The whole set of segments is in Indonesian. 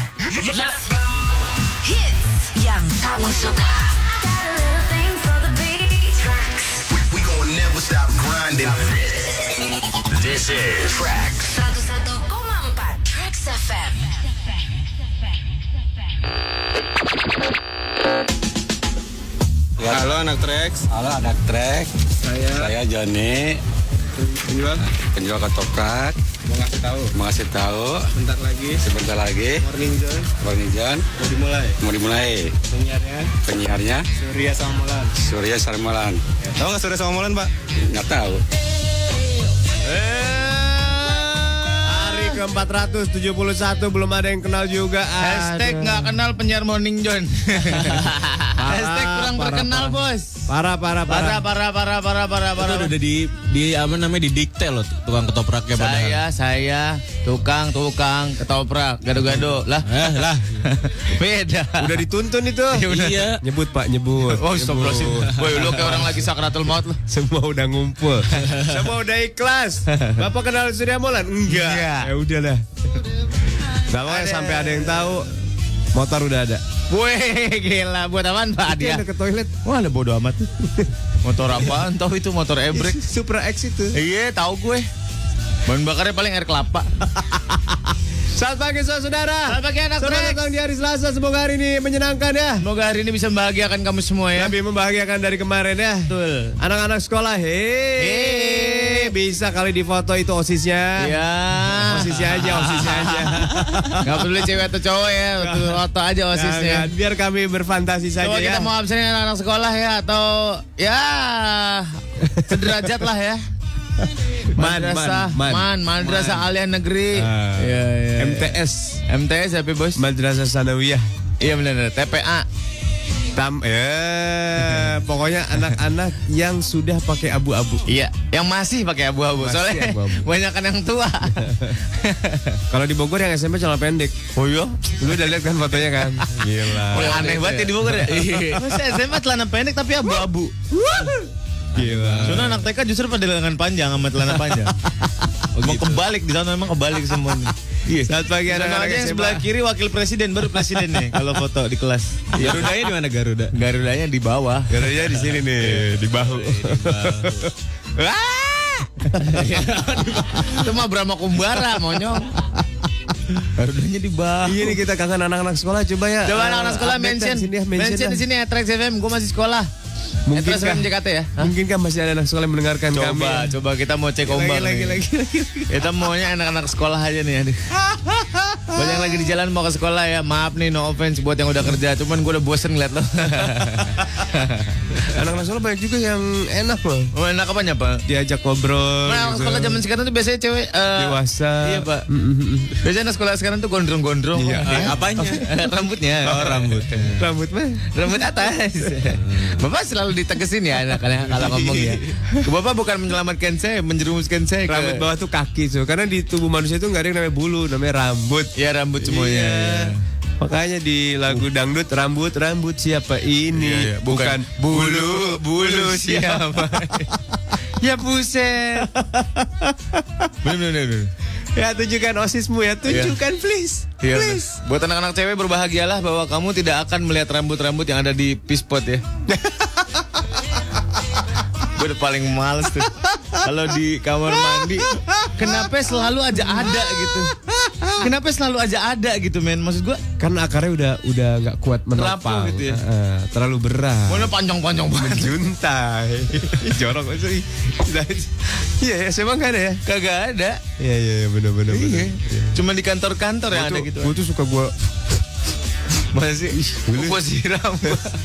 Yes. Hits yang kamu suka. We gonna never stop grinding. This is Tracks. 101,4 Tracks FM. Halo anak Trax. Halo anak Trax. Saya Saya Joni. Penjual penjual ketoprak. Mau ngasih tahu, Mau kasih tahu bentar lagi sebentar lagi Morning Zone Bang Ijan mau dimulai. mau dimulai. Penyiarnya Penyiarnya Surya sama Molan. Surya Sarmalan. Tahu nggak Surya sama Molan, Pak? Nggak tahu. Hari ke-471 belum ada yang kenal juga. Aduh. Hashtag nggak kenal penyiar Morning John. Hashtag kurang parah, terkenal parah. bos. Parah, parah, Parah parah. parah parah parah parah parah. udah di di apa namanya didikte loh tukang ketopraknya padahal. Saya saya tukang tukang ketoprak gado-gado lah. Eh lah. Beda. Udah dituntun itu. Iya. Nyebut, Pak, nyebut. Wow, stop losin. Boy, lu kayak orang lagi sakratul maut lu. Semua udah ngumpul. Semua udah ikhlas. Bapak kenal Surya Molan? Enggak. Enggak. Ya udahlah. Soalnya sampai ada yang tahu motor udah ada. Boy, gila buat apaan Pak Dia Ah, ke dia? toilet. Wah, ada bodo amat. Motor apaan tahu itu motor ebrek. Supra X itu. Iya, tahu gue. Bahan bakarnya paling air kelapa. Selamat pagi saudara. Selamat pagi, anak Selamat Rex. datang di hari Selasa. Semoga hari ini menyenangkan ya. Semoga hari ini bisa membahagiakan kamu semua ya. Lebih membahagiakan dari kemarin ya. Betul. Anak-anak sekolah, hei, Hei. bisa kali difoto itu osisnya. Iya. Osisnya aja, osisnya aja. Gak perlu cewek atau cowok ya, betul otot aja osisnya. Jangan, biar kami berfantasi saja Coba ya. kita mau absen anak-anak sekolah ya atau ya sederajat lah ya. Man, Madrasah, man, man, man. madrasah Aliyah Negeri. Ah. Iya, iya. MTS, MTS apa bos? Madrasah Sanawiyah. Iya benar, TPA. Tam, eh, pokoknya anak-anak yang sudah pakai abu-abu. Iya, yang masih pakai abu-abu. Masih Soalnya abu-abu. banyak kan yang tua. Kalau di Bogor yang SMP celana pendek. oh iya? Lu udah lihat kan fotonya kan? Gila. aneh banget ya di Bogor ya. Iya. Masa SMA celana pendek tapi abu-abu. Gila. Soalnya anak TK justru pada lengan panjang sama celana panjang. Oh Mau gitu. kebalik di sana memang kebalik semuanya. Iya. Selamat pagi anak-anak yang SMA. sebelah kiri wakil presiden baru presiden nih kalau foto di kelas. Iya. Garudanya ya, di mana Garuda? Iya, Garudanya di bawah. Garanya di sini nih, di bahu. Wah! Itu mah Brahma Kumbara monyong. Garudanya di bawah. Iya nih kita kangen anak-anak sekolah coba ya. Coba eh, anak-anak sekolah update mention, lah sini ya, mention, mention di lah. sini ya Trax FM, gue masih sekolah. Mungkin Mungkin kah? FM JKT ya. Hah? Mungkin kan masih ada anak sekolah yang mendengarkan kami. Coba, coba kita mau cek ombak lagi, nih. lagi, lagi, lagi. Kita maunya anak-anak sekolah aja nih. Aduh. Banyak yang lagi di jalan mau ke sekolah ya. Maaf nih, no offense buat yang udah kerja. Cuman gue udah bosen ngeliat lo. Anak-anak sekolah banyak juga yang enak loh. oh, enak apanya, Pak? Diajak ngobrol. Nah, anak gitu. sekolah zaman sekarang tuh biasanya cewek eh, Dewasa. Iya, Pak. Biasanya anak sekolah sekarang tuh gondrong-gondrong. Iya. Eh, apanya? Rambutnya. Oh, rambut. Rambut Hmm. mah. Rambut atas. Bapak selalu ditekesin ya anak kalau kalau ngomong ya. Bapak bukan menyelamatkan saya, menjerumuskan saya ke Rambut bawah tuh kaki tuh. Karena di tubuh manusia itu nggak ada yang namanya bulu, namanya rambut. Ya rambut semuanya. Iya. Iya. Makanya di lagu dangdut rambut rambut siapa ini Ya, Iya, bukan, bulu bulu siapa ya buset bener bener bener. ya tunjukkan osismu ya tunjukkan please Iya, bener. please buat anak-anak cewek berbahagialah bahwa kamu tidak akan melihat rambut-rambut yang ada di pispot ya gue udah paling males tuh kalau di kamar mandi kenapa selalu aja ada gitu kenapa selalu aja ada gitu men maksud gue kan akarnya udah udah nggak kuat menopang Terlampau gitu ya. Heeh, terlalu berat mana panjang-panjang banget juntai jorok aja ih. iya ya emang kan ya kagak ada iya iya iya, bener bener bener Iya. Cuma di kantor-kantor yang ada gitu. gue tuh suka gue Masih gua siram.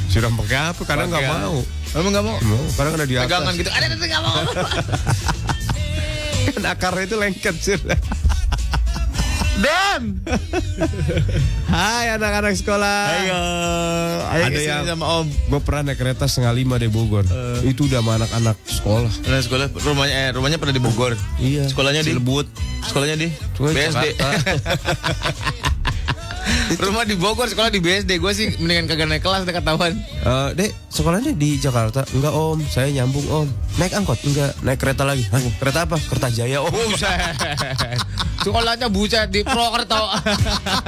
siram pakai apa karena nggak Pakai apa? mau Emang gak mau? mau karena ada di atas Pegangan gitu. Ada ada nggak mau. kan akarnya itu lengket sih Dem. Hai anak-anak sekolah Ayo. Ayo Ada kesini yang sama Om. Gue pernah naik kereta setengah lima dari Bogor Eh. Itu udah sama anak-anak sekolah Nah, sekolah rumahnya eh rumahnya pada di Bogor. Iya. Sekolahnya di Lebut. Sekolahnya di Sekolah di BSD. Rumah di Bogor, sekolah di BSD. Gue sih mendingan kagak naik kelas, deh ketahuan. Eh, Dek, sekolahnya di Jakarta? Enggak, Om. Saya nyambung, Om. Naik angkot? Enggak. Naik kereta lagi? Hah, kereta apa? Kertajaya, Om. Buset. Sekolahnya buset di Prokerto.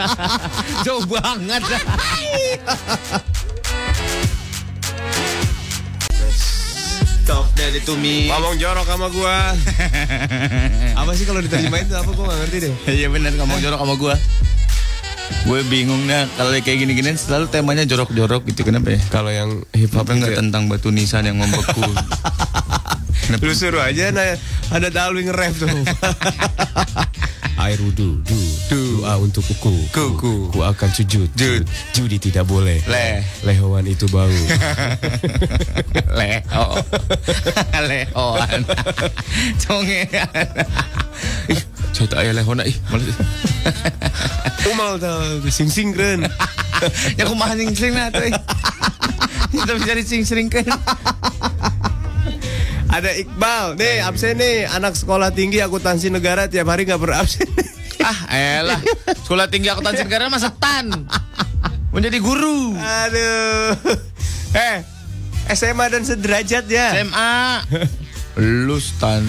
Jauh banget. Stop dari Tumi. Ngomong jorok sama gua. Apa sih kalau diterjemahin tuh apa? Gue gak ngerti deh. Iya benar kamu jorok sama gue. Gue bingung nah kalau kayak gini-gini selalu temanya jorok-jorok gitu kenapa ya? Kalau yang hip hop Tapi nggak tentang batu nisan yang membeku. Kenapa? Lu suruh aja nah, ada dalwing rap tuh. Air wudhu, du, doa untuk kuku, Kuku. ku akan sujud, Jud. judi tidak boleh, Leh. lehoan itu bau. Leo. Leoan. Congean. Ih, saya tak ayah lehoan ih. Males. Umal tuh, sing sing keren. Ya aku mahan sing-sing lah tuh. eh. Kita bisa disingsing kan. Ada Iqbal. Nih, absen nih. Anak sekolah tinggi akuntansi negara tiap hari nggak pernah absen. Ah, elah. Sekolah tinggi akuntansi negara mah setan. Menjadi guru. Aduh. Eh, SMA dan sederajat ya. SMA. Lu stan.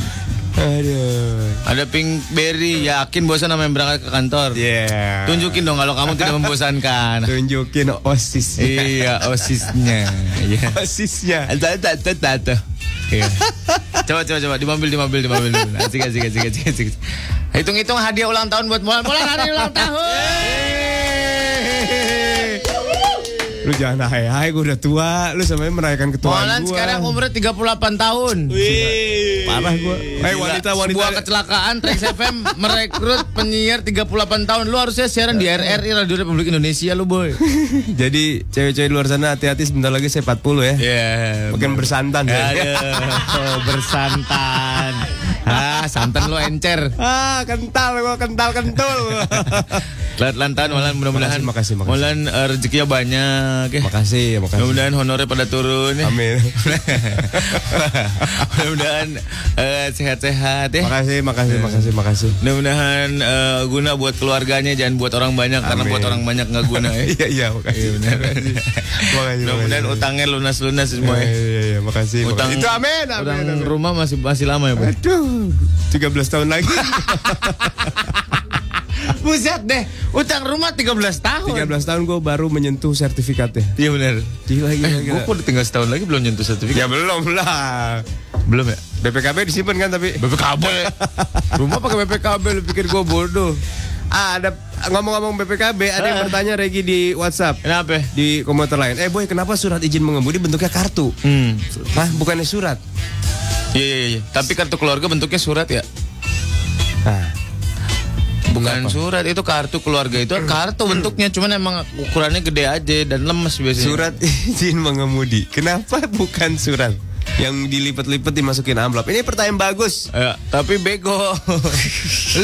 Aduh. Ada Pinkberry, yakin bosan sama yang berangkat ke kantor. Yeah. Tunjukin dong kalau kamu tidak membosankan. Tunjukin osis. iya, osisnya. Iya. Osisnya. Tata, tata, tata. Iya. Coba coba coba dimambil dimambil dimambil. dimambil. Asik asik asik asik asik. Hitung-hitung hadiah ulang tahun buat Molan. Molan hari ulang tahun. Lu jangan hai hai gue udah tua. Lu sampai merayakan ketuaan Molan gua. sekarang umurnya 38 tahun. parah gua. Eh, wanita Wanita, wanita Sebuah kecelakaan Trax FM merekrut penyiar 38 tahun. Lu harusnya siaran di RRI Radio Republik Indonesia lu, boy. Jadi cewek-cewek di luar sana hati-hati sebentar lagi saya 40 ya. Iya. Makin bersantan ya. Aduh, bersantan. Ah, santan lu encer. Ah, kental gua kental kentul. Lihat lantan Molan mudah-mudahan Makasih, makasih, makasih. Molan eh, rezekinya banyak ya. Makasih ya, makasih. Mudah-mudahan honornya pada turun ya. Amin. Mudah-mudahan eh, sehat-sehat ya. Makasih, makasih, makasih, makasih. Mudah-mudahan eh, guna buat keluarganya jangan buat orang banyak karena buat orang banyak nggak guna ya. Iya, iya, Iya, makasih. benar. Makasih, Mudah-mudahan makasih. utangnya lunas-lunas semua Iya, ya. iya, iya, makasih. Utang, makasih. Itu amin, amin, Utang amin. rumah masih masih lama ya, Bu. Aduh, 13 tahun lagi. Buset deh, utang rumah 13 tahun. 13 tahun gue baru menyentuh sertifikatnya. Iya benar. Gila, Eh, gue kok tinggal setahun lagi belum nyentuh sertifikat. ya belum lah. Belum ya? Eh. BPKB disimpan kan tapi BPKB. rumah pakai BPKB lu pikir gue bodoh. Ah, ada ngomong-ngomong BPKB, ada Eh. yang bertanya Regi di WhatsApp Kenapa? di komuter lain. Eh boy, kenapa surat izin mengemudi bentuknya kartu? Hmm. Hah, bukannya surat? Iya iya iya. Tapi kartu keluarga bentuknya surat ya? Bukan surat itu kartu keluarga itu kartu bentuknya cuman emang ukurannya gede aja dan lemes iya. biasanya. Surat izin mengemudi. Kenapa bukan surat? Yang dilipat-lipat dimasukin amplop. Ini pertanyaan bagus. Ya, tapi bego.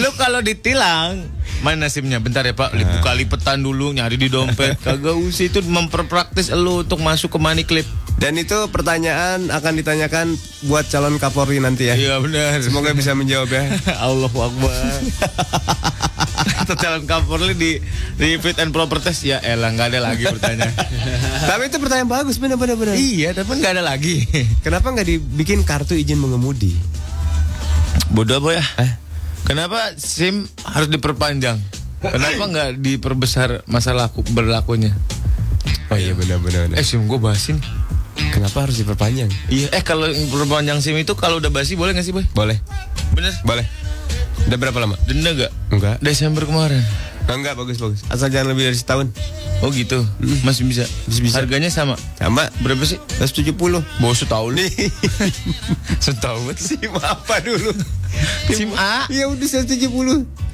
Lu kalau ditilang mana nasibnya? Bentar ya Pak, buka lipetan dulu nyari di dompet. Kagak usah itu memperpraktis lu untuk masuk ke money clip. Dan itu pertanyaan akan ditanyakan buat calon Kapolri nanti ya. Iya benar. Semoga bisa menjawab ya. Allahu Akbar. Atau calon Kapolri di di fit and proper test ya elah nggak ada lagi pertanyaan. Tapi itu pertanyaan bagus bener-bener. bener. iya, tapi nggak ada lagi. Kenapa nggak dibikin kartu izin mengemudi? Bodoh apa ya? Kenapa SIM harus diperpanjang? Kenapa nggak diperbesar masa laku berlakunya? Oh iya benar-benar. Eh SIM gue basin. kenapa harus diperpanjang? Iya. Eh kalau yang perpanjang SIM itu kalau udah basi boleh nggak sih boy? Boleh, Bener. boleh. Udah berapa lama? Denda nggak? Enggak. Desember kemarin. Enggak bagus-bagus. Asal jangan lebih dari setahun. Oh gitu. Masih bisa. Harganya sama. Sama Berapa sih? 170. Bos setahun nih. setahun sih. SIM apa dulu? SIM A. Ya udah 170.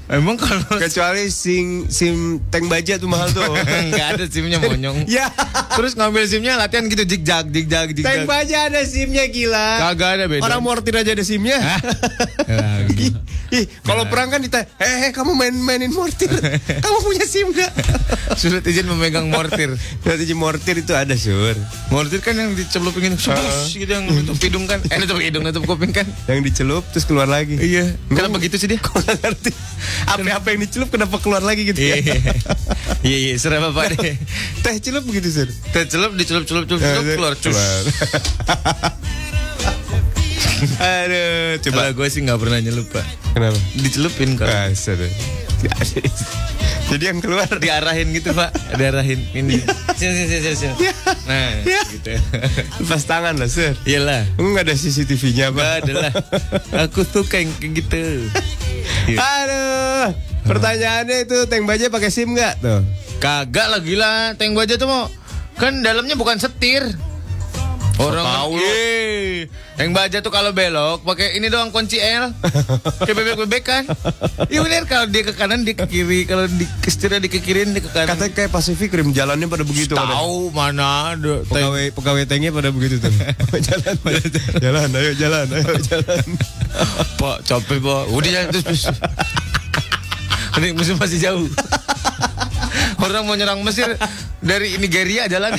Emang kalau Kecuali sing SIM tank baja tuh mahal tuh. nggak ada SIMnya monyong. ya, Terus ngambil SIMnya latihan gitu jigjag jigjag tank jigjag. baja ada SIMnya gila. Kagak ada beda. Orang mortir aja ada SIMnya. Ya, gitu. Ih, kalau perang kan ditanya, "Eh, eh, kamu main-mainin mortir. kamu punya SIM enggak?" Surat izin memegang mortir. Nanti di mortir itu ada, Sur. Mortir kan yang dicelupin gitu, sebus gitu yang nutup hidung kan. Eh nutup hidung, nutup kuping kan. Yang dicelup terus keluar lagi. Iya. Kenapa gitu sih dia? Kok nggak ngerti? Apa-apa yang dicelup kenapa keluar lagi gitu ya? Iya, iya, iya, serah bapak deh. Teh celup begitu, Sur. Tercelup, dicelup, celup, celup, celup, keluar cus. Aduh, coba. Coba gue sih nggak pernah nyelup pak. Kenapa? Dicelupin kok. Ah, seru. Jadi yang keluar Diarahin gitu pak, diarahin ini. Sini, sini, sini, sini. Nah, Iya. gitu. lepas tangan lah, Sur. Iyalah. Enggak ada CCTV-nya, Pak. Gak adalah. Aku suka yang kayak gitu. Aduh. Pertanyaannya itu Teng Baja pakai SIM nggak tuh? Kagak lah gila Tank baja tuh mau Kan dalamnya bukan setir Orang tahu Tank baja tuh kalau belok pakai ini doang kunci L Kayak bebek-bebek kan Iya bener kalau dia ke kanan dia ke kiri Kalau di ke setirnya di ke kiri dia ke kanan Katanya kayak Pasifik Rim jalannya pada begitu. katanya. Tahu mana ada Tank Pegawai pegawai tanknya pada begitu tuh. jalan, jalan, ayo jalan, ayo jalan. Pak capek pak Udah jangan Oh, terus terus Ini musuh masih jauh Orang mau nyerang Mesir Dari Nigeria jalan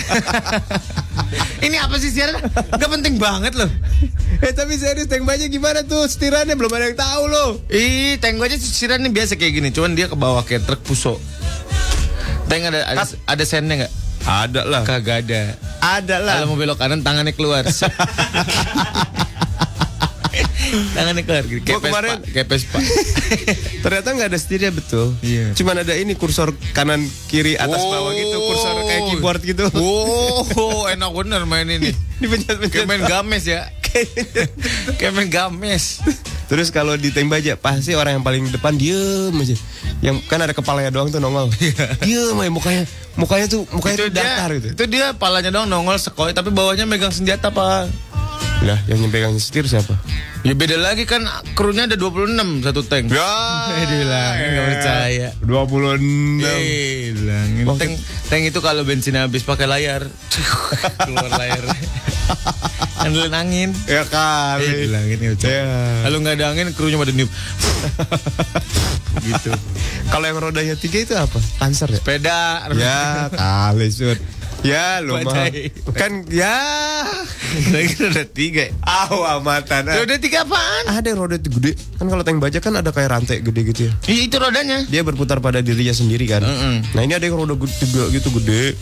Ini apa sih siaran Gak penting banget loh eh tapi serius Teng Baja gimana tuh setirannya belum ada yang tahu loh. Ih tank gue aja siarannya biasa kayak gini Cuman dia ke bawah kayak truk puso Tank ada ada, ada sennya gak? Ada lah. Kagak ada Ada lah Kalau mau belok kanan tangannya keluar Tangannya keluar gitu. Kayak Gua kemarin- Vespa, Kayak Vespa Ternyata nggak ada setirnya betul. Iya. Cuman ada ini kursor kanan kiri atas bawah gitu, kursor kayak keyboard gitu. Oh, enak bener main ini. Dipencet-pencet. Kayak main games ya. Kayak main games. Terus kalau di tank baja pasti orang yang paling depan diem aja. Yang kan ada kepalanya doang tuh nongol. diem aja mukanya mukanya tuh mukanya Itu tuh datar dia, gitu. itu dia palanya doang nongol sekoi tapi bawahnya megang senjata, Pak. Lah, yang pegang setir siapa? Ya beda lagi kan krunya ada 26 satu tank. Ya. Eh. Dibilangin Iya. nggak percaya. 26. Eh, bilangin. Tank, tank itu kalau bensin habis pakai layar. Keluar layar. Andelin angin. Ya kali. Eh, bilangin ya. Cok. Ya. Kalau nggak ada angin krunya pada niup. gitu. Kalau yang rodanya tiga itu apa? Panser ya? Sepeda. ya kali sur. Ya lu mah. Bajai. Kan ya. Lagi ada tiga. Aw amatan. ah. Roda tiga apaan? Ada yang roda gede. Kan kalau tank baja kan ada kayak rantai gede gitu ya. Iya itu rodanya. Dia berputar pada dirinya sendiri kan. Mm-mm. Nah ini ada yang roda gede, tiga gitu gede.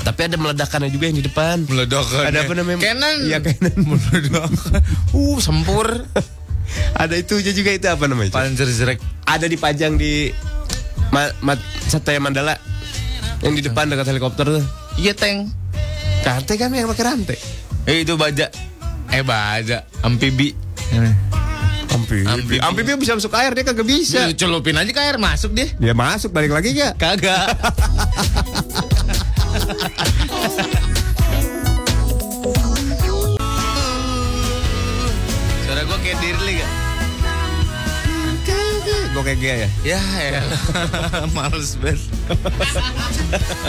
Tapi ada meledakannya juga yang di depan. Meledakan. ya. Ada apa namanya? Canon. Iya Canon. Meledakan. Uh, sempur. ada itunya juga itu apa namanya? Cuk? Panzer jerek. ada dipajang di ma, ma, Satya Mandala yang di depan dekat helikopter tuh. Iya tank. Rantai kan yang pakai rantai. Eh itu Iya. baja. Eh baja. Ampibi. Ampibi. Ampibi. Ampibi, bisa masuk air dia kagak bisa. Ya, Celupin aja ke air masuk deh. Dia masuk balik lagi ya. Kagak. Suara gue kayak dirli gak? Gue kayak gaya ya. Ya ya Males banget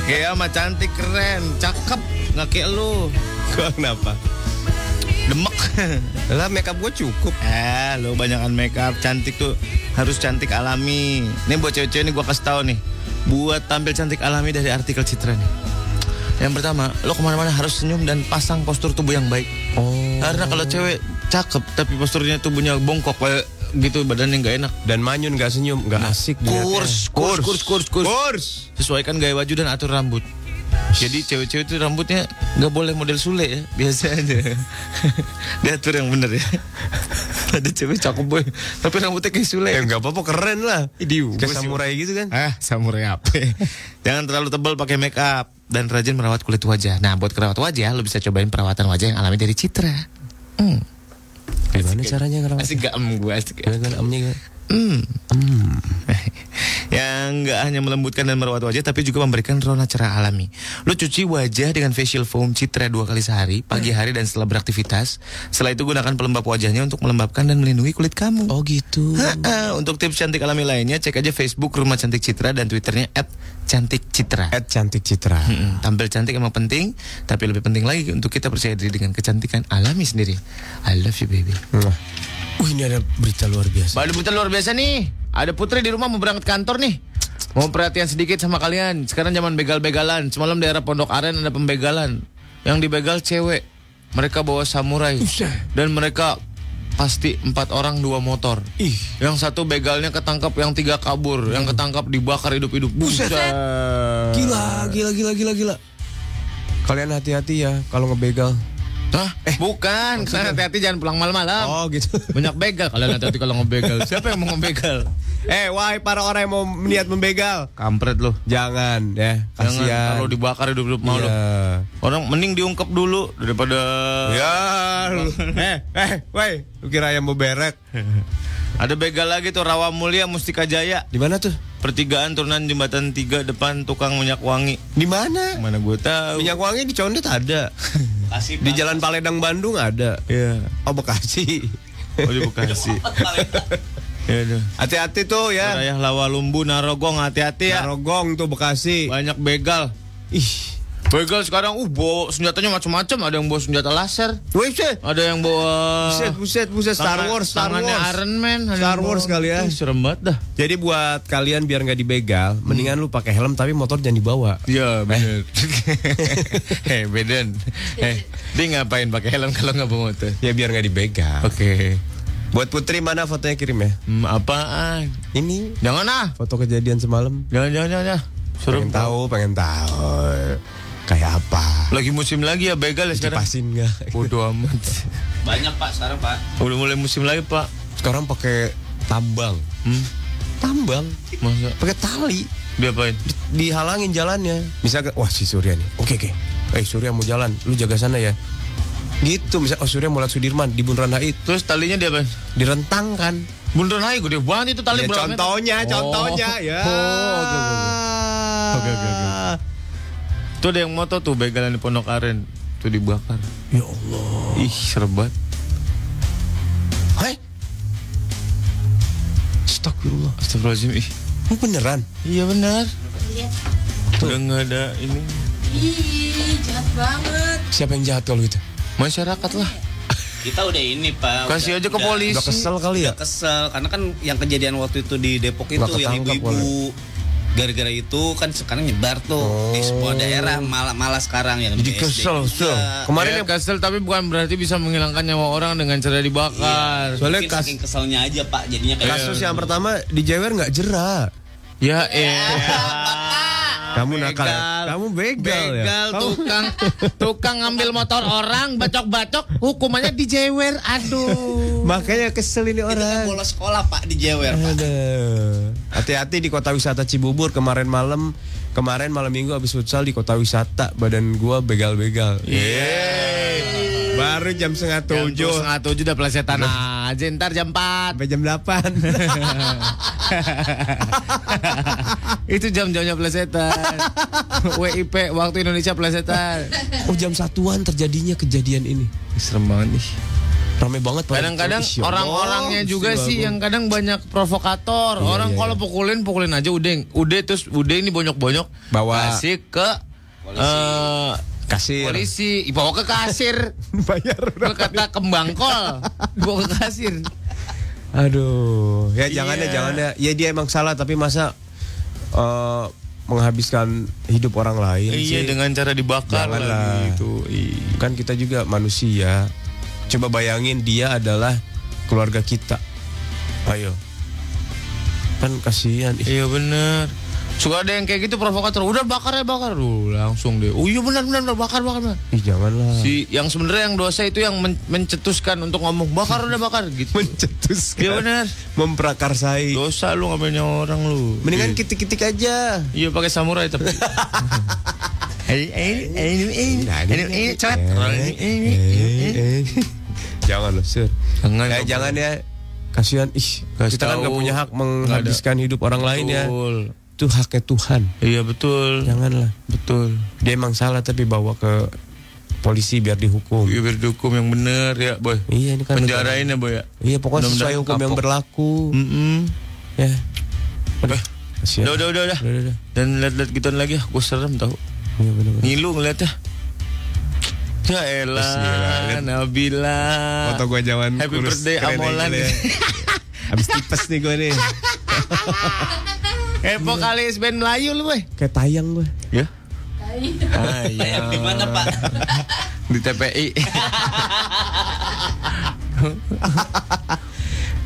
Kayak sama cantik keren Cakep Gak kayak lu Gua kenapa? Demek Lah makeup gue cukup. Eh lu banyakan make up Cantik tuh Harus cantik alami Ini buat cewek-cewek ini gua kasih tau nih Buat tampil cantik alami dari artikel Citra nih yang pertama, lo kemana-mana harus senyum dan pasang postur tubuh yang baik. Karena kalau cewek cakep tapi posturnya tubuhnya bongkok kayak gitu badannya nggak enak. Dan manyun gak senyum, gak asik. Kurs, kurs, kurs, kurs, kurs. Nah. Kurs. sesuaikan gaya baju dan atur rambut. Jadi cewek-cewek itu rambutnya nggak boleh model Sule ya, biasa aja. Diatur yang bener ya. Ada cewek cakep boy, tapi rambutnya kayak Sule. Ya nggak apa-apa keren lah. Idiu, Kayak gua sih- samurai gitu kan. Ah, samurai apa? Jangan terlalu tebal pakai make up dan rajin merawat kulit wajah. Nah, buat kerawat wajah lo bisa cobain perawatan wajah yang alami dari Citra. Hmm. Gimana caranya kalau? Asik gak em gue asik. Gimana kalau omnya gak? yang Ya, nggak hanya melembutkan dan merawat wajah tapi juga memberikan rona cerah alami. Lo cuci wajah dengan facial foam Citra dua kali sehari, pagi hari dan setelah beraktivitas. Setelah itu gunakan pelembab wajahnya untuk melembabkan dan melindungi kulit kamu. Oh gitu. Ha-ha. Untuk tips cantik alami lainnya cek aja Facebook Rumah Cantik Citra dan Twitternya @cantikcitra. At cantik citra. Mm-mm. Tampil cantik emang penting, tapi lebih penting lagi untuk kita percaya diri dengan kecantikan alami sendiri. I love you baby. Mwah. Uh, Wih ini ada berita luar biasa. Baru Putra luar biasa nih. Ada Putri di rumah mau berangkat kantor nih. Mau perhatian sedikit sama kalian. Sekarang zaman begal-begalan. Semalam daerah Pondok Aren ada pembegalan. Yang dibegal cewek. Mereka bawa samurai. Dan mereka pasti empat orang dua motor. Ih. Hmm. Yang satu begalnya ketangkap, yang tiga kabur, yang ketangkap dibakar hidup-hidup. Buset. Gila, gila, gila, gila, gila. Kalian hati-hati ya kalau ngebegal. Hah? bukan. Kalian hati-hati jangan pulang malam-malam. Eh. Oh gitu. Banyak begal kalian hati-hati kalau ngebegal. Siapa yang mau ngebegal? eh, wahai para orang yang mau niat membegal, Kampret loh. jangan ya. Jangan Kasihan. kalau dibakar hidup-hidup mau Iya. lo. Orang mending diungkep dulu daripada Ya, lu. eh, eh, woi, lu kira ayam beberek? ada begal lagi tuh Rawa Mulia Mustika Jaya. Di mana tuh? Pertigaan turunan jembatan 3 depan tukang minyak wangi. Di mana? Mana gue tahu. Minyak wangi di Condet ada. Kasih di Jalan Paledang Bandung ada. Iya. Oh Bekasi. Oh di Bekasi. ya udah. Hati-hati tuh ya. Wilayah Lawa Lumbu Narogong hati-hati Iya. ya. Narogong tuh Bekasi. Banyak begal. Ih. Begal sekarang uh bawa senjatanya macam-macam, ada yang bawa senjata laser, Woi, buset, ada yang bawa buset, buset, buset, Star tangan- Wars, Star tangannya Wars. Iron Man, ada Star yang bawa- Wars kali ya. Ih, Serem banget dah. Jadi buat kalian biar nggak dibegal, mendingan lu pakai helm tapi motor jangan dibawa. Iya benar. Hei Beden, eh dia ngapain pakai helm kalau nggak bawa motor? Ya biar nggak dibegal. Oke, Buat Putri mana fotonya kirim ya? Hmm, apaan? Ini Jangan ah, foto kejadian semalam. jangan jangan jangan. jangan. Serem Pengen tahu, pengen tahu. Kayak apa? Lagi musim lagi ya begal ya sekarang. Dipasin nggak? Bodoh amat. Banyak pak sekarang pak. Udah mulai musim lagi pak. Sekarang pakai tambang. Hmm, Tambang. masa Pakai tali. diapain? Di- Dihalangin jalannya. Misalnya, wah si Surya nih. Oke, oke. Eh Surya mau jalan, lu jaga sana ya. Gitu, misalnya, oh Surya mau lewat Sudirman di Bundaran HI Terus talinya diapain? direntangkan. Bundaran naik gede banget itu Ya, tali berapa meter? contohnya, Oh. contohnya ya. Oh, oke, oke, oke. Oke, oke, oke. Tuh ada yang moto tuh begalan di Pondok Aren tuh dibakar. Ya Allah. Ih, serbat. Hei. Astagfirullah. Astagfirullahaladzim. Ih. Ini beneran? Iya benar. Udah nggak ada ini Ih, jahat banget. Siapa yang jahat kalau gitu? masyarakat lah. Kita udah ini pak. Kan- Kasih udah- aja ke udah- polisi. Udah kesel kali ya? Kesel karena kan yang kejadian waktu itu di Depok itu Nggak yang ketangkap, ibu-ibu gara-gara itu kan sekarang nyebar tuh di semua daerah malah malah sekarang yang Oh. Jadi kesel, Iya. kesel. Kemarin Kemarin yang Ya, kesel tapi bukan berarti bisa menghilangkan nyawa orang dengan cara dibakar. Soalnya Soalnya kas- Iya. saking keselnya aja pak jadinya Iya. kayak kasus yang pertama di Jewer nggak jerah. Ya eh. Kamu nakal ya? Kamu begal ya? Ah, Begal tukang tukang ngambil motor orang bacok-bacok hukumannya dijewer. Aduh. Makanya kesel ini Itu kan orang. bolos sekolah pak di Jewer pak. Aduh. Hati-hati di kota wisata Cibubur kemarin malam kemarin malam minggu habis futsal di kota wisata badan gua begal-begal. Baru jam setengah Eh. Tujuh tujuh Iya. setengah tujuh udah pelesetan aja ntar jam empat sampai jam delapan. itu jam-jamnya pelesetan WIP waktu Indonesia pelesetan oh jam satuan terjadinya kejadian ini. serem banget nih Rame banget Pak. kadang-kadang Insya Allah. orang-orangnya juga Insya sih ya Allah. yang kadang banyak provokator Oh, orang iya, kalau pukulin pukulin aja ude ude terus ude ini bonyok-bonyok Bawa- kasih ke eh, kasir. polisi bawa ke kasir Bayar Lu kata kembang kol bawa ke kasir Aduh, ya jangan ya Iya. jangan ya. Ya dia emang salah tapi masa eh, menghabiskan hidup orang lain sih? Iya, dengan gitu. cara dibakar Jangan lah. Kan kita juga manusia. Coba bayangin dia adalah keluarga kita. Ayo. Kan kasihan. Ih, Iya bener Suka ada yang kayak gitu provokator Udah bakar ya bakar Duh, Langsung deh Oh iya bener bener bener, bakar bakar bakar. ih, janganlah. Si yang sebenarnya yang dosa itu yang men- mencetuskan untuk ngomong bakar udah bakar gitu. mencetuskan. Iya bener Memprakarsai. Dosa lu ngapain nyawa orang lu. Mendingan Iya. kitik-kitik aja. Iya pakai samurai tapi. Eh, eh, eh, eh, eh, eh, cepet. Eh, eh, eh, Eh, eh. eh. jangan loh, Sir. Ya, Jangan, nggak jangan ya. Kasihan ih, Kasih kita kan tahu. gak punya hak menghabiskan hidup orang lain ya. Betul. Itu haknya Tuhan. Iya betul. Janganlah. Betul. Dia emang salah tapi bawa ke polisi biar dihukum. Iya berdukum yang bener ya boy. Iya, ini kan Penjarain ya boy ya. Iya, pokoknya Mudah-mudahan sesuai hukum yang kapok. berlaku. Mm-mm. Eh, Ya. Udah. Kasihan. Udah, udah, udah, udah. Udah, udah, udah. Dan lihat-lihat gituan lagi ya, gue serem tau. Iya, benar-benar. Ngilu ngeliatnya. Ya elah, Nabila. Foto gue jaman Happy kurus, birthday keren aja Amolan. deh. Abis tipes nih gue nih. Eh, vokalis band Melayu lu, weh. Kayak tayang gue. Ya. Ah, iya. Ah. Yang di mana Pak? Di TPI.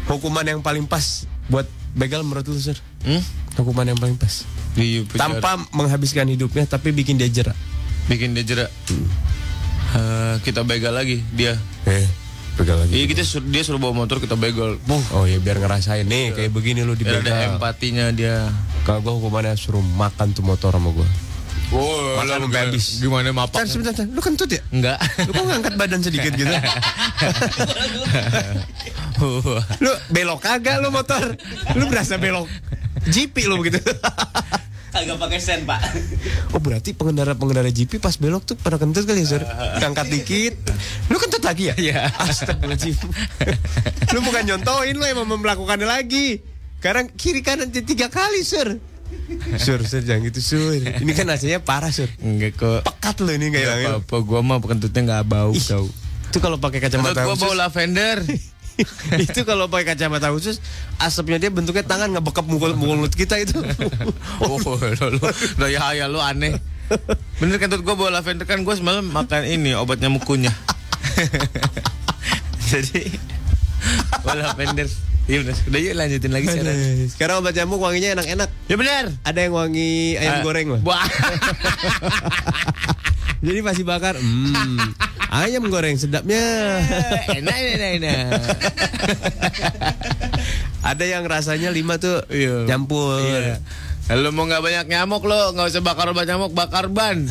Hukuman yang paling pas buat begal menurut lu, Sir? Hmm? Hukuman yang paling pas. Di Tanpa menghabiskan hidupnya tapi bikin dia jerak. bikin dia jerak. Eh, kita begal lagi dia. Eh, begal lagi. Iya gitu sur- dia suruh bawa motor kita begal. Buh, Oh iya biar ngerasain nih kayak begini lu ya ada dibegal. empatinya dia. Kalau gue hukumannya suruh makan tuh motor sama gue. Oh, Makan sampai habis. Gimana mapak? sebentar, sebentar. lu kentut ya? Enggak. Lu kok ngangkat badan sedikit gitu? Oh, lu belok kagak lu motor? Lu berasa belok GP lu begitu. Kagak pakai sen Pak. oh berarti pengendara-pengendara GP pas belok tuh pada kentut kali ya, Sur? Ngangkat dikit. Lu kentut lagi ya? Iya. Astagfirullahaladzim. lu bukan nyontohin lu emang melakukannya lagi. Karena kiri kanan tiga kali, Sur. Sur, sur, jangan gitu, sur. Ini kan aslinya parah, sur. Enggak kok. Pekat lu ini Enggak kayaknya. apa-apa, gua mah kentutnya enggak bau kau. Itu kalau pakai Kentut kacamata gua khusus. bau lavender. itu kalau pakai kacamata khusus, asapnya dia bentuknya tangan ngebekap mukul mulut kita itu. Oh, lo lo daya ya lo aneh. Bener kentut gua bau lavender kan gua semalam makan ini obat nyamuk kunyah. Jadi bau lavender. Iya bener. Udah yuk lanjutin lagi sekarang. Sekarang obat nyamuk wanginya enak-enak. Ya bener. Ada yang wangi ayam Eh, goreng loh. Wah. Jadi masih bakar. Hmm, ayam goreng sedapnya. Enak enak enak. Ada yang rasanya lima tuh Iya. campur. Iya. Lo mau nggak banyak nyamuk lo nggak usah bakar obat nyamuk bakar ban.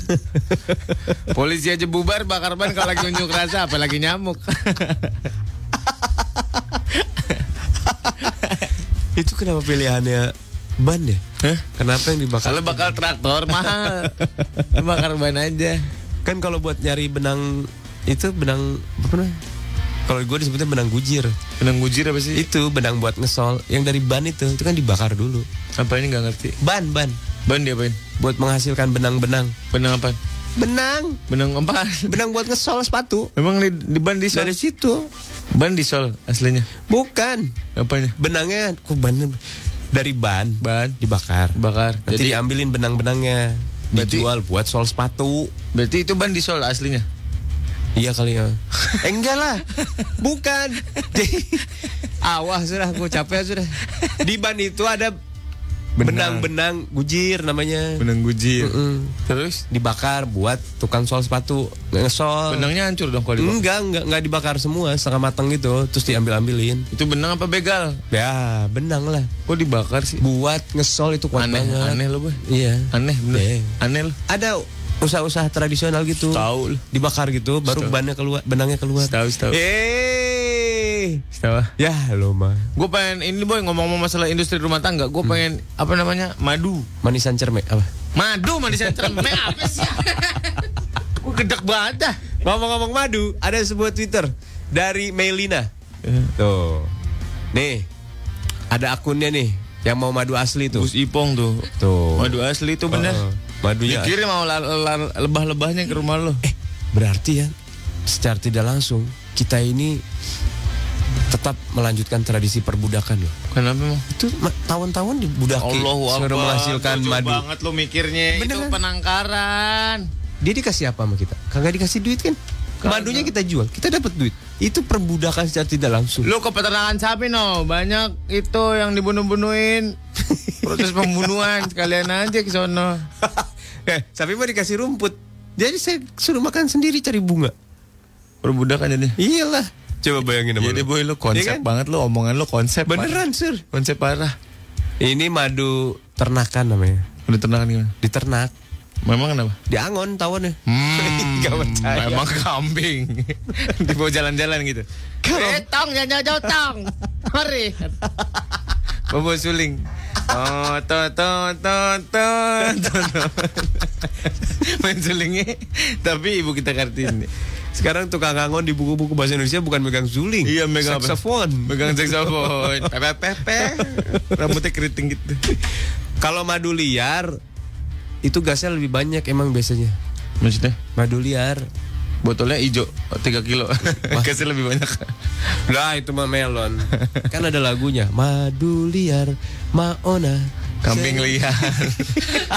Polisi aja bubar bakar ban kalau lagi unjuk rasa apalagi nyamuk. Itu kenapa pilihannya ban ya? Hah? Kenapa yang dibakar? Kalau bakal traktor mahal. Lu bakar ban aja. Kan kalau buat nyari benang itu benang apa namanya? Kalau gue disebutnya benang gujir. Benang gujir apa sih? Itu benang buat ngesol yang dari ban itu, itu kan dibakar dulu. Apa ini nggak ngerti? Ban, ban Ban diapain? buat menghasilkan benang-benang. Benang apa? Benang, Benang apa? benang buat ngesol sepatu. Memang di, di ban di sol? Dari situ. Ban di sol aslinya. Bukan. Apanya? Benangnya kok ban dari ban Ban dibakar. bakar. Nanti Jadi diambilin benang-benangnya. Berarti- dijual buat sol sepatu. berarti itu ban di sol aslinya. Iya kali ya. eh, enggak lah. Bukan. Jadi- Awah sudah, gue capek sudah. Di ban itu ada Benang. benang-benang gujir namanya. Benang gujir. Mm-mm. Terus dibakar buat tukang sol sepatu ngesol benangnya hancur dong kalau dibakar. enggak enggak enggak dibakar semua setengah matang gitu terus diambil ambilin Itu benang apa begal? ya benang lah Kok dibakar sih? buat ngesol itu kuat aneh, banget aneh lo, Boy. iya Aneh bener. Iya. Aneh lo. ada usaha-usaha tradisional gitu Tahu lo. dibakar gitu baru Setahu. bannya keluar benangnya keluar Tahu, tahu. eh Tahu. ya lo mah Gue pengen ini boy ngomong-ngomong masalah industri rumah tangga, Mm. gue pengen apa namanya madu. manisan cermek apa Madu manis cermek apa sih? Gue gedek banget dah. ngomong-ngomong madu ada sebuah twitter dari Melina Eh. tuh nih ada akunnya nih yang mau madu asli tuh Gus Ipong tuh. Tuh. Madu asli tuh bener. Heeh. Iya. Madunya. Dikirim mau lebah-lebahnya ke rumah lo. Eh, berarti ya secara tidak langsung kita ini tetap melanjutkan tradisi perbudakan loh. Kenapa emang? Itu ma- tahun-tahun dibudaki Allahu suruh Akbar, menghasilkan jauh madu. banget lo mikirnya itu Beneran. penangkaran. Dia dikasih apa sama kita? Kagak dikasih duit kan? Madunya kita jual, kita dapat duit. Itu perbudakan secara tidak langsung. Lu ke peternakan sapi no, banyak itu yang dibunuh-bunuhin. Proses pembunuhan sekalian aja ke sono. eh, sapi mah dikasih rumput. Jadi saya suruh makan sendiri cari bunga. Perbudakan jadi. Iyalah. Coba bayangin Jadi boy lu konsep Iya kan? banget lu omongan lu konsep. Beneran, parah. Sir. Konsep parah. Ini madu ternakan namanya. Udah ternakan gimana? Diternak. Memang kenapa? Diangon tawonnya. Hmm, Gak percaya. Emang kambing. Dibawa jalan-jalan gitu. Eh, tong, jangan jauh tong. Mari. Bawa suling. Oh, to, to, to, to, to, to. Main sulingnya, tapi ibu kita kartini. Sekarang tukang angon di buku-buku bahasa Indonesia bukan megang suling. Iya, megang apa? saksofon. Megang saksofon. Pepe, pepe. Rambutnya keriting gitu. Kalau madu liar itu gasnya lebih banyak emang biasanya. Maksudnya? Madu liar Botolnya hijau 3 kilo. Kasih lebih banyak. Nah itu mah melon. Kan ada lagunya. Madu liar, maona. Kambing liar.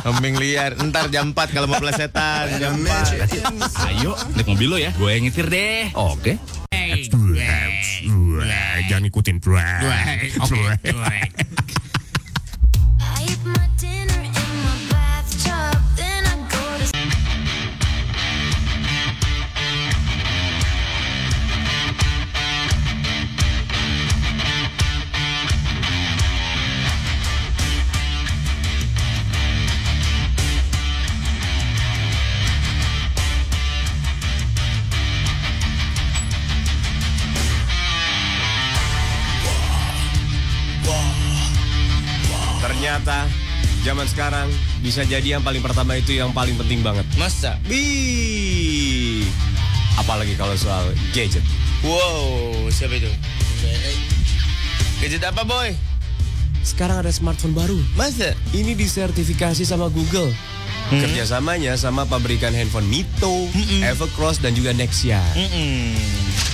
Kambing liar. Ntar jam 4 kalau mau plesetan jam 4. Ayo, naik mobil lo ya. Gue yang nyetir deh. Oke. Jangan ikutin. Ternyata zaman sekarang bisa jadi yang paling pertama itu yang paling penting banget. Masa? Wih. Apalagi kalau soal gadget. Wow, siapa itu? Gadget apa boy? Sekarang ada smartphone baru. Masa? Hmm. Ini disertifikasi sama Google. Kerjasamanya sama pabrikan handphone Mito, Evercross dan juga Nexia.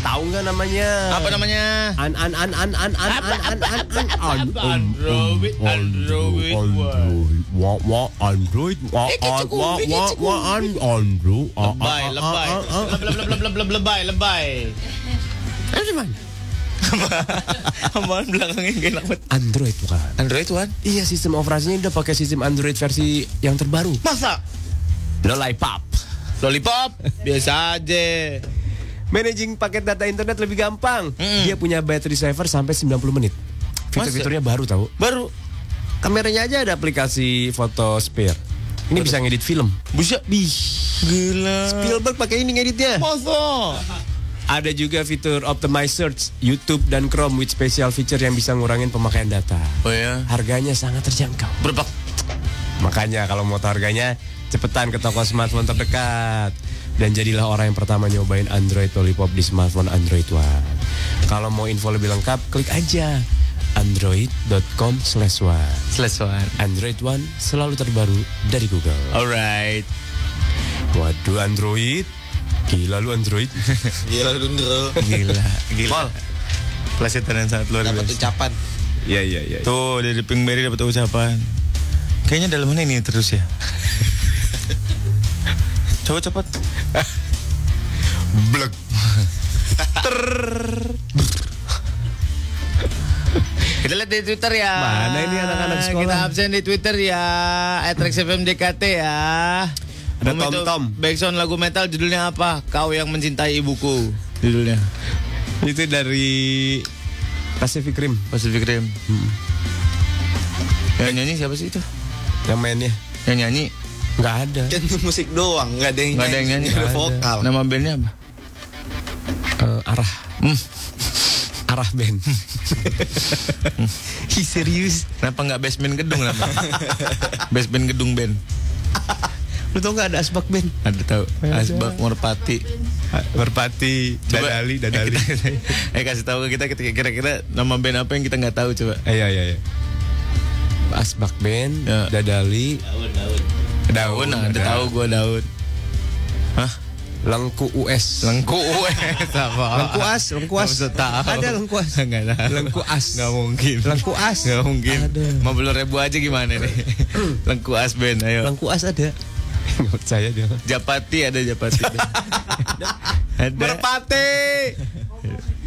Tahu nggak namanya? Apa namanya? An an an an an an an an an an an Android, Android, Android. Wah, wah, Android, wah, wah, wah, wah, wah, an- Android, ah, ah, Lebay, ah, lebay. ah, ah. Leb, leb, leb, leb, leb, lebay, lebay. Apaan belakangnya gak enak banget. Android bukan? Android one? Iya, sistem operasinya udah pakai sistem Android versi yang terbaru. Masa? Lollipop. Lollipop? Biasa aja. Managing paket data internet lebih gampang. Dia punya battery saver sampai 90 menit. Fitur-fiturnya baru tahu. Baru. Kameranya aja ada aplikasi foto spare. Ini bisa ngedit film. Buset. Bih. Gila. Spielberg pakai ini ngeditnya. Masa? Ada juga fitur optimize search YouTube dan Chrome with special feature yang bisa ngurangin pemakaian data. Oh ya. Harganya sangat terjangkau. Berapa? Makanya kalau mau tahu harganya, cepetan ke toko smartphone terdekat. Dan jadilah orang yang pertama nyobain Android Lollipop di smartphone Android One. Kalau mau info lebih lengkap, klik aja android.com slash one. Slash one. Android One selalu terbaru dari Google. Alright. Waduh Android, gila lu Android. Gila dulu Gila. Gila. Plesetan yang sangat luar Dapat biasa. ucapan. Iya iya iya. Tuh dari Pinkberry dapat ucapan. Kayaknya dalamnya ini terus ya. Coba cepet. Blek. Kita lihat di Twitter ya. Mana ini anak-anak sekolah? Kita absen di Twitter ya. @rexfmdkt ya. Ada Bom itu Tom-Tom. Backsound lagu metal judulnya apa? Kau yang mencintai ibuku. Judulnya. Itu dari Pacific Rim Pacific Rim. Yang nyanyi siapa sih itu? yang mainnya. Yang nyanyi Nggak ada. Kan itu musik doang, nggak ada yang nggak ada yang nyanyi. nggak ada vokal. Nama bandnya apa? Eh, arah. Hmm. Arah band. Hi, serius. Kenapa nggak basement gedung namanya? basement gedung band. lu tau nggak ada asbak band? Ada tahu. Oh, Asbak Merpati. Merpati, Dadali, Dadali. eh kasih tahu ke kita ketika kira-kira nama band apa yang kita nggak tahu coba. Iya, iya, iya. Asbak band, Ya. dadali, Daun, ada tahu gue daun. Hah? lengku US. Lengku wes apa? Lengkuas, lengkuas. Nggak bisa tahu. Ada lengkuas. Nggak tahu. Lengkuas. Nggak mungkin. Lengkuas. Nggak mungkin. Ada. Mau belum ribu aja gimana nih? Lengkuas band, ayo. Lengkuas ada. Nggak percaya dia. Japati ada Japati. ada. Merpati.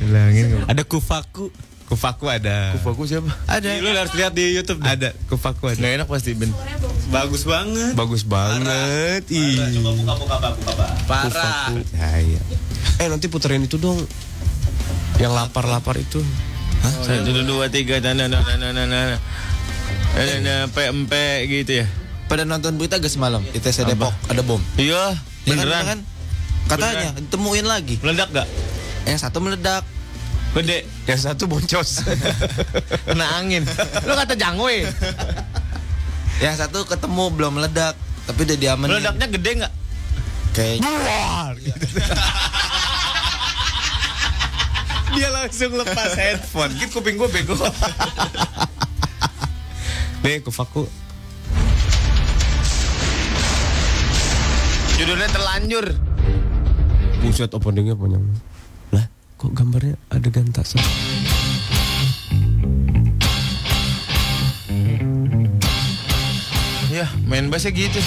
Hilangin. Ada kufaku. Kufaku ada. Kufaku siapa? Ada. Lu harus lihat di YouTube. Ada. Kufaku ada. Nggak enak pasti band. Bagus banget. Bagus banget. Ih. Parah. Ya, iya. Eh nanti puterin itu dong. Yang lapar-lapar itu. Oh, iya. Satu dua tiga dan dan dan dan dan dan. Ada empe gitu ya. Pada nonton berita gak semalam di TC Depok ada bom. Iya, Ya kan, beneran. ya kan? Katanya temuin lagi. Meledak gak? Yang satu meledak. Gede. Yang satu boncos. Kena angin. Lu kata jangwe. Yang satu ketemu belum meledak, tapi udah diamanin. Meledaknya gede gak? Kayaknya Dia langsung lepas headphone. Git kuping gue bego. Nih kufaku. Judulnya terlanjur. Buset openingnya panjang. Lah, kok gambarnya adegan tak sama? Ya, Iya, main bassnya gitu.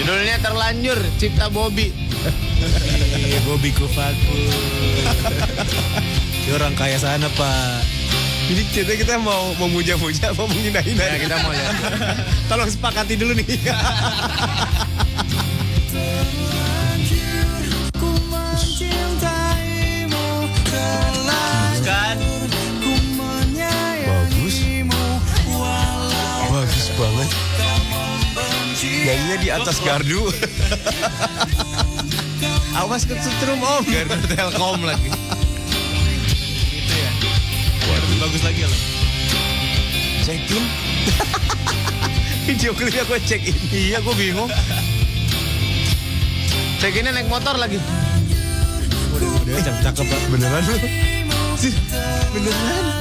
Judulnya terlanjur, cipta Bobby. Bobby Kufaku. Dia orang kaya sana pak. Jadi kita kita mau memuja-muja mau menghina-hina. Ya, kita mau lihat. Tolong sepakati dulu nih. Kan? Kan? Bagus. Bagus banget. Nyanyinya di atas gardu. Awas kesetrum om. Garda Telkom lagi. gitu ya. Lebih bagus lagi loh. Cekin. Video klipnya gue cek ini. Iya, gue bingung. Cek ini naik motor lagi. Cakep Pak. beneran lu. Beneran.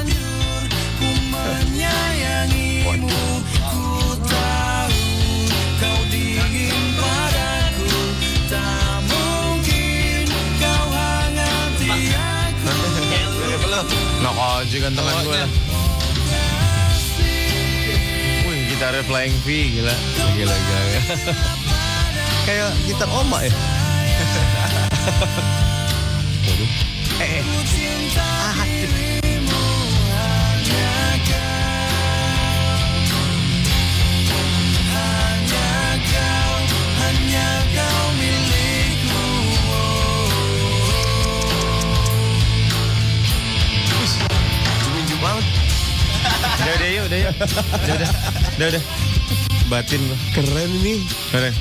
Nok aja gantengan gue lah. Wih, gitarnya Flying V, gila. Gila, gila, gila. Kayak gitar omak ya. Udah, udah, yuk, udah, yuk. Udah, udah. Udah, udah. Batin gue. Keren nih. Keren.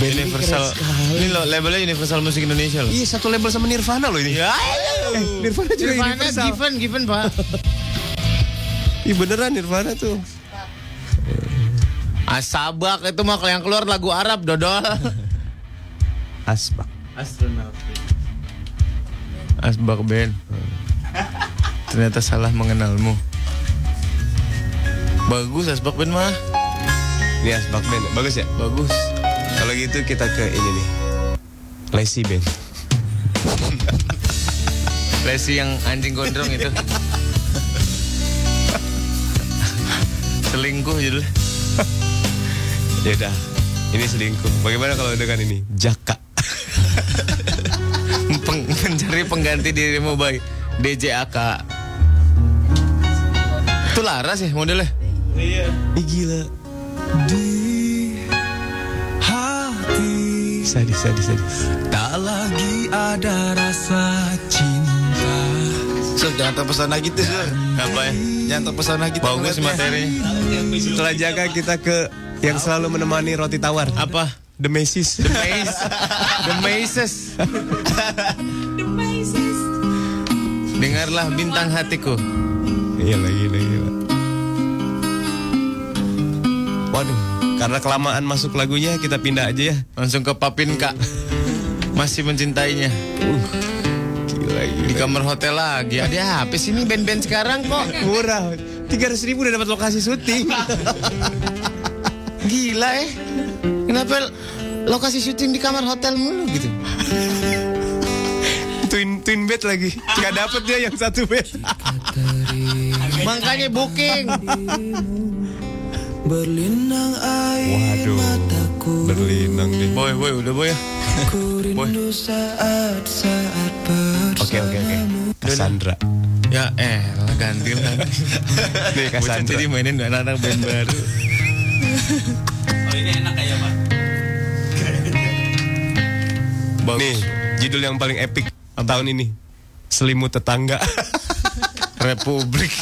Band ini Universal. keren sekali. Ini loh, labelnya Universal Musik Indonesia loh. Iya satu label sama Nirvana loh ini. Ya, Eh, Nirvana juga Universal. given, given, Pak. Iya beneran Nirvana tuh. Asabak itu mah kalau yang keluar lagu Arab, dodol. Asbak. Asbak Ben. Ternyata salah mengenalmu. Bagus Asbak Ben mah. Ini Asbak Band. Bagus ya? Bagus. Kalau gitu kita ke ini nih. Lazy Band. Lesi yang anjing gondrong itu. Selingkuh judulnya. Ya udah. Ini selingkuh. Bagaimana kalau dengan ini? Jaka. Peng- mencari pengganti dirimu baik DJAK. Itu Laras ya modelnya. Ih gila. Di hati. Sadis, sadis, sadis. Tak lagi ada rasa cinta. Sul, jangan terpesona gitu, Sul. Apa ya? Jangan terpesona gitu. Bagus ngeliatnya. materinya. Setelah Jaka kita ke yang selalu menemani roti tawar. Apa? The Macy's. The Maze. The Mazes. Dengarlah bintang hatiku. Iya lagi, lagi. Waduh, karena kelamaan masuk lagunya kita pindah aja ya. Langsung ke Papin Kak. Masih mencintainya. Uh, Gila, Di gila. kamar hotel lagi. Ada apa sih ini band-band sekarang kok? Murah. 300 ribu udah dapat lokasi syuting. Gila eh. Kenapa lokasi syuting di kamar hotel mulu gitu? twin twin bed lagi. Gak dapet dia yang satu bed. Makanya booking. Waduh. Berlinang deh. Boy, boy, udah boy ya. Boy. Oke oke oke. Cassandra. Ya eh, lah ganti lah. Nih, Cassandra. Jadi mainin anak-anak band baru. Oh ini enak kayak pak. Nih, judul yang paling epic tahun ini. Selimut tetangga. Republik.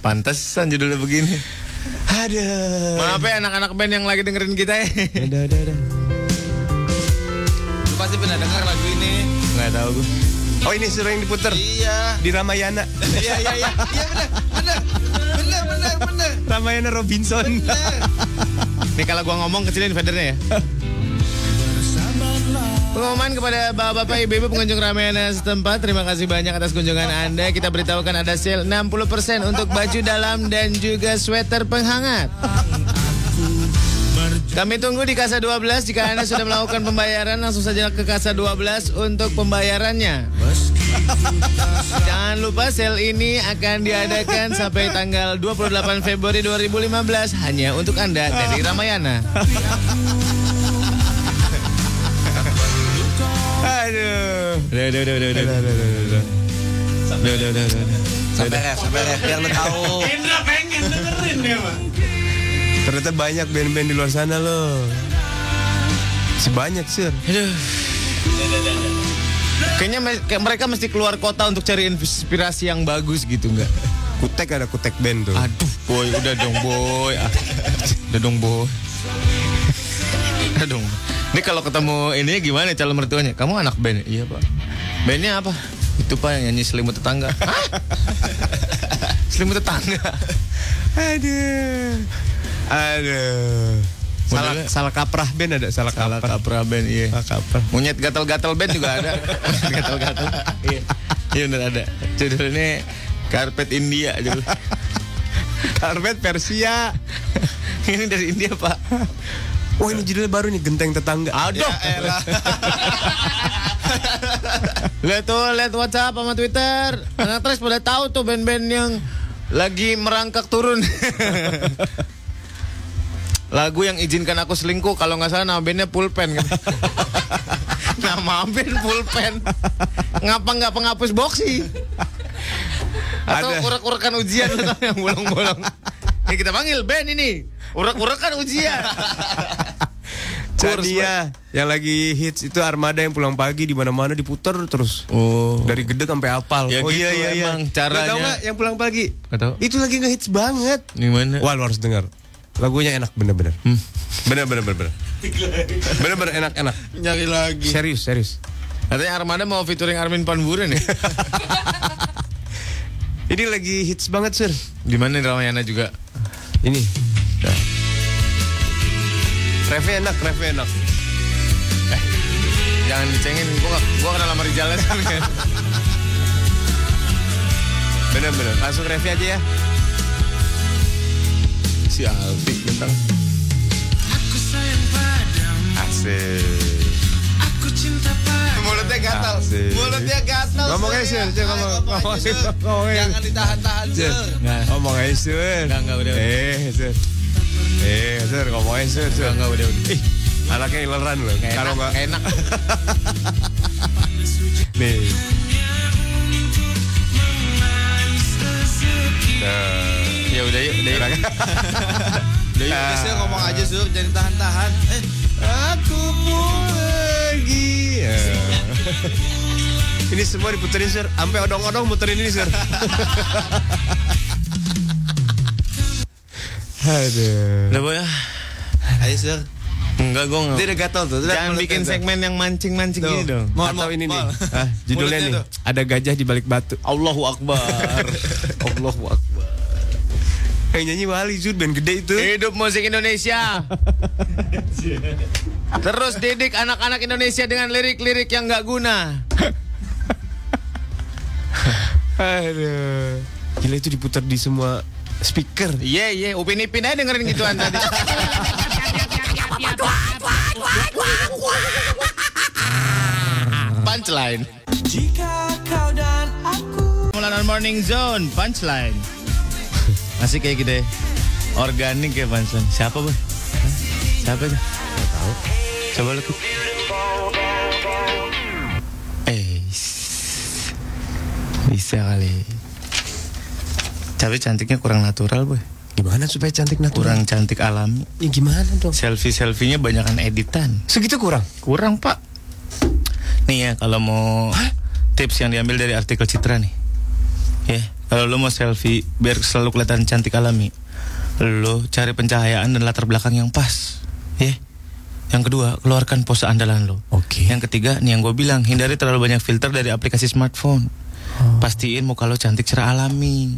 Pantesan judulnya begini. Ada. Maaf ya anak-anak band yang lagi dengerin kita ya. Ada ada ada. Lu pasti pernah dengar lagu ini. Nggak tahu gue. Oh ini suruh yang diputer Iya. di Ramayana. Iya, iya, iya. Iya, benar. Benar. Benar, benar, benar. Ramayana Robinson. Nih kalau gua ngomong kecilin fadernya ya. Pengumuman kepada bapak-bapak ibu-ibu pengunjung Ramayana setempat Terima kasih banyak atas kunjungan Anda Kita beritahukan ada sale 60% untuk baju dalam dan juga sweater penghangat Kami tunggu di Kasa 12 jika Anda sudah melakukan pembayaran langsung saja ke Kasa 12 untuk pembayarannya. Jangan lupa sel ini akan diadakan sampai tanggal 28 Februari 2015 hanya untuk Anda dari Ramayana. Aduh. Udah, udah, udah, udah, udah. Udah, udah, udah, udah. Sampai ya, ref, sampai ref biar lu tahu. Ternyata banyak band-band di luar sana loh. Sebanyak sih. Kayaknya me- kayak mereka mesti keluar kota untuk cari inspirasi yang bagus gitu nggak? Kutek ada kutek band tuh. Aduh, boy, udah dong, boy. Ah, Udah dong, boy. Udah dong. Ini kalau ketemu ini gimana calon mertuanya? Kamu anak band? ya?" Iya, Pak. Bandnya apa? Itu Pak yang nyanyi selimut tetangga. Hah? selimut tetangga. Aduh. Aduh. Salah, Modelnya- salah kaprah band ada salah Salah kaprah. kaprah band, iya. Salah kaprah. Monyet gatal-gatal band juga ada. Monyet gatal-gatal. Iya. Iya bener ada. Judulnya Karpet India judul. Karpet Persia. Ini dari India, Pak. Wah Oh, ini judulnya baru nih genteng tetangga. Aduh. lihat tuh, lihat WhatsApp sama Twitter. Anak terus pada tahu tuh band-band yang lagi merangkak turun. Lagu yang izinkan aku selingkuh kalau nggak salah nama bandnya Pulpen kan. nama band Pulpen. Ngapa nggak penghapus boxi? Atau Ada. urak-urakan ujian lu tau yang bolong-bolong. Ya kita panggil band ini. Urak-urakan ujian. Cadia ya, yang lagi hits itu Armada yang pulang pagi di mana-mana diputer terus. Oh. Dari gede sampai apal. Oh, Ya gitu emang caranya. Lu tahu iya. nggak yang pulang pagi? Nggak tahu. Itu lagi ngehits banget. Gimana? Wah, lu harus dengar. Lagunya enak bener-bener. Hmm. Bener-bener bener. Bener-bener enak-enak. nyari lagi. Serius, serius. Katanya Armada mau featuring Armin Panburen ya? Ini lagi hits banget, Sir. Di mana di Ramayana juga? Ini. Nah. Refnya enak, refnya enak. Jangan dicengin, gua gak- gua kenal sama Rizal Lesman kan. Bener-bener. Langsung refnya aja ya. Si Alfi bintang. Asik. Mulutnya gatal. Asik. Mulutnya gatal. Ngomong aja, Sir. Sir, ngomong. Ngomong aja, Sir. Ngomong aja. Nah. Jangan ditahan-tahan, Sir. Nggak. Ngomong aja, Sir. Nggak, nggak, udah, udah. Eh, Sir. Eh, Sir, ngomong aja, Sir. Sir. Enggak, enggak udah udah. Ih, anaknya ileran loh. Nggak Kalau enak, nggak, nggak enak. nih. Nah. Ya udah yuk, udah yuk. Eh, Udah Ah. yuk, udah, Sir, ngomong aja, Sir. Jangan ditahan-tahan. Eh, Aku pergi. Ya. ini semua diputerin sir, sampai odong-odong muterin ini sir. Aduh. Udah boy ya. ayo, Sir. Enggak gua Dia enggak. udah gatal tuh. Lihat Jangan mulutnya bikin tuh. segmen yang mancing-mancing gini dong. Mall, Atau mall, ini nih, mall. ah, judulnya Mulutnya nih, tuh. ada gajah di balik batu. Allahu Akbar. Allahu Akbar. Yang nyanyi Wali Zud, band gede itu. Hidup musik Indonesia. Terus didik anak-anak Indonesia dengan lirik-lirik yang nggak guna. Aduh. Gila itu diputar di semua speaker. Iya iya, Upin Ipin aja dengerin gituan tadi. punchline. Jika kau dan aku. Morning Zone punchline. Masih kayak gitu ya. Organik ya punchline. Siapa bu? Siapa itu? Tahu. Coba lu. Eh. Bisa kali. Tapi cantiknya kurang natural, Boy. Gimana supaya cantik natural? Kurang cantik alami. Ya gimana dong? Selfie-selfie-nya banyakan editan. Segitu kurang? Kurang, Pak. Nih ya, kalau mau tips yang diambil dari artikel Citra nih. Ya, kalau lo mau selfie biar selalu kelihatan cantik alami, lo cari pencahayaan dan latar belakang yang pas. Ya. Yang kedua, keluarkan pose andalan lo. Oke. Yang ketiga, nih yang gue bilang, hindari terlalu banyak filter dari aplikasi smartphone. Oh. Pastiin muka lo cantik secara alami.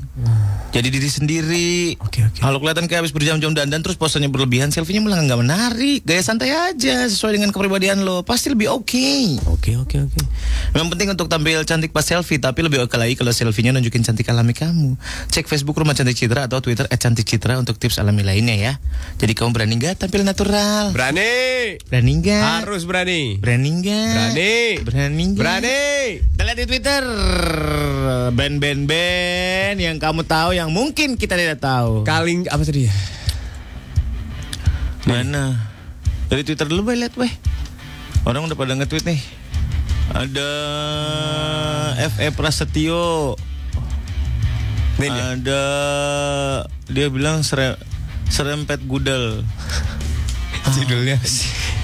Jadi diri sendiri. Nah. Oke, oke. Kalau kelihatan kayak habis berjam-jam dandan terus posenya berlebihan, selfie-nya malah nggak menarik. Gaya santai aja sesuai dengan kepribadian lo, pasti lebih oke. Oke oke oke. Memang penting untuk tampil cantik pas selfie, tapi lebih oke lagi kalau selfie-nya nunjukin cantik alami kamu. Cek Facebook Rumah Cantik Citra atau Twitter @cantikcitra untuk tips alami lainnya ya. Jadi kamu berani nggak tampil natural? Berani. Berani nggak? Harus berani. Berani nggak? Berani. Berani nggak? Berani. Kita lihat di Twitter band-band-band yang kamu tahu yang mungkin kita tidak tahu. Kaling apa tadi ya? Mana? Dari Twitter dulu, Bay, lihat, Bay. Orang udah pada nge-tweet nih. Ada FE Prasetyo. Nih dia. Ada dia bilang sere- serempet gudel. Judulnya.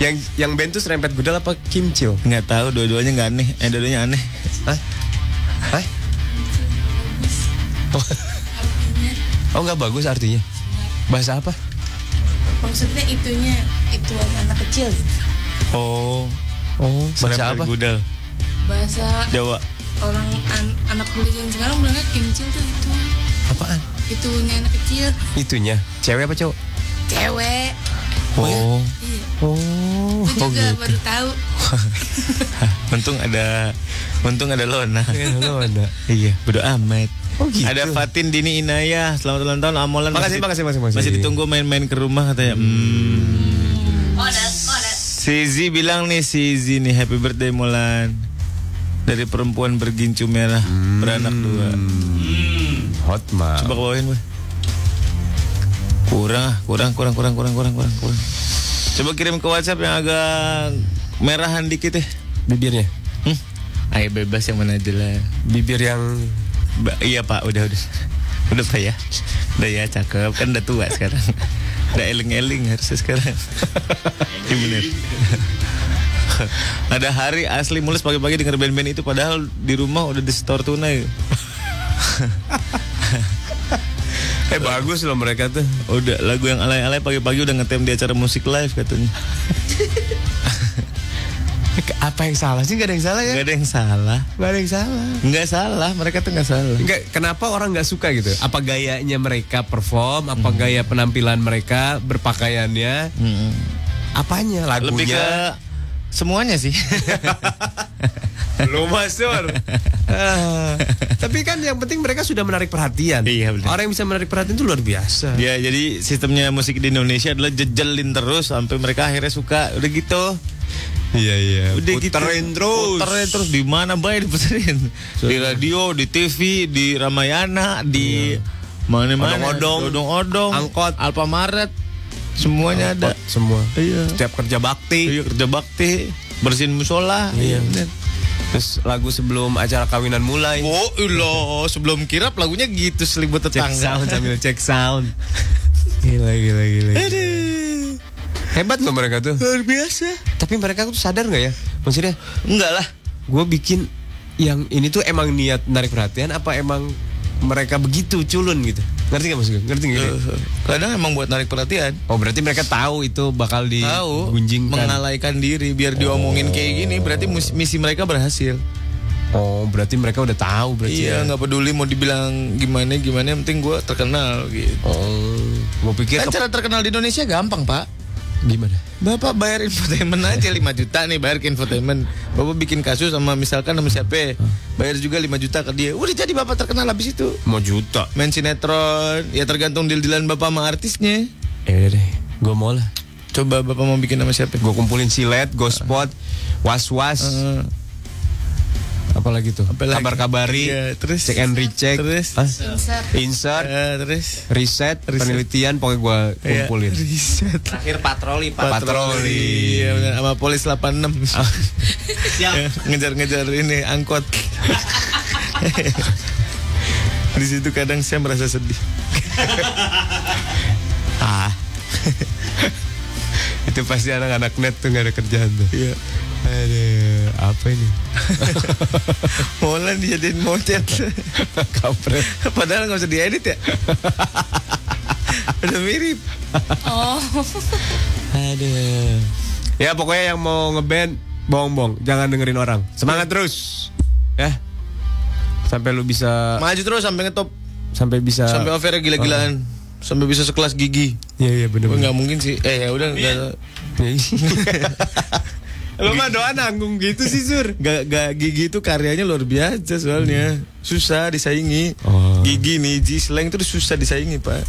yang yang band tuh serempet gudel apa kimcil? Nggak tahu dua-duanya nggak aneh. Eh dua-duanya aneh. Hah? Hah? Oh nggak bagus artinya. Bahasa apa? Maksudnya itunya itu anak kecil. Oh, Oh, bahasa serempet apa? gudel. Bahasa Jawa. orang an- anak muda zaman sekarang bilangnya kincil tuh itu. Apaan? Itunya anak kecil, Itunya. Cewek apa cowok? cewek. ya? Oh, Iya. Oh. Gue juga baru tahu. untung ada untung ada Lona. Lo Eh, ada. Iya, bodo amat. Oh, gitu. Ada Fatin Dini Inayah, selamat ulang tahun Amolan. Makasih, makasih, makasih, makasih. Masih ditunggu main-main ke rumah katanya. Hmm. Odat, odat. Sizi bilang nih Sizi nih happy birthday Molan. Dari perempuan bergincu merah, beranak dua. Hot mah. Coba ke bawahin, Boy. Kurang, ah, kurang, kurang, kurang, kurang, kurang, kurang, kurang. Coba kirim ke WhatsApp yang agak merahan dikit deh. Bibirnya. Hmm. Ayo bebas yang mana aja lah. Bibir yang Ba- iya pak, udah udah udah pak ya, udah ya cakep kan udah tua sekarang, udah eling-eling harusnya sekarang. Iya bener. Ada hari asli mulus pagi-pagi denger band-band itu padahal di rumah udah di store tunai. eh bagus loh mereka tuh. Udah lagu yang alay-alay pagi-pagi udah ngetem di acara musik live katanya. Apa yang salah sih? Gak ada yang salah ya? Gak ada yang salah. Gak ada yang salah. Nggak salah, mereka tuh nggak salah. Enggak, kenapa orang nggak suka gitu? Apa gayanya mereka perform? Apa gaya penampilan mereka berpakaiannya? Apanya lagunya? Hmm. Lebih ke semuanya sih. Lu masur. Ah, Tapi kan yang penting mereka sudah menarik perhatian. Iya, benar. Orang yang bisa menarik perhatian itu luar biasa. Ya jadi sistemnya musik di Indonesia adalah jejelin terus sampai mereka akhirnya suka udah gitu. Iya iya. Udah gitu. Puterin terus. Puterin terus di mana bay diputerin? Di radio, di TV, di Ramayana, di mana-mana. Iya. Odong-odong. odong-odong, Angkot. Alfamaret, semuanya ada. Semua. Iya. Setiap kerja bakti. Iya kerja bakti, bersihin musola. Iya. bener. Terus lagu sebelum acara kawinan mulai. Oh ilah, sebelum kirap lagunya gitu selibut Check sound tetangga. sambil check sound. Gila gila gila. gila. Hebat loh mereka tuh. Luar biasa. Tapi mereka tuh sadar nggak ya? Maksudnya, Enggak lah. gue bikin yang ini tuh emang niat menarik perhatian apa emang mereka begitu culun gitu? Ngerti gak maksud gue? Ngerti gak? Eh, Kadang emang buat narik perhatian. Oh berarti mereka tahu itu bakal tahu digunjingkan. mengalaikan diri biar diomongin kayak gini berarti mus- misi mereka berhasil Oh berarti mereka udah tahu berarti. iya ya. nggak peduli mau dibilang gimana gimana yang penting gue terkenal gitu Oh, gue pikir kan ke- cara terkenal di Indonesia gampang pak gimana? Bapak bayar infotainment aja 5 juta nih bayar ke infotainment Bapak bikin kasus sama misalkan sama siapa Bayar juga 5 juta ke dia Udah jadi bapak terkenal habis itu Mau juta? Main sinetron Ya tergantung deal-dealan bapak sama artisnya Ya udah deh, gue mau lah. Coba bapak mau bikin sama siapa Gue kumpulin silet, gospot, was was, Eh, apalagi tuh? Apalagi? Kabar kabari, Iya, terus? check and recheck, Terus? Hah? Insert. insert, eh, Terus riset, penelitian pokoknya gue Iya, kumpulin. Riset Akhir patroli pak. Patroli. Patroli. Iya benar sama polis 86. Siap. Ya, Ngejar-ngejar ini angkot. Di situ kadang saya merasa sedih. Ah. itu pasti anak-anak net tuh gak ada kerjaan tuh. Iya. Aduh, apa ini? Molan dijadiin monyet. Kampret. Padahal nggak usah diedit ya. Udah mirip. Oh. Aduh. Ya pokoknya yang Iya. mau ngeband, bohong-bohong, jangan dengerin orang. Semangat terus. Ya. sampai lu bisa Maju terus sampai ngetop, sampai bisa sampai over gila-gilaan, Ah. sampai bisa sekelas gigi. Iya iya benar. Gue nggak mungkin sih. Eh ya udah nggak Lu mah doa nanggung gitu sih Sur. Gak, gigi itu karyanya luar biasa soalnya susah disaingi Oh. gigi niji slang itu susah disaingi pak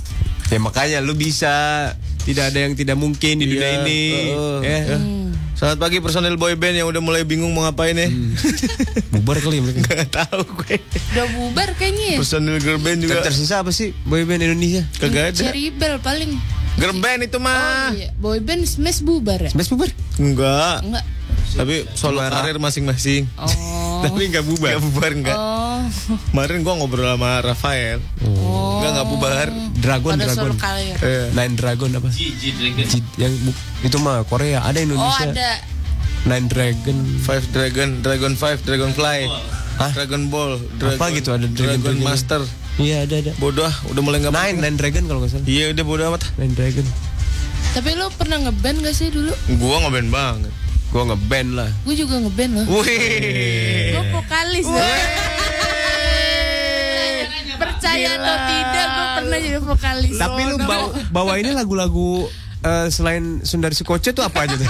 Ya makanya lu bisa. Tidak ada yang tidak mungkin di dunia Iya, ini. heeh. ya. Ya. Hmm. Selamat pagi personel boy band yang udah mulai bingung mau ngapain ya. Hmm. Bubar kali ya mereka. Gak tahu gue. Udah bubar kayaknya ya. Personel girl band juga Tersisa apa sih boyband Indonesia? kagak ada. Cherry Bell paling. Girl band itu Oh Ah. mah. iya, boyband smash bubar ya? Smash bubar. Enggak. Enggak. Tapi solo karir masing-masing. Oh. Tapi enggak bubar. Enggak bubar enggak. Oh. Kemarin gua ngobrol sama Rafael. Oh. Enggak enggak bubar. Dragon Ada Dragon. solo kali ya. Eh. Nine Dragon apa? Ji- Yang bu- itu mah Korea ada Oh Indonesia. ada. Nine Dragon. Five Dragon, Dragon Five, Dragonfly, Hah? Dragon Ball, Dragon, Apa gitu ada Dragon- Dragon Dragon? Master. Iya ada ada. Bodoh, ah, udah mulai enggak Nine Nine Dragon kalau nggak salah. Iya udah bodoh amat. Nine Dragon. Tapi lo pernah ngeband gak sih dulu? Gua ngoben banget. Gua ngeband lah. Gue juga ngeband loh. Wih. Gue vokalis. Percaya atau tidak, gue pernah jadi vokalis. Tapi lu bawa, bawa ini lagu-lagu eh, selain Sundar Sukoce tuh apa aja tuh?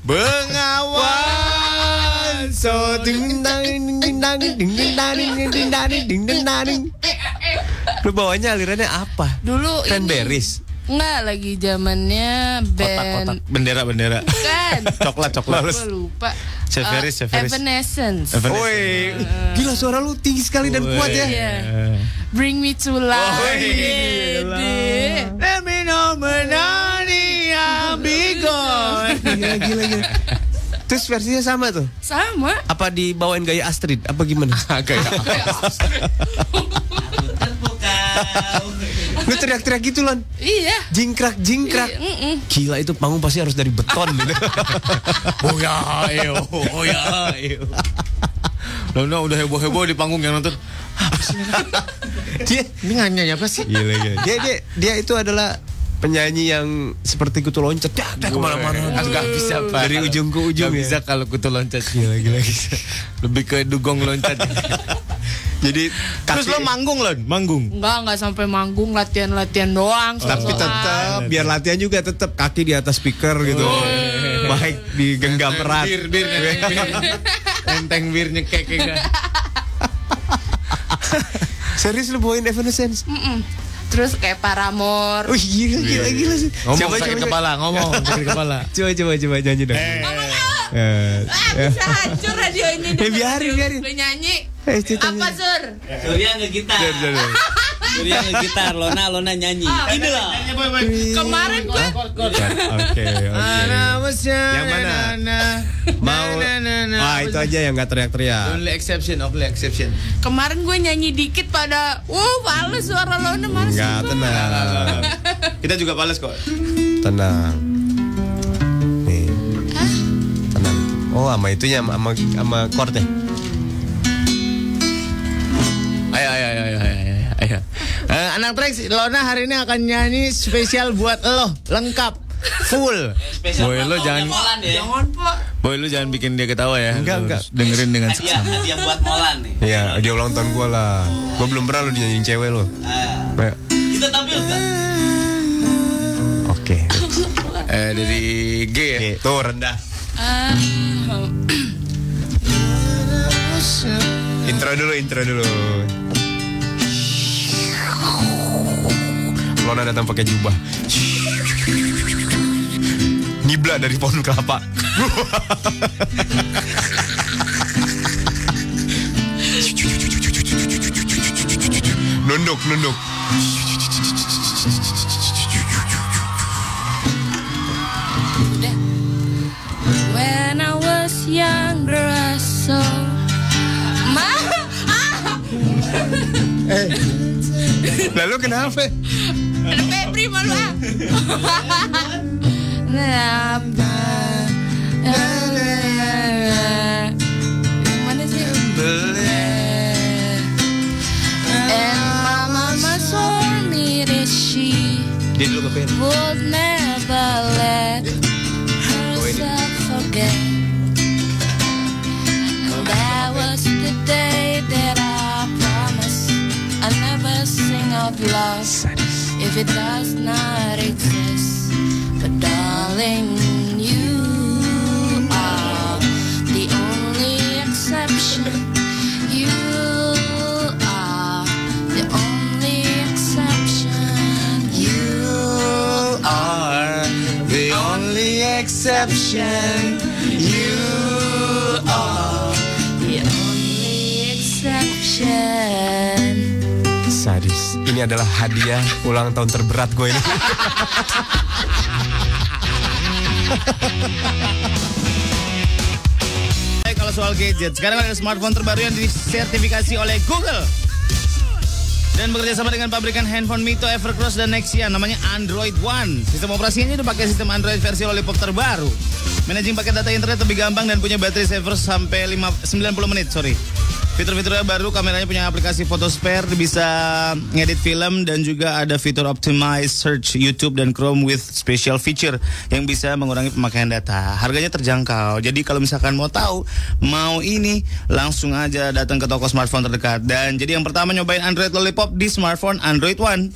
Bengawan so ding ding ding ding ding ding ding ding ding ding ding ding. Lu bawanya alirannya apa? Eh, dulu ini- Cranberries. Enggak lagi zamannya band Bendera bendera kan. Coklat coklat Gue lupa. Eh, Severus, Severus. Evanescence. Woi, gila suara lu tinggi sekali dan kuat ya. Iya. Bring me to Oh, life. Woi, Iya, deh. Let me know when I'll be gone Gila gila gila. Terus versinya sama tuh. Sama. Apa dibawain gaya Astrid? Apa gimana? gaya. Lu teriak-teriak gitu lon. Iya. Jingkrak jingkrak. Mm-mm. Gila itu panggung pasti harus dari beton gitu. Oh ya ayo Oh ya ayo Loh, nah, udah heboh-heboh di panggung yang nonton dia Ini nanya apa sih? gila, gila. Dia, dia dia itu adalah penyanyi yang seperti kutu loncat dah dah kemana-mana Enggak bisa Pak dari ujung ke ujung Nggak ya. bisa kalau kutu loncat Gila gila Lebih ke dugong loncat Jadi Terus lo manggung loh Manggung Enggak, enggak sampai manggung latihan-latihan doang. tapi sosokan. tetap biar latihan juga tetap kaki di atas speaker gitu baik digenggam erat Bir, bir, Enteng bir nyekek ya nggak? serius lu bawain Evanescence Mm-mm. Terus kayak Paramore. Wih gila gila gila sih Ngomong coba sakit coba coba kepala Ngomong sakit kepala coba coba, coba nyanyi dong Eh, Ah, bisa hancur radio ini. Ya, biarin, biarin. Gue nyanyi. Eh, cerita Apa, nyanyi. Sur? Surya ngegitar. Surya ngegitar, Lona Lona nyanyi. Ah, Ini lah. Iya, Iya. Kemarin gue oke oke Yang mana? mau ah itu aja yang nggak teriak-teriak Only exception Only exception kemarin gue nyanyi dikit pada uh males suara lo nih males nggak sumpah. tenang Kita juga balas kok tenang nih tenang oh sama itunya sama sama, sama chord ya Ayo ayo ayo ayo ayo, ayo. Eh, anak Trax, Lona hari ini akan nyanyi spesial buat lo, lengkap, full. Boy lo jangan, Molan ya. Jangan, Pak. boy lo jangan bikin dia ketawa ya. Enggak, Lo enggak. harus Dengerin dengan Hadiah, seksama. hadiah iya, nah, buat Molan nih. Iya, dia ulang tahun gue lah. Gue belum pernah lo dinyanyiin cewek lo. Ah, Kayak, Kita tampil nggak? Oke. Eh, dari G ya. Oke, Tuh Gitu, rendah. Ah, Intro dulu, intro dulu. Lona datang pakai jubah. Nibla dari pohon kelapa. nunduk, nunduk. when I was younger I saw Ma ah, Lalu kenapa? ada Febri malu ah Nah, apa? Yang mana sih? And my mama told me that she Dia dulu ngapain? would never let herself forget. And that was the day that I lost if it does not exist. But darling, you are the only exception. You are the only exception. You are the only exception. You are. the only exception. Sadis. Ini adalah hadiah ulang tahun terberat gue ini. Baik, kalau soal gadget, sekarang ada smartphone terbaru yang disertifikasi oleh Google. Dan bekerja sama dengan pabrikan handphone Mito, Evercross, dan Nexia Namanya Android One Sistem operasinya udah pakai sistem Android versi Lollipop terbaru Managing paket data internet lebih gampang Dan punya baterai saver sampai lima- 90 menit sorry. Fitur-fiturnya baru Kameranya punya aplikasi foto spare Bisa ngedit film Dan juga ada fitur optimize search YouTube dan Chrome With special feature Yang bisa mengurangi pemakaian data Harganya terjangkau Jadi kalau misalkan mau tahu Mau ini Langsung aja datang ke toko smartphone terdekat Dan jadi yang pertama nyobain Android Lollipop Di smartphone Android One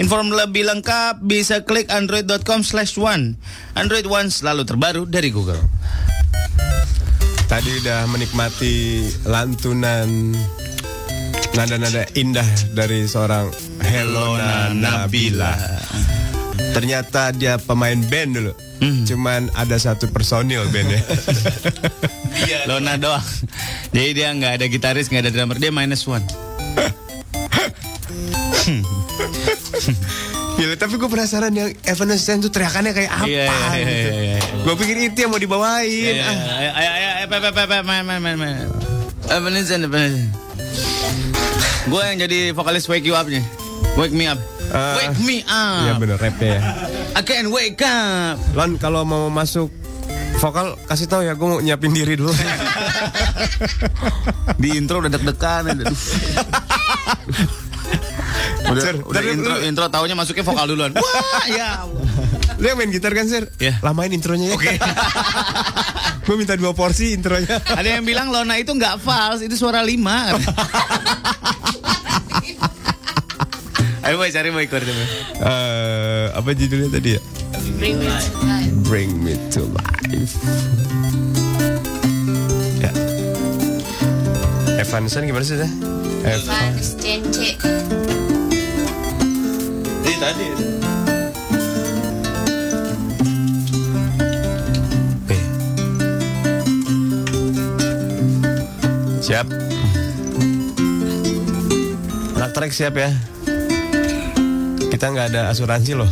Inform lebih lengkap bisa klik android.com slash one. Android One selalu terbaru dari Google. Tadi udah menikmati lantunan nada-nada indah dari seorang Helona Nabila. Ternyata dia pemain band dulu. Hmm. Cuman ada satu personil bandnya. Lona doang. Jadi dia nggak ada gitaris, nggak ada drummer, dia minus one. Gila, Ya, tapi gue penasaran yang Evanescence tuh teriakannya kayak apa Iya, iya, iya, gitu. iya, iya. Gue pikir itu yang mau dibawain. Ayo, ayo, ayo, ayo, pe, pe, pe, pe, main, main, main, main. Evanescence, Evanescence. Gue yang jadi vokalis Wake You Up-nya. Wake Me Up. Ah. Wake Me Iya Up. bener rapnya ya. I can't wake up. Lon kalau mau masuk vokal kasih tahu ya gue mau nyiapin diri dulu. Di intro udah deg-degan. aduh. Udah, Sir, udah ntar dulu. intro, intro taunya masuknya vokal duluan. Wah, ya Allah. Lu yang main gitar kan Sir? Iya. Lamain intronya ya. Oke. gue minta dua porsi intronya. Ada yang bilang Lona itu nggak fals, itu suara lima. Ayo boy, cari boy keluar dulu. Eh, apa judulnya tadi ya? Bring me to life. Ya. Evanson gimana sih? Sir? Ev- Nih. Siap. Anak trek siap ya. Kita nggak ada asuransi loh.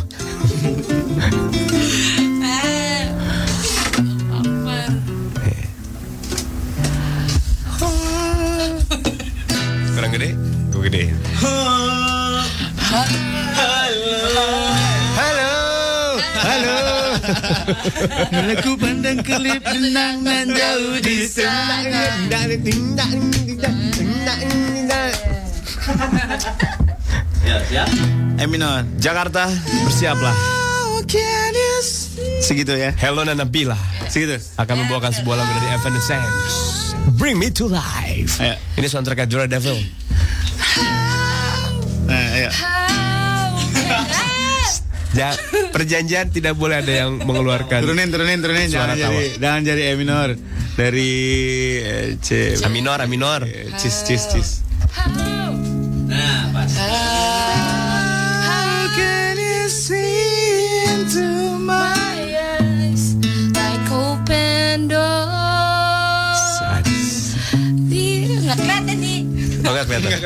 Eh. Kurang gede? Gue gede. Halo. Halo. Aku pandang kelip kenangan jauh di sana. Eminor, Jakarta, bersiaplah. segitu ya. Hello Nabila Segitu. akan membawakan sebuah lagu dari Evanescence. Bring me to life. Ayo. Ini soundtrack Jura Devil. Nah, ayo. Ja, Ya, perjanjian tidak boleh ada yang mengeluarkan. Turunin, turunin, turunin. Suara Jangan jadi, jangan jadi eh, Eminor. Dari eh, C, A minor, A minor. cis, cis, cis. Nah, pas. How can you see into my Like open doors. Di- nggak kelihatan nih. Oh, nggak kelihatan.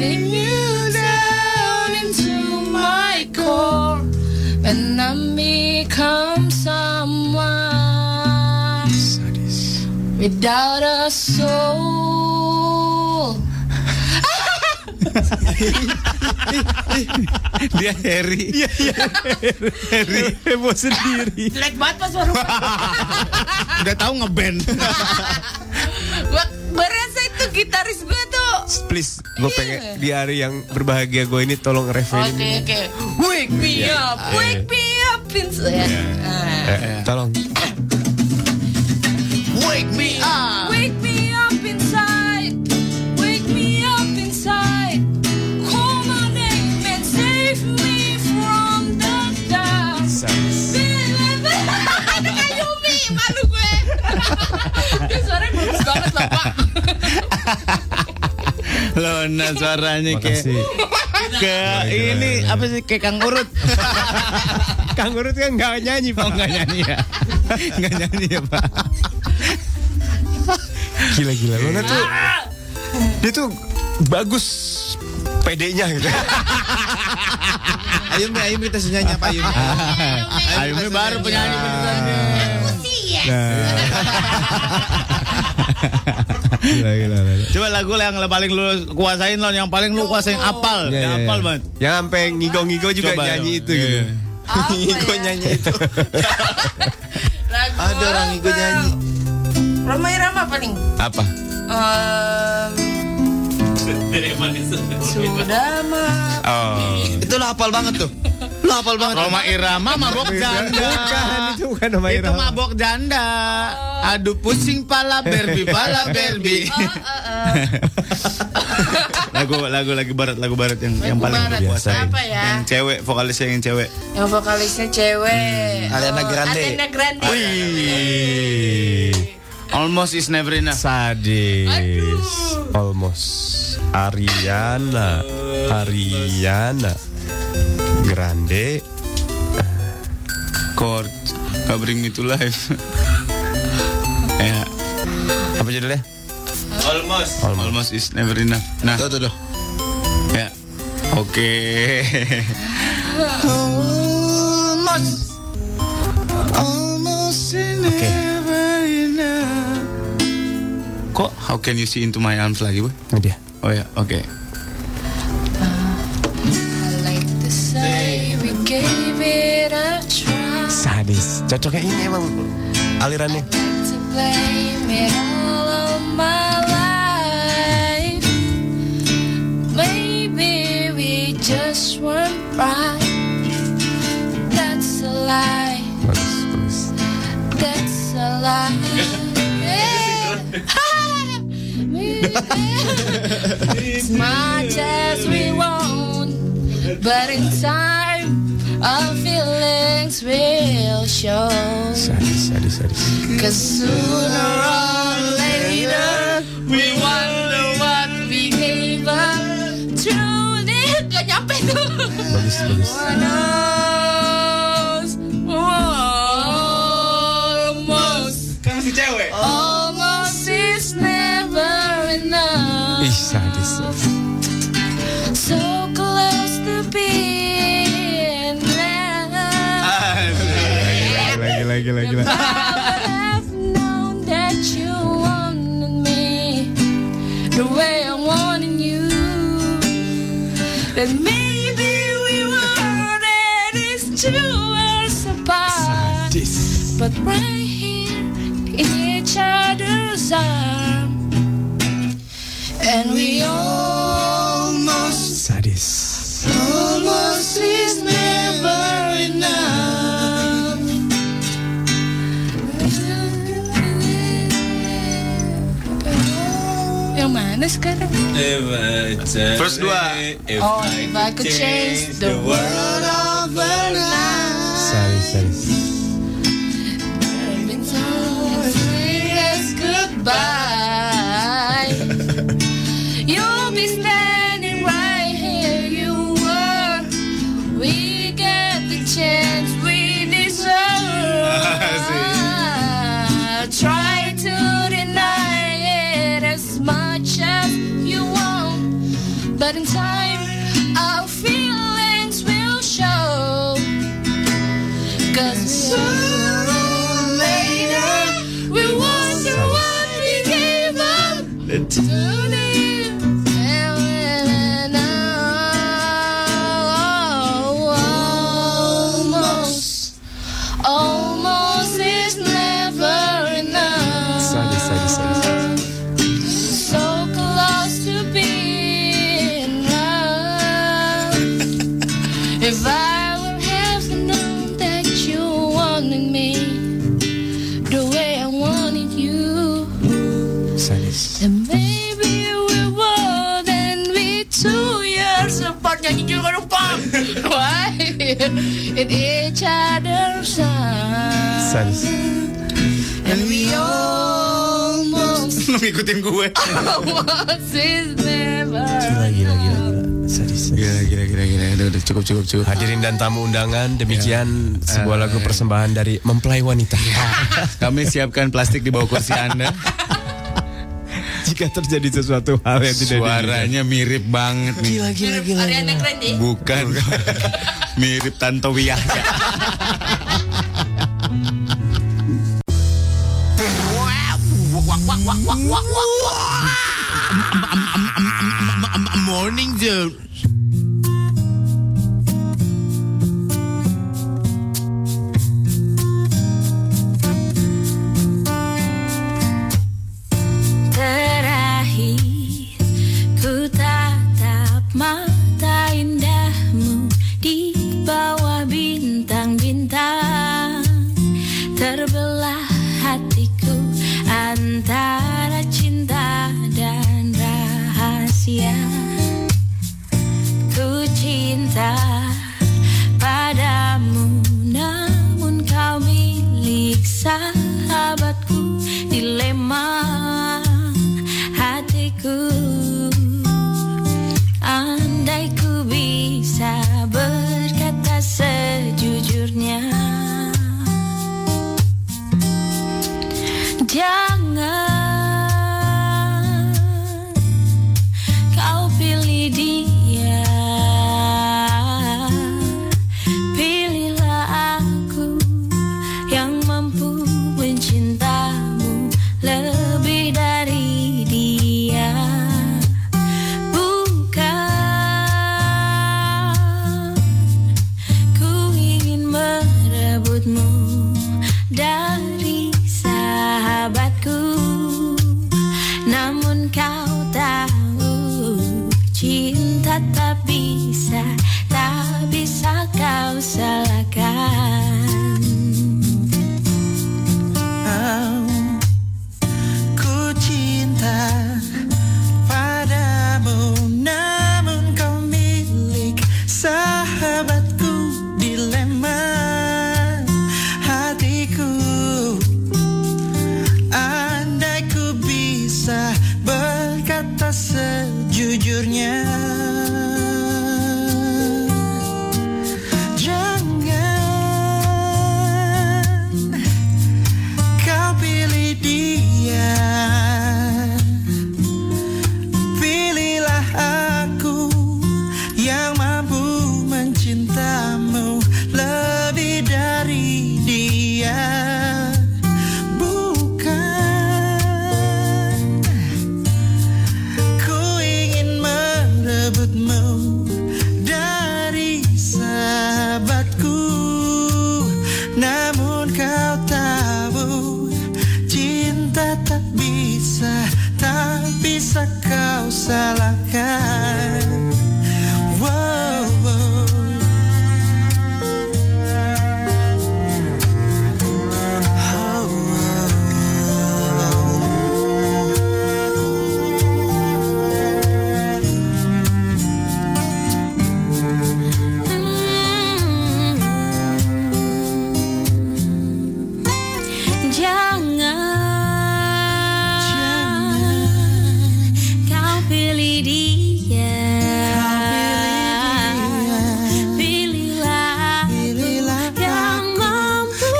Bring you down into my core. When I become someone without a soul. Dia Harry. Dia Harry. Heboh sendiri. Jelek banget pas baru Udah tahu ngeband. Gua berasa itu gitaris gue tuh. Please, gue pengen di hari yang berbahagia gue ini tolong Oke referin. oke. Wake me up, wake me up, Vincent. Ah. Eh, tolong. Wake me Ah. up. Wake me up inside. Wake me up inside. Call Pak. Lona nah, suaranya kayak Makasih. ke ini apa sih kayak Kang Urut. Kang Urut kan nggak nyanyi Oh pak. enggak nyanyi ya. Enggak nyanyi ya, Pak. Gila gila. Lona tuh dia tuh bagus PD-nya gitu. Ayum, ayum kita senyanyi apa ayum? Ayumi baru penyanyi beneran dia. Ah. Gila gila. gila. Coba lagu yang paling lu kuasain Lon, yang paling lu kuasain apal, Ya, ya, yang ya. apal banget. Yang sampai ngigo-ngigo juga Coba nyanyi dong. itu Iya, gitu. iya. Apa Ngigo ya? nyanyi itu. Lagu Ada orang apa? ngigo nyanyi. Ramai ramai paling. Apa? Em, sudah mah. Oh. Itu lo hafal banget tuh. Lo hafal banget. Roma Irama mabok janda. Bukan itu bukan nama Itu Irama. mabok janda. Oh. Aduh pusing pala berbi pala berbi. oh. lagu lagu lagu barat lagu barat yang yang Lagu paling barat, lu kuasain. apa ya? Yang cewek vokalisnya yang cewek. Yang vokalisnya cewek. Hmm, Ariana Oh, Grande. Ariana Grande. Wih. Almost is never enough. Sadis. Almost. Ariana. Ariana. Grande. Chord. Gak bring me to life. ya. Apa judulnya? Almost. Almost is never enough. Nah. Tuh, tuh, Ya. Oke. Almost. Almost is never enough. Kok how can you see into my arms lagi, Bu? Ini dia. Oh ya, oke. Like the say we gave it a try. Sadis. Cocoknya ini emang alirannya. to blame it all on my life. Maybe we just weren't right. That's a lie. Bagus, bagus. That's a lie. Yeah. Maybe as much as we want, but in time our feelings will show. Sadis, sadis, sadis. Cause sooner or later we wonder what we gave up. Truly, gak nyampe tuh. Bagus, bagus. One knows, almost, Kan si cewek. almost is never enough. Ih, sadis. So close to being left. Lagi, lagi, lagi, lagi. I've known that you wanted me the way I wanted you. That maybe we were and it's two worlds apart. But right here in each other's arms. And we almost Sadis. Almost is never enough. Yang mana sekarang? First dua. Oh, if I could change the world overnight. Sadis, sadis. Been so sweet as goodbye. You'll be standing right here. You were. We get the chance we deserve. Try to deny it as much as you want, but in time our feelings will show. Cause sooner or later we wonder what we gave up to live. And almost, almost is never enough. Sadis, sadis, sadis. So close to being loved. if I would have known that you wanted me the way I wanted you, Sadis. then maybe we would and be two years apart. Nyanyi juga dong, Pam. Why? In each other's arms. Sadis. And we almost lu ngikutin gue. Was is never. gila gila gila. Sadis. Gila gila gila gila. Udah, udah, cukup cukup cukup. Hadirin dan tamu undangan, demikian sebuah lagu persembahan dari Mempelai Wanita. Kami siapkan plastik di bawah kursi Anda. Jika terjadi sesuatu hal yang tidak diinginkan. Suaranya mirip banget nih. Mirip Ariana Grande. Bukan. mirip Tantowiah. Morning dude. Terakhir ku tatap mata indahmu di bawah bintang-bintang Terbelah hatiku antara cinta dan rahasia Ku cinta padamu Namun kau milik sahabatku Dilema hatiku Andai ku bisa berkata sejujurnya Jangan kau pilih dia, pilihlah aku yang mampu mencintamu lebih dari dia. Bukan Ku ingin merebutmu dari sahabatku Namun kau tahu cinta tak bisa Tak bisa kau salahkan Ku cinta padamu Namun kau milik sahabatku Dilema hatiku Andai ku bisa berkata sejujurnya Jangan Kau pilih dia Pilihlah aku Yang mampu mencintamu Lebih dari dia Bukan Ku ingin merebutmu Dari sahabatku Namun kau tahu Cinta tak bisa Tak bisa kau salahkan Wow, wow. Hmm. Jangan kau pilih dia, pilihlah yang mampu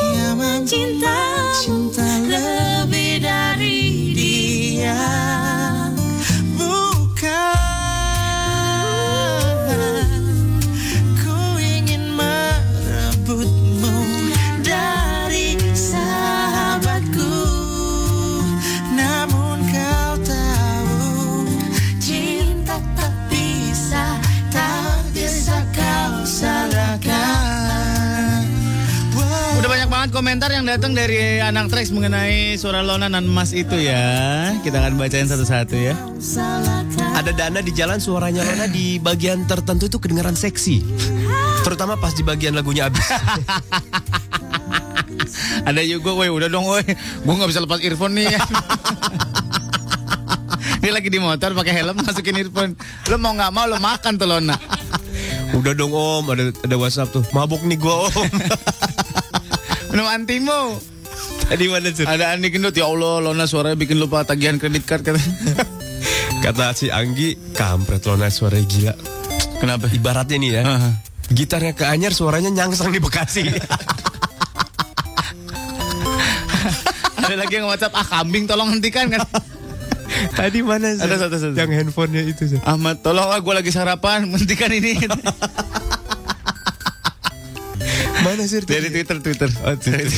mencintamu lebih dari dia. Bukan Ku ingin merebutmu Dari sahabatku Namun kau tahu Cinta tak bisa Tak bisa kau salahkan Udah banyak banget komentar yang datang dari anak Trax mengenai suara Lona dan Mas itu ya. Kita akan bacain satu-satu ya. Ada dana di jalan suaranya Lona di bagian tertentu itu kedengaran seksi. Terutama pas di bagian lagunya habis. Ada juga, woi udah dong, woi. Gue nggak bisa lepas earphone nih. Dia lagi di motor pakai helm masukin earphone. Lo mau nggak mau lo makan tuh Lona. Udah dong Om, ada ada WhatsApp tuh. Mabok nih gua Om. Minum antimo. Di mana Sur? Ada Andi Gendut ya Allah Lona suaranya bikin lupa tagihan kredit card katanya. Kata si Anggi, kampret Lona suaranya gila. Kenapa? Ibaratnya nih ya, Heeh. gitarnya ke Anyar suaranya nyangsang di Bekasi. Ada lagi yang WhatsApp ah kambing tolong hentikan kan. Tadi mana Sur? Ada satu, satu. Yang handphonenya itu Sur. Ahmad tolong ah gue lagi sarapan hentikan ini. Mana Sur? Dari Twitter Twitter. Oh, Twitter.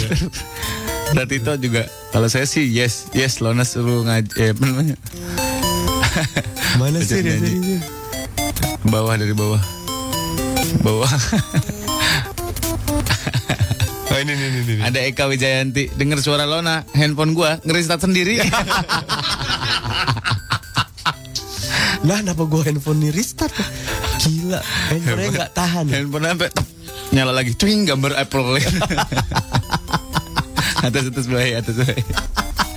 Dari Tito juga. Kalau saya sih yes yes Lona suruh ngaji eh, apa namanya? Mana Ajak Sur? yang nyanyi. tadi, Sur? Bawah dari bawah. Bawah. Oh ini, ini, ini, ini. Ada Eka Wijayanti Dengar suara Lona Handphone gua Ngeristat sendiri Nah, kenapa gua handphone di restart? Gila, handphonenya Handphone- nggak tahan. ya? Handphone sampai tep, nyala lagi. Cuing gambar Apple. atas atas baik, atas baik.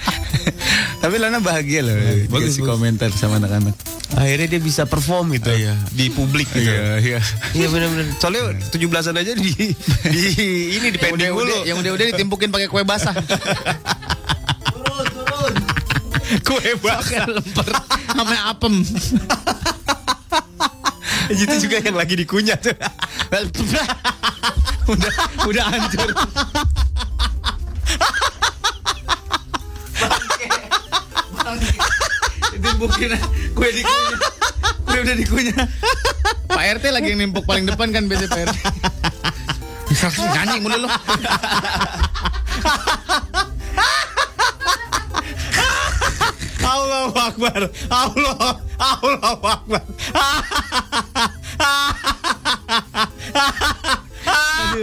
Tapi Lana bahagia loh Bagus, dikasih bagus. komentar sama anak-anak. Akhirnya dia bisa perform gitu Iya. di publik gitu. Iya, iya. Iya benar-benar. Soalnya 17-an aja di di ini di pending dulu. yang udah-udah ditimpukin pakai kue basah. Kue bakar Lemper sama apem. itu juga yang lagi dikunyah tuh. udah udah hancur. Ditimpukin kue dikunyah. Kue udah dikunyah. Pak RT lagi yang nimpuk paling depan kan biasanya Pak RT. Bisa nyanyi mulu lo. Allahu Akbar. Allah, Allahu Akbar.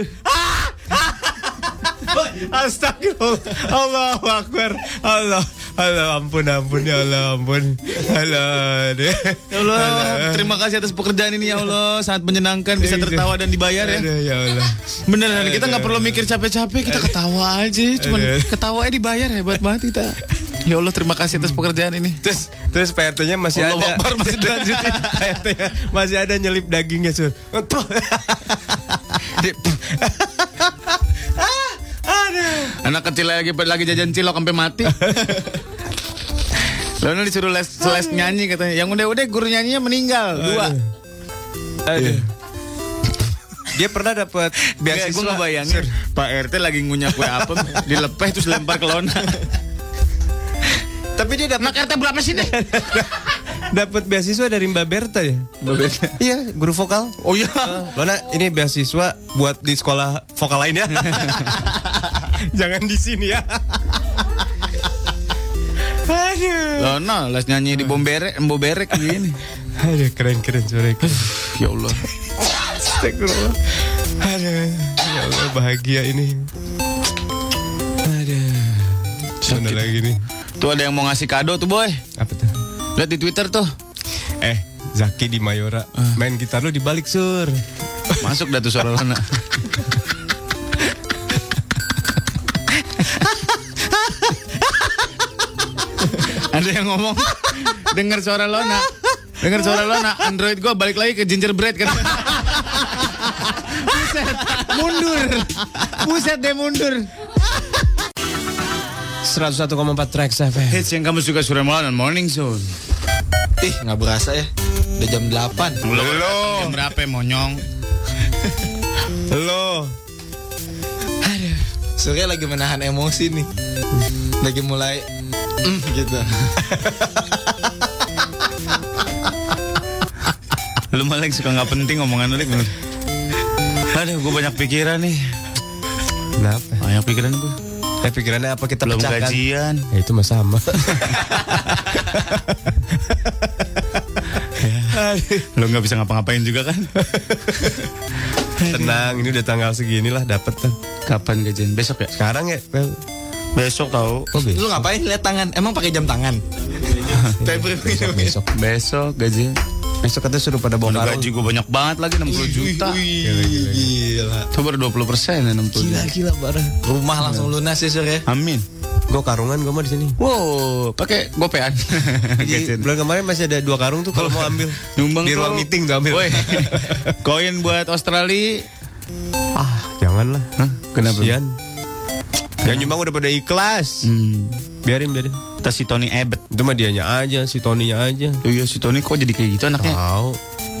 Astagfirullah. Allahu Akbar. Allah. Allah ampun ampun ya Allah ampun. Allah. Ya Allah, terima kasih atas pekerjaan ini ya Allah, sangat menyenangkan bisa tertawa dan dibayar ya. Aduh, ya Allah. Beneran kita nggak perlu mikir capek-capek, kita ketawa aja, cuman Aduh. ketawa dibayar hebat banget kita. Ya Allah, terima kasih atas pekerjaan ini. Terus terus PRT-nya masih ada. Allah Akbar, masih dilanjutin. PRT-nya masih ada nyelip dagingnya, Sur. Anak kecil lagi lagi jajan cilok sampai mati. Lalu disuruh les, les nyanyi katanya. Yang udah-udah guru nyanyinya meninggal dua. Aduh. Dia pernah dapat Biasa beasiswa. gue ngebayangin Pak RT lagi ngunyah kue apem Dilepeh terus lempar ke lona Tapi dia dapat RT berapa sih nih? dapat beasiswa dari Mbak Berta ya. Iya, guru vokal. Oh iya Lona, ini beasiswa buat di sekolah vokal lainnya. Jangan di sini ya. Aduh. Lona les nyanyi di bomberek Bomberek gini Aduh, keren keren sore. Ya Allah Astagfirullah. Aduh, ya Allah bahagia ini. Aduh. Mana lagi nih? Tuh ada yang mau ngasih kado tuh boy Apa tuh? Lihat di Twitter tuh Eh, Zaki di Mayora. Main gitar lu dibalik, Sur. Masuk dah tuh suara Lona Ada yang ngomong Dengar suara Lona Dengar suara Lona Android gua balik lagi ke gingerbread kan Buset, mundur Buset deh mundur 101,4 tracks FM. Hits yang kamu suka Surya Maulana Morning Zone Ih, nggak berasa ya. Udah jam 8. Jam berapa ya, monyong Lo. Surya lagi menahan emosi nih. Lagi mulai mm, gitu. Lu malah suka nggak penting omongan lu Lek, bener. Aduh gue banyak pikiran nih Kenapa? Banyak pikiran gue Eh, pikirannya apa kita Belum pecahkan? gajian Ya, itu mah sama. Lu nggak bisa ngapa-ngapain juga kan Tenang, ini udah tanggal segini lah dapat kan. Kapan gajian? Besok ya? Oh, Sekarang ya. Bel? Besok tau Lu ngapain lihat tangan? Emang pakai jam tangan? Besok, besok. Besok gajian Besok katanya suruh pada Udah bongkar. gaji gue banyak banget lagi 60 juta Gila. Itu baru 20 persen ya Gila 60 juta Iya. gila parah. Rumah langsung lunas ya Surya. Amin Gue karungan gue mah di sini. Wow pakai gopean Jadi, Gajian bulan kemarin masih ada dua karung tuh kalau mau ambil. Nyumbang Oh, di tuh. ruang meeting tuh ambil. Woi, koin buat Australia Ah, Janganlah. Iya, Hah? Kenapa? Kasian. Yang nyumbang udah pada ikhlas. Biarin biarin. Kita si Tony Abbott. Itu mah dianya aja, si Toninya aja. Iya si Tony kok jadi kayak gitu Eh. anaknya. Tahu.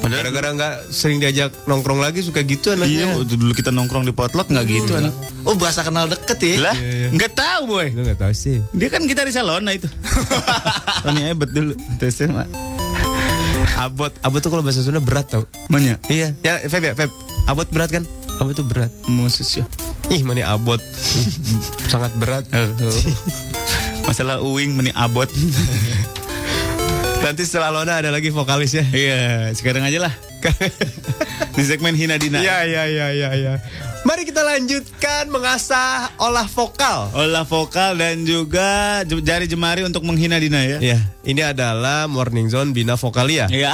Padahal- Ah, Gara-gara nggak sering diajak nongkrong lagi suka gitu Iya, anaknya. waktu dulu kita nongkrong di potlot nggak gitu anak. Oh bahasa kenal deket ya. Lah, nggak tahu boy. Lu Iya. nggak tahu sih. Iya, Dia kan kita di Salona itu. Tony Abbott dulu. Tesnya mak. Abot, abot tuh kalau bahasa Sunda berat tau. Mana? Iya, ya Feb ya Feb. Abot berat kan? Abot tuh berat. Musus ya. Ih, mana abot. Sangat berat. Masalah uing meni abot. Nanti setelah Lona ada lagi vokalisnya. Nah. Iya, sekarang aja lah. di segmen Hina Dina. Iya, iya, iya, iya, iya. Mari kita lanjutkan mengasah olah vokal. Olah vokal dan juga je- jari jemari untuk menghina Dina ya. Ya, ini adalah Morning Zone Bina Vokalia. Iya.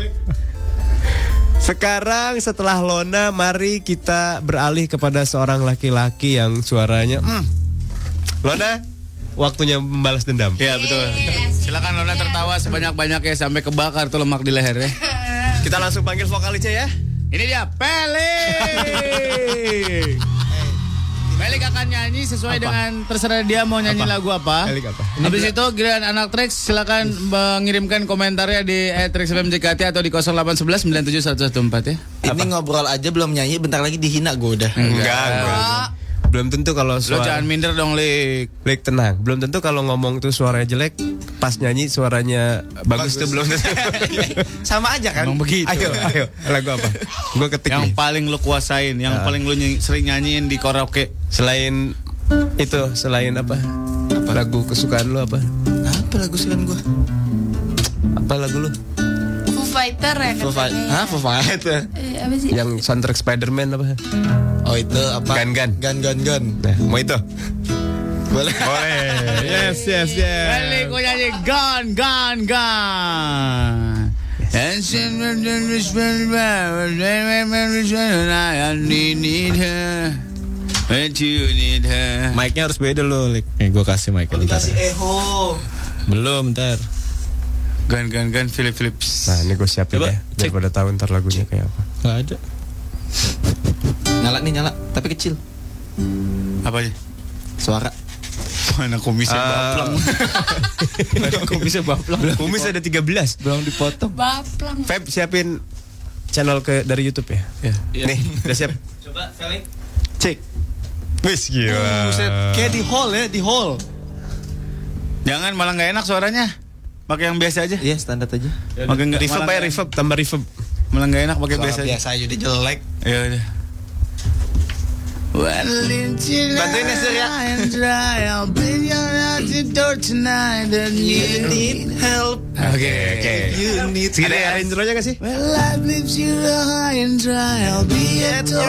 Sekarang setelah Lona, mari kita beralih kepada seorang laki-laki yang suaranya hmm. Lona, waktunya membalas dendam. Ya. Iya betul. Silakan Lona tertawa sebanyak-banyaknya sampai kebakar tuh lemak di leher ya. Kita langsung panggil vokalisnya ya. Ini dia Pele. Pele akan nyanyi sesuai dengan terserah dia mau nyanyi lagu apa. Pelik apa? Habis itu giliran anak Trax silakan mengirimkan komentarnya di @traxfmjkt atau di 081197114 ya. Ini ngobrol aja belum nyanyi bentar lagi dihina gue udah. Enggak, enggak. Belum tentu kalau Lo suara jangan minder dong, Lik. Lik tenang, belum tentu kalau ngomong tuh suaranya jelek, pas nyanyi suaranya bagus, tuh belum tentu. Sama aja kan. Emang begitu. ayo, ayo, lagu apa? Gue ketik nih. Yang paling lu kuasain, yang Nah. paling lu nyanyi- sering nyanyiin di karaoke. Selain itu, selain apa? Lagu kesukaan lo apa? Apa lagu sekarang gue? Apa lagu lo? Foo Fighter ya katanya. Hah, Foo Fighter. Eh, apa sih? Yang soundtrack Spider-Man apa? Oh itu apa? Gan, gan. Gan gan gan. Nah, mau itu? Boleh. Yes, yes, yes. Balik gue nyanyi Gun, Gun, Gun And since we're done with spending time, we're done with memories when I only need her When you need her Mic-nya harus beda lo, Lik. Nih, gua kasih mic bentar. Eho. Belum, ntar. Gun, Gun, Gun, Philip Philips Nah, ini gue siapin Coba, ya. cek. Daripada tahu ntar lagunya kayak apa. Gak ada. Nyala nih nyala, tapi kecil. Apa aja? Suara. Mana komisnya baplang Kumisnya baplang. Kumis ada 13. Belum dipotong. Baplang. Feb siapin channel ke dari YouTube ya. Nih, udah siap. Cek. Wis gila. Buset, Kayak di hall ya, di hall Jangan, malah nggak enak suaranya Pakai yang biasa aja Iya standar aja. Pakai nggak- Reverb malah ya, reverb, tambah reverb. Malah nggak enak pakai biasa Biasa, aja biasa aja udah jelek. Ya udah Bantuin ya, Sur, ya. You need help. Oke, oke. You need ya. Ada ada intronya gak sih? Well, life leaves you high and dry. I'll be at your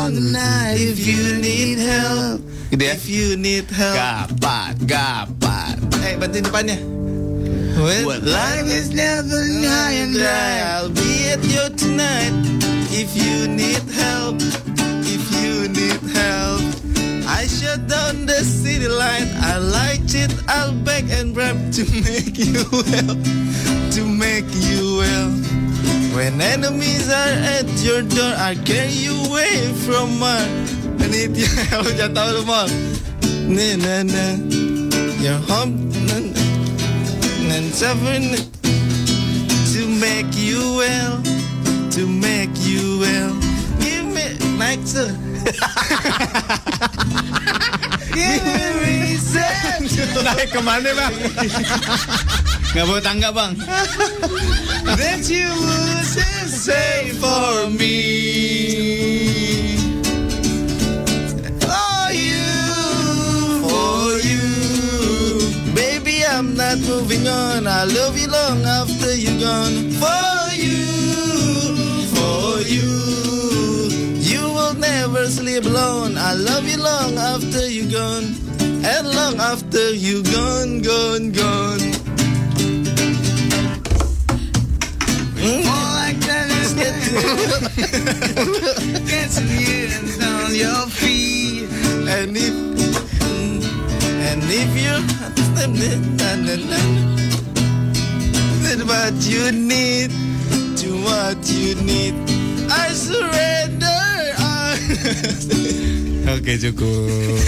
on the night if you need help. Gede ya? If you need help. Gitu Gapat, gapat. Eh, bantuin depannya. What life is never high and dry. I'll be at you tonight. If you need help, if you need help. I shut down the city light. I light it all back and wrap to make you well. To make you well. When enemies are at your door, I carry you away from my. I need your help. Jangan tahu lu mau. Na na na. Your home. Na, na. And suffering to make you well, to make you well. Give me uh. naik tuh. Give me reason. Naik kemana bang? Gak bawa tangga bang. that you would say for me. For you, for you. Baby, I'm not moving on. I love you long after you're gone. For you, for you. You will never sleep alone. I love you long after you're gone. And long after you gone, gone, gone. All I can is get to- get you and on your feet. And if and if you're then what you need to what you need, I surrender. I Oke cukup.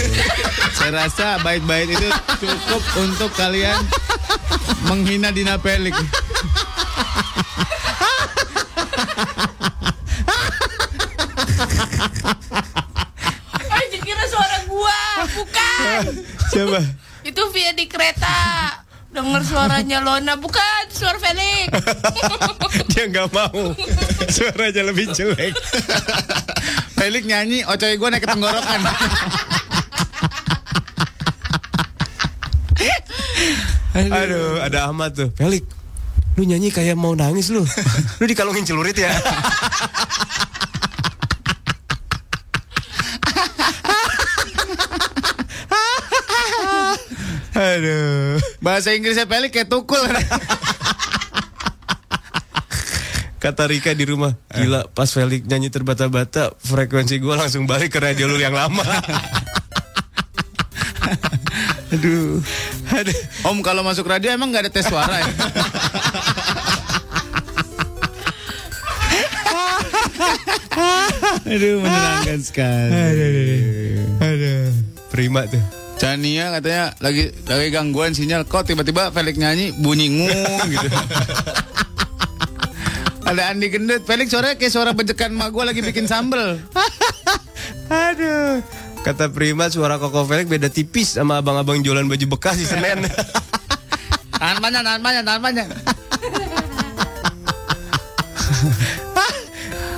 Saya rasa bait-bait itu cukup untuk kalian menghina Dina Pelik. Ah, kira suara gua, bukan. Coba. Itu via di kereta. Dengar suaranya Lona, bukan suara Felix. Dia nggak mau. Suaranya lebih jelek. Pelik nyanyi, ocoy gue naik ke tenggorokan. Aduh, ada Ahmad tuh. Felix, lu nyanyi kayak mau nangis lu. lu dikalungin celurit ya. Aduh. Bahasa Inggrisnya Pelik kayak tukul. Kata Rika di rumah, gila pas Felix nyanyi terbata-bata, frekuensi gue langsung balik ke radio lu yang lama. Aduh. Aduh. Om kalau masuk radio emang nggak ada tes suara ya? Aduh menyenangkan sekali. Prima tuh. Chania ya, katanya lagi lagi gangguan sinyal kok tiba-tiba Felix nyanyi bunyi ngung gitu. Ada Andi Gendut, Felix suaranya kayak suara bejekan mak gue lagi bikin sambel. Aduh. Kata Prima suara Koko Felix beda tipis sama abang-abang jualan baju bekas di Senen. Tahan panjang, tahan panjang, tahan panjang.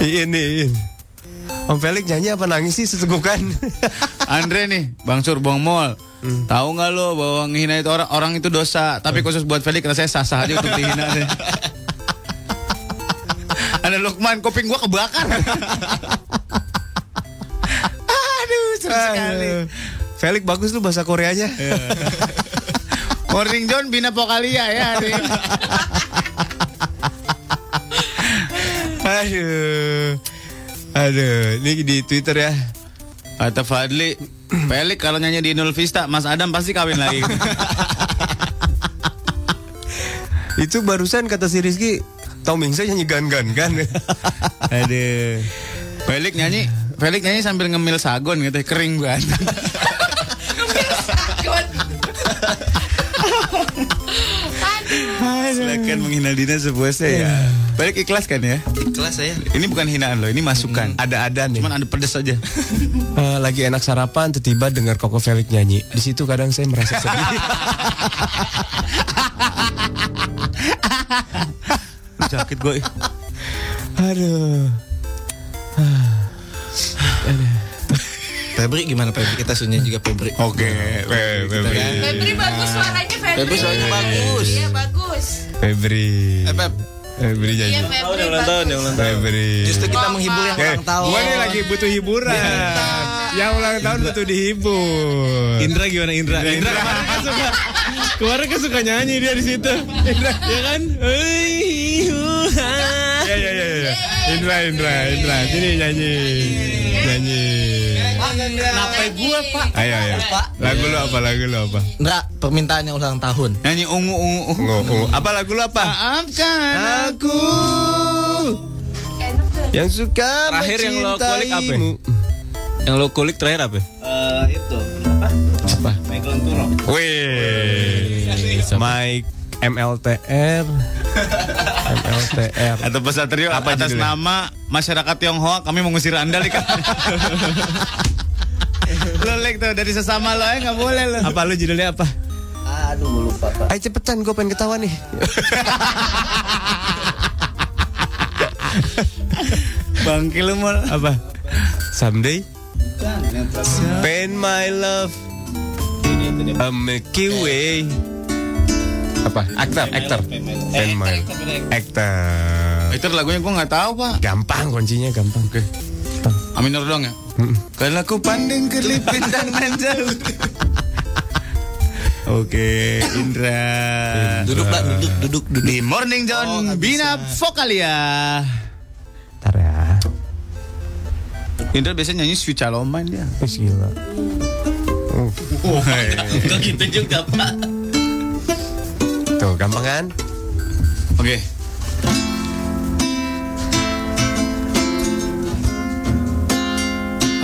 ini, ini. Om Felix nyanyi apa nangis sih sesegukan? Andre nih, Bang Sur, Bang Mol. Hmm. Tahu nggak lo bahwa ngehina itu orang orang itu dosa, tapi khusus buat Felix rasanya sah-sah aja untuk dihina deh. Ada Lukman, kuping gua kebakar. Aduh, seru sekali. Iya. Felix bagus lu bahasa Koreanya. Morning John bina Pokalia ya hari ini. Aduh. Aduh, ini di Twitter ya. Kata Fadli, Pelik kalau nyanyi di Nul Vista, Mas Adam pasti kawin lagi. Itu barusan kata si Rizky, Tom Hanks nyanyi gan-gan kan. Aduh. Pelik nyanyi, Pelik nyanyi sambil ngemil sagon gitu, kering banget. Silakan menghina Dina sepuasnya ya. Pelik ikhlas kan ya? Kelas saya. Hmm. Ini bukan hinaan loh, ini masukan. Ada-ada nih. Cuman ada pedes aja. Eh, lagi enak sarapan, tiba-tiba dengar Koko Felix nyanyi. Di situ kadang saya merasa sedih. Sakit gue. Aduh. Febri gimana Febri? Kita sunyi juga Febri. kan? Oke, Febri bagus suaranya Febri. Febri suaranya bagus. Iya bagus. Febri. Eh, Pep, Febri Iya nyanyi. Febri ulang tahun, bagus. udah ulang Febri. justru kita menghibur Eh, yang ulang tahun. Gue nih lagi butuh hiburan. Yang ulang tahun butuh dihibur. Indra gimana Indra? Indra, kemarin kan suka kemarin kan suka nyanyi dia di situ. Indra ya kan? Hei, huha. Ya ya ya ya. Indra Indra Indra. Sini nyanyi. Nyanyi. Kenapa gue Pak? Ayo ayo. Pak. Lagu lu apa? Lagu lu apa? Indra permintaannya ulang tahun. Nyanyi ungu ungu ungu. Ungu, ungu. Apa lagu lu apa? Maafkan Aku yang suka Terakhir yang lo kulik apa? mencintaimu. Yang lo kulik terakhir apa? Eh, itu apa? Apa? Michael Turok. Wih, Mike MLTR, MLTR. Atau pesatrio Apa atas judulnya? nama masyarakat Tionghoa kami mengusir anda nih kan. lo lek tuh dari sesama lo ya nggak boleh lo. Apa lu judulnya apa? Aduh lupa Pak. Ayo cepetan, gue pengen ketawa nih. Bangki lo mal. Apa? Someday, Bukan, yang terakhir. paint my love, a Milky Way. Apa? Aktor, aktor, paint my actor. Itu lagunya gue nggak tahu pak. Gampang kuncinya, gampang. Oke. Aminor dong ya. Kalau aku pandang kelipin dan menjauh. Oke, Eh, Indra. Oh, Duduk Pak, duduk, duduk, duduk. Di Morning John Bina Vokalia. Ntar ya. Indra biasanya nyanyi Sweet Chaloman dia. Wih, gila. Kok Eh. gitu juga Pak. Tuh, gampang kan? Oke.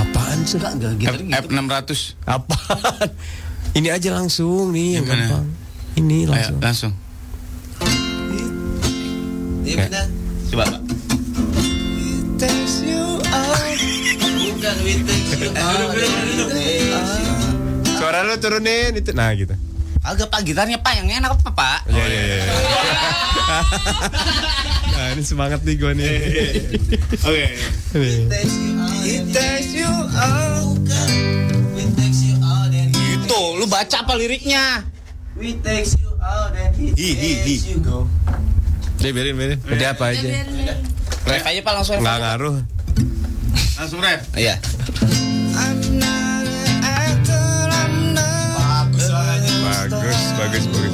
Apaan bisa. Enggak, enggak gitu. F 600 Apa? Ini aja langsung nih yang Gimana? gampang. Ini Ayo, langsung. langsung. Iya benar. Coba. Pak. Bukan with thanks you. all. Suara lu turunin itu. Nah, gitu. Agak pak gitarnya pak yang enak apa pak? Iya, iya, iya. Nah, ini semangat nih gue nih. Oke. It takes you all. Bukan. We takes you all then he Gitu, lu baca apa liriknya? We takes you all then he Hi, hi, hi. takes you go. Udah biarin, biarin. Udah apa aja. Ref aja Pak langsung. Nggak ngaruh. Langsung ref. Iya. Bagus, bagus, bagus.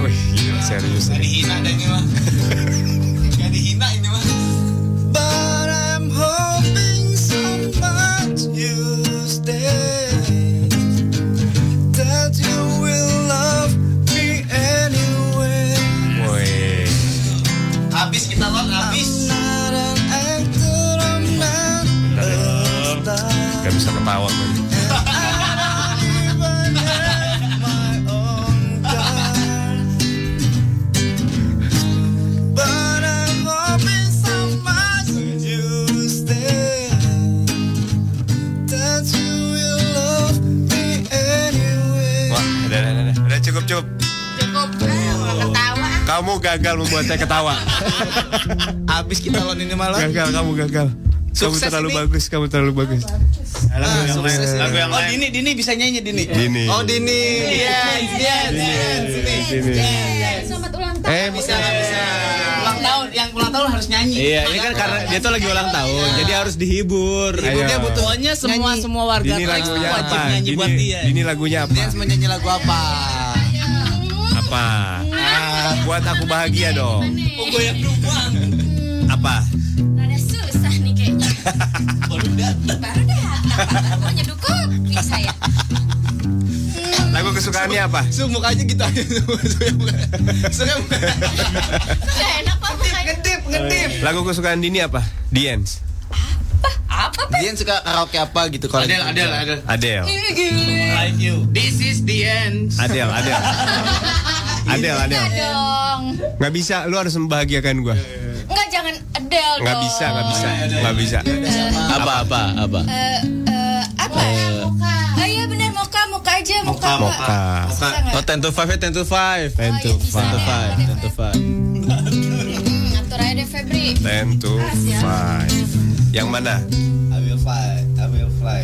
Wih, gila, serius nih. Dihina deh ini mah. Gak dihina ini mah. Woi. Habis kita lot habis. Gak bisa ketawa gue. Wah, udah, udah, udah, udah. udah cukup, cukup. Cukup eh, orang ketawa. Kamu gagal membuat saya ketawa. Abis kita lawan ini malam. Gagal, kamu gagal. Kamu Sukses terlalu ini. bagus, kamu terlalu bagus. Lagu yang lain. Lagu yang Oh lain. Dini Dini bisa nyanyi Dini. Dini. Oh Dini. Yes, yes, yes. Dini. Selamat ulang tahun. Eh, Bisa bisa. Ulang tahun yang ulang tahun harus nyanyi. Iya, ini kan karena dia tuh lagi ulang tahun, jadi harus dihibur. iya. Ayo. Pokoknya semua semua warga Dini Trax tuh lagunya wajib apa? nyanyi buat Dini, dia. Dini lagunya apa? Dia harus menyanyi lagu apa? ya. Apa? Ah, buat aku bahagia dong. Goyang doang. Apa? Rada susah nih kayaknya. Baru datang. Baru datang. Mau nyeduh kopi saya. Lagu kesukaannya apa? Su mukanya gitu aja. Su yang Gak enak apa mukanya. kan- Ngedip, ngedip. Lagu kesukaan Dini apa? Diens. Apa Pak? Dia suka karaoke apa gitu kalau Adel, Adel, Adel. Adele. Like you. This is the end. Adele, Adele. Adele, Enggak Adele. dong. Nggak bisa, lu harus membahagiakan gua. Enggak jangan Adele dong. Nggak bisa, nggak bisa, nggak bisa. Apa apa apa? Eh, eh, apa? Moka. Oh iya benar moka, moka aja moka. Pak. Moka. Bisa nggak? Oh, 10 to 5 ya, 10 to 5. Oh, iya, bisa deh, 10 to 5, 10 to 5. Hmm, Atur aja deh Febri. Ten to five. Yang mana? I will fly, I will fly.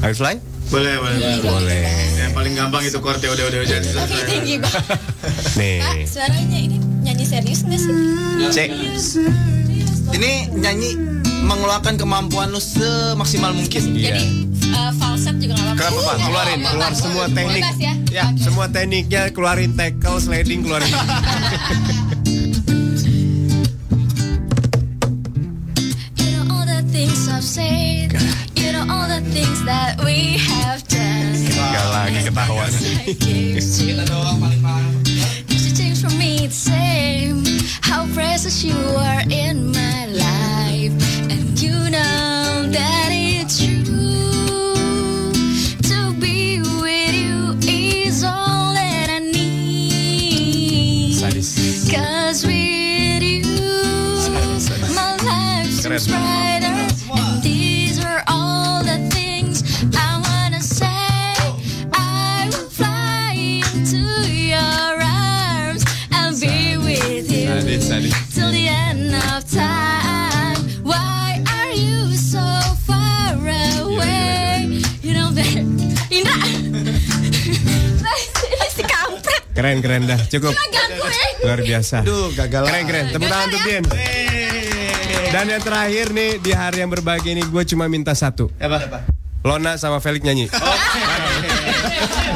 Harus fly? Boleh, boleh. Boleh. Yang paling gampang itu chord ya, udah udah udah. Tapi tinggi banget. Pak, Nih. suaranya ini nyanyi serius nggak sih? Cek. Ini nyanyi mengeluarkan kemampuan lu semaksimal mungkin. Iya. Jadi eh, falset juga nggak apa-apa. Kenapa Pak? Keluarin, Iya, keluar semua teknik. Bebas ya. Ya, semua tekniknya keluarin tackle, sliding, keluarin. You know all the things I've said. You know all the things that we have done. Gak lagi ketawa. Kita doang paling paham. It's changed for me the same. How precious you are in my life, and you know that it's true. To be with you is all that I need. Sadis. Cause with you, my life seems brighter. And these were all the things I wanna say. I will fly into your arms and be with you Sadis, sadis. till the end of time. Why are you so far away? You know that. Indra! Ini si kampret! Keren, keren dah. Cukup. Indra ganggu ya! Luar biasa. Aduh, gagal. Keren keren, tepuk tangan Gagal untuk ya? Dian. Dan yang terakhir nih di hari yang berbahagia ini gue cuma minta satu. Apa? Apa? Lona sama Felix nyanyi. Oh,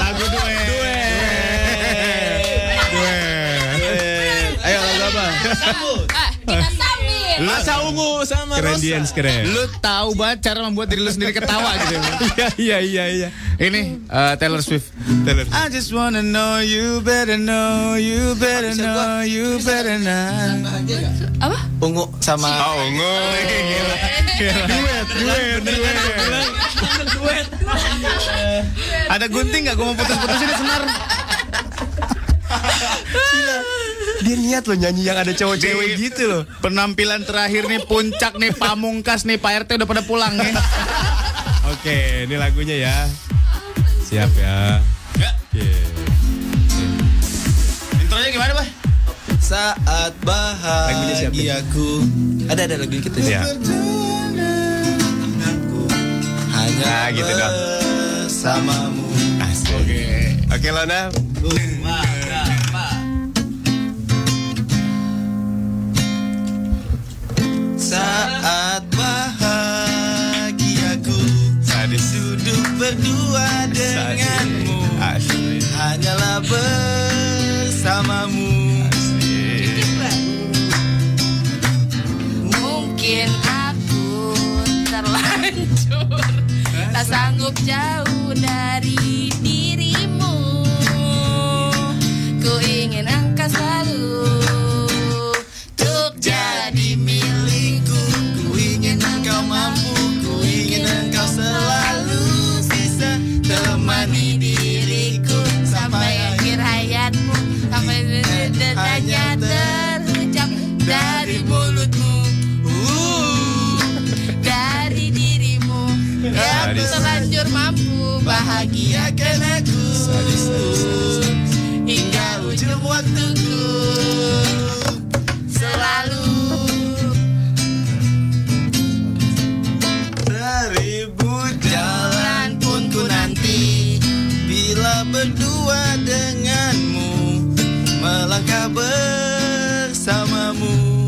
Lagu duet. Duet. Duet. Ayo lagu apa? Ah, kita sambil Masa ungu sama Keren Rosa. Dian, keren. Lu tahu banget cara membuat diri lu sendiri ketawa gitu. Iya iya iya. Ini eh, Taylor Swift. I just wanna know you better know you better know you better know. Apa? Ungu sama Oh, Duet, duet, duet. Ada gunting nggak? Gue mau putus-putusin ini senar. Dia niat loh nyanyi yang ada cowok cewek gitu loh. Penampilan terakhir nih puncak nih pamungkas nih Pak RT udah pada pulang nih. Oke, ini lagunya ya. Siap ya. Oke. Intronya gimana, Pak? Saat Iya. bahagiaku ada ada lagu gitu kita ya? Iya. berjalan denganku, Hanya Nah, gitu dong. bersamamu Oke Lona, Saat bahagiaku Duduk berdua denganmu Hanyalah bersamamu Mungkin aku terlanjur Tak sanggup jauh dari dirimu Ku ingin engkau selalu Untuk jadi milikku Ku ingin engkau mampu Ku ingin engkau selalu bisa Temani diriku Sampai akhir hayatmu Sampai dedanya hanya terucap Dari mulutmu Uh, Dari dirimu Yang terlanjur mampu bahagia Bahagiakan aku Hingga ujung waktuku Selalu Seribu jalan pun ku nanti Bila berdua denganmu Melangkah bersamamu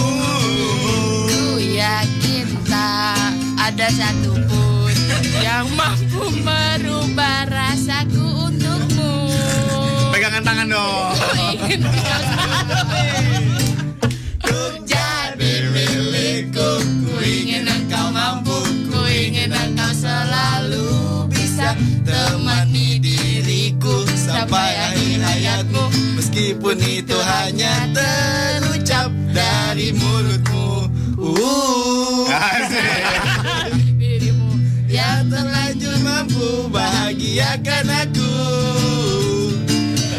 Lona Ku yakin tak ada satupun Yang mampu merubah rasaku untukmu Pegangan tangan dong. Ku ingin kau Untuk jadi milikku Ku ingin engkau mampu Ku ingin engkau selalu bisa Temani diriku Sampai akhir hayatmu Meskipun itu hanya terucap dari mulutmu uh, Dirimu yang telah Lanjut mampu bahagiakan aku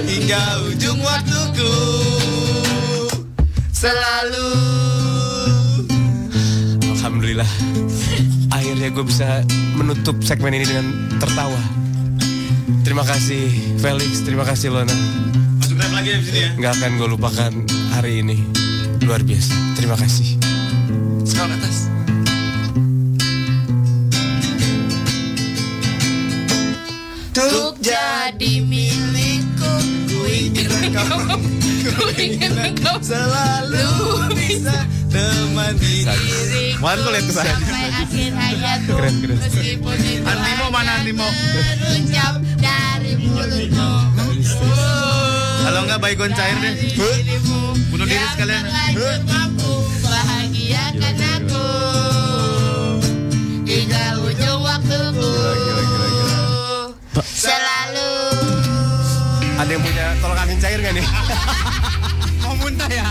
Hingga ujung waktuku Selalu Alhamdulillah. Akhirnya gue bisa menutup segmen ini dengan tertawa. Terima kasih Felix, terima kasih Lona. Masuk lagi ya Nggak akan gue lupakan hari ini. Luar biasa. Terima kasih. Sekolah atas Untuk jadi milikku Ku ingin engkau Ku ingin engkau Selalu bisa temani diriku Mantul ya kesan. Sampai akhir hayatku Keren, keren. Meskipun itu Animo hanya mana, Animo? terucap dari mulutmu Kalau nggak baygon cair deh. Bunuh diri sekalian. Yang mampu bahagiakan aku Hingga ujung waktuku Selalu Ada yang punya tolong angin cair nggak nih? Mau muntah ya?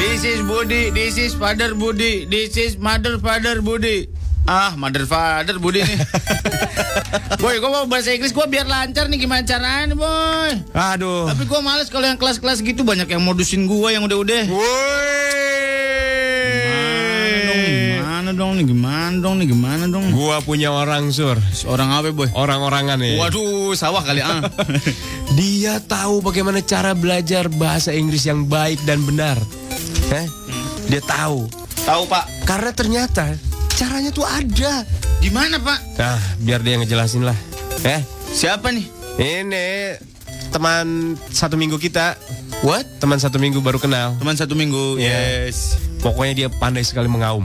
This is Budi, this is Father Budi, this is Mother Father Budi. Ah, Mother Father Budi nih. boy, gue mau bahasa Inggris gue biar lancar nih gimana caranya nih, boy. Aduh. Tapi gue males kalau yang kelas-kelas gitu banyak yang modusin gue yang udah-udah. Woi. Gimana dong nih, gimana dong nih, gimana dong? Gua punya orang sur, Seorang apa boy? orang-orangan nih. Waduh, sawah kali ah. Dia tahu bagaimana cara belajar bahasa Inggris yang baik dan benar. Eh? Dia tahu. Tahu pak Karena ternyata caranya tuh ada. Gimana pak? Nah, biar dia ngejelasin lah. Eh, Siapa nih? ini teman satu minggu kita What? Teman satu minggu baru kenal. Teman satu minggu. Iya. Yes. Pokoknya dia pandai sekali mengaum.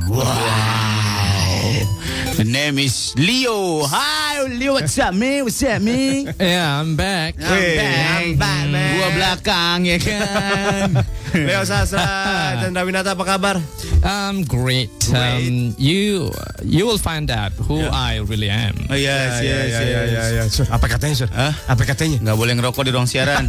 The name is Leo. Hi Leo, what's up me? What's up me? Yeah, I'm back. Iya, I'm back. Gua belakang ya kan. Leo Sasra, Chandra Winata apa kabar? Um, great. Um, you you will find out who I really am. Iya, Oh, yes, yes, yes. Apa katanya, Sur? Hah? Apa katanya? Nggak boleh ngerokok di ruang siaran.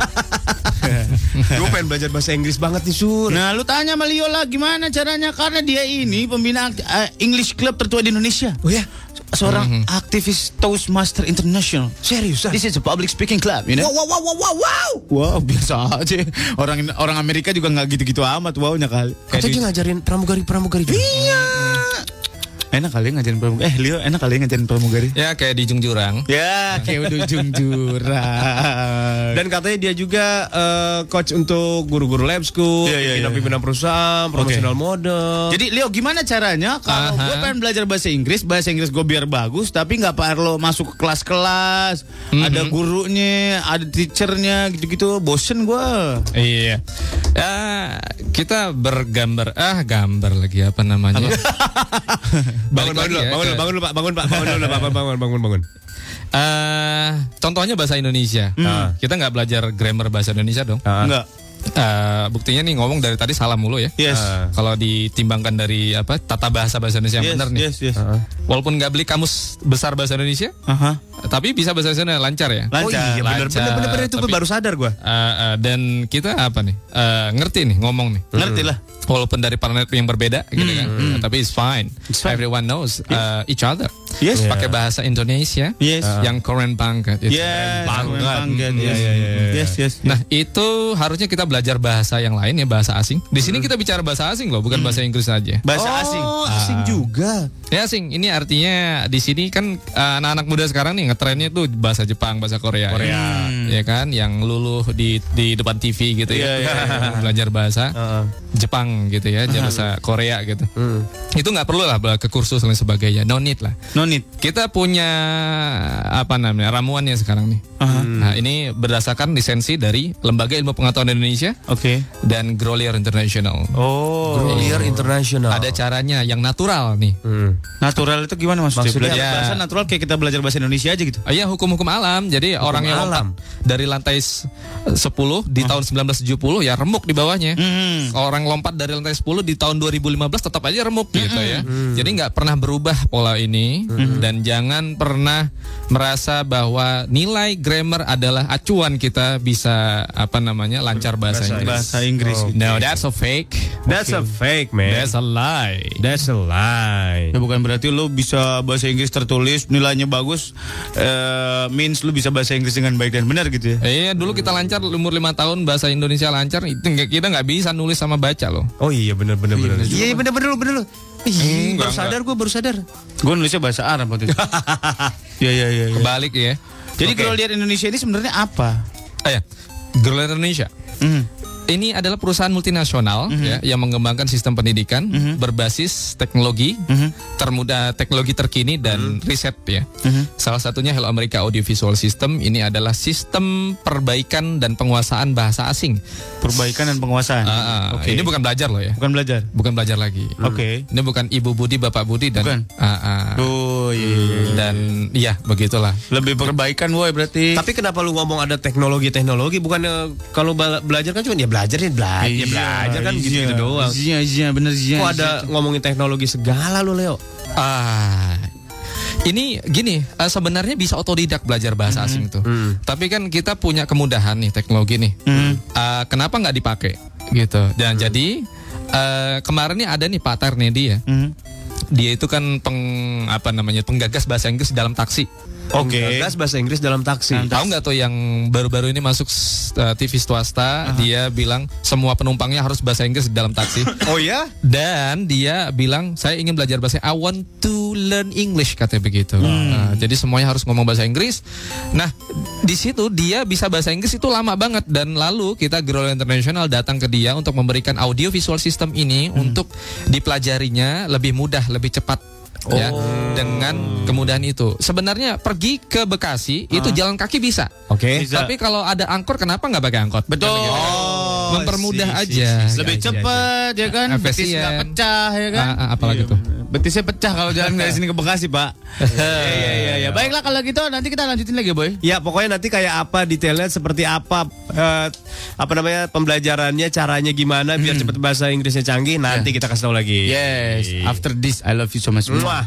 Gue pengen belajar bahasa Inggris banget nih, Sur. Iya. Nah, lu tanya sama Leo lah gimana caranya karena dia ini pembina akti- eh, English Club tertua di Indonesia. Oh ya? Seorang aktivis Toastmaster International. ah? Seriusan? Mhm. This is a public speaking club, you know? Wow, wow, wow, wow, wow, wow. Wah biasa aja orang orang Amerika juga nggak gitu-gitu amat wownya kali Katanya dia ngajarin pramugari-pramugari juga. iya enak kali ngajarin pramugari eh Leo enak kali ngajarin pramugari Ya kayak di ujung jurang. ya kayak udah ujung jurang Dan katanya dia juga eh, coach untuk guru-guru lab school, Iya, iya, iya. pimpinan-pimpinan perusahaan, promotional model. jadi Leo gimana caranya kalau Aha. gue pengen belajar bahasa Inggris bahasa Inggris gue biar bagus tapi nggak perlu masuk ke kelas-kelas ada Mhm. gurunya ada teachernya gitu-gitu bosen gue Iya. Ah, kita bergambar ah gambar lagi apa namanya? Balik bangun, bangun, lagi dulu, ya bangun, ke- dulu, bangun, dulu, Pak, bangun, Pak, bangun, dulu, Pak, bangun, bangun, bangun, bangun. Eh, contohnya bahasa Indonesia. Nah, Hmm. Ah. Kita nggak belajar grammar bahasa Indonesia dong. enggak Eh, buktinya nih ngomong dari tadi salah mulu ya. yes Ah. Kalau ditimbangkan dari apa tata bahasa bahasa Indonesia yang yes benar nih. yes yes Walaupun nggak beli kamus besar bahasa Indonesia, Aha. tapi bisa bahasa Indonesia lancar ya. iya, lancar bener, lancar, bener, bener, bener, itu gue tapi- baru sadar gue. Eh, eh, dan kita apa nih? Eh, ngerti nih ngomong nih. ngerti lah Walaupun dari planet yang berbeda gitu kan. Tapi it's fine. Everyone knows uh, each other. Yes. Pakai bahasa Indonesia. eh, Yes. Yang keren banget. Itu Yes, Iya, keren banget. banget. Hmm. Iya, Yes, yes, yes. Nah, itu harusnya kita belajar bahasa yang lain ya, bahasa asing. Di sini kita bicara bahasa asing loh, bukan bahasa Inggris aja. Oh. Bahasa asing. Ah. asing juga. Ya asing, ini artinya di sini kan eh, anak-anak muda sekarang nih ngetrennya tuh bahasa Jepang, bahasa Korea. Korea. Ya kan, yang luluh di di depan TV gitu ya. Belajar bahasa Jepang gitu ya, bahasa Korea gitu. Itu nggak perlu lah ke kursus dan sebagainya. No need lah. No need. Kita punya apa namanya ramuannya sekarang nih. Nah ini berdasarkan lisensi dari Lembaga Ilmu Pengetahuan Indonesia Oke. dan Grolier International. Oh, Grolier International. Ada caranya yang natural nih. Hmm. Natural itu gimana maksudnya? Maksudnya Belajar ya. bahasa natural kayak kita belajar bahasa Indonesia aja gitu. Ah, Iya hukum-hukum alam. Jadi orang yang alam. lompat dari lantai s- 10 di tahun 1970 ya remuk di bawahnya. Orang lompat dari lantai 10 di tahun 2015 tetap aja remuk gitu ya. Jadi nggak pernah berubah pola ini dan jangan pernah merasa bahwa nilai grammar adalah acuan kita bisa apa namanya lancar bahasa, Inggris. Bahasa Inggris. gitu. No, that's a fake. That's a fake, man. That's a lie. That's a lie. Ya bukan berarti lo bisa bahasa Inggris tertulis nilainya bagus eh means lo bisa bahasa Inggris dengan baik dan benar gitu ya. Iya, dulu kita lancar umur lima tahun bahasa Indonesia lancar, itu nggak- kita nggak bisa nulis sama baca loh. Oh iya, bener, bener, bener. Iya benar benar lo benar lo. Enggak, baru sadar gue baru sadar. Gue nulisnya bahasa Arab waktu itu. Iya iya iya. iya. Kebalik ya. Oh, Jadi kalau lihat Indonesia ini sebenarnya apa? Ayah, Grolier Indonesia. Mm. Ini adalah perusahaan multinasional Mhm. ya, yang mengembangkan sistem pendidikan berbasis teknologi Mhm. termuda teknologi terkini dan riset ya. Mhm. Salah satunya Hello America Audiovisual System ini adalah sistem perbaikan dan penguasaan bahasa asing. Perbaikan dan penguasaan. Ah, ah, Ini bukan belajar loh ya, Bukan belajar. bukan belajar lagi. Oke. Ini bukan ibu budi bapak budi dan Bukan. ah, ah. Oh iya, iya. iya. dan ya begitulah. Lebih perbaikan woi Iya. berarti. Tapi kenapa lu ngomong ada teknologi-teknologi? Bukannya kalau bela- belajar kan cuma ya belajar ya belajar, ya belajar kan gitu-gitu doang. Iya iya benar iya. Kok iya. ada ngomongin teknologi segala lu, Leo? Ah, ini gini, eh, sebenarnya bisa otodidak belajar bahasa Mm-hmm. asing tuh. Mm. Tapi kan kita punya kemudahan nih teknologi nih. Ah, kenapa nggak dipakai gitu? Mm. Dan jadi eh, kemarin nih ada nih Pak Tarnedi ya. Mm. Dia itu kan peng apa namanya penggagas bahasa Inggris dalam taksi. Oke. bahasa Inggris dalam taksi. Tahu nggak tuh yang baru-baru ini masuk s- eh, TV swasta, dia bilang semua penumpangnya harus bahasa Inggris dalam taksi. Oh ya? Dan dia bilang saya ingin belajar bahasa I want to learn English katanya begitu. Hmm. Nah, jadi semuanya harus ngomong bahasa Inggris. Nah, di situ dia bisa bahasa Inggris itu lama banget dan lalu kita Growl International datang ke dia Hmm. untuk memberikan audio visual system ini untuk dipelajarinya lebih mudah, lebih cepat ya Oh. dengan kemudahan itu. Sebenarnya pergi ke Bekasi Ah. itu jalan kaki bisa. Oke. Tapi kalau ada angkot kenapa nggak pakai angkot? Betul. Iya, Mempermudah si, si, aja. si. Oh. Lebih Iya, iya, cepat ya kan? Betis Efisien. nggak pecah ya kan? Ah, ah, apalagi Iya, tuh. Betisnya pecah kalau jalan dari sini ke Bekasi, Pak. Iya iya iya. Baiklah kalau gitu nanti kita lanjutin lagi, Boy. Ya pokoknya nanti kayak apa detailnya seperti apa eh, apa namanya pembelajarannya caranya gimana biar cepet bahasa Inggrisnya canggih nanti kita kasih tahu lagi. Yes, after this I love you so much. Wah,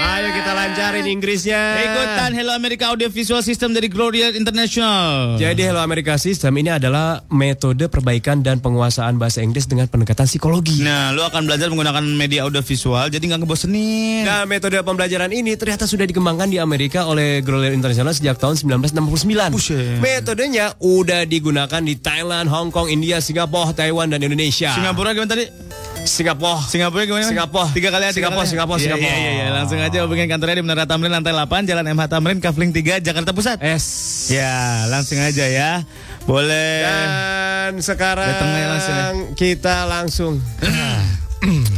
ayo kita lancarin Inggrisnya. Ikutan Hello America Audio Visual System dari Gloria International. Jadi Hello America System ini adalah metode perbaikan dan penguasaan bahasa Inggris dengan pendekatan psikologi. Nah, lu akan belajar menggunakan media audio visual, jadi nggak ngebosenin. Nah, metode pembelajaran ini ternyata sudah dikembangkan di Amerika oleh Grolier International sejak tahun 1969. Metodenya udah digunakan di Thailand, Hong Kong, India, Singapura, Taiwan, dan Indonesia. Singapura gimana tadi? Singapura. Singapura gimana? Singapura. Tiga kali A, tiga Singapura, kali A. Singapura, Iya, Singapura. Iya, iya, langsung aja hubungin kantornya di Menara Tamrin lantai 8, Jalan MH Tamrin, Kavling 3, Jakarta Pusat. Es. Ya, langsung aja ya. Boleh. Dan sekarang Datang aja langsung ya. kita langsung.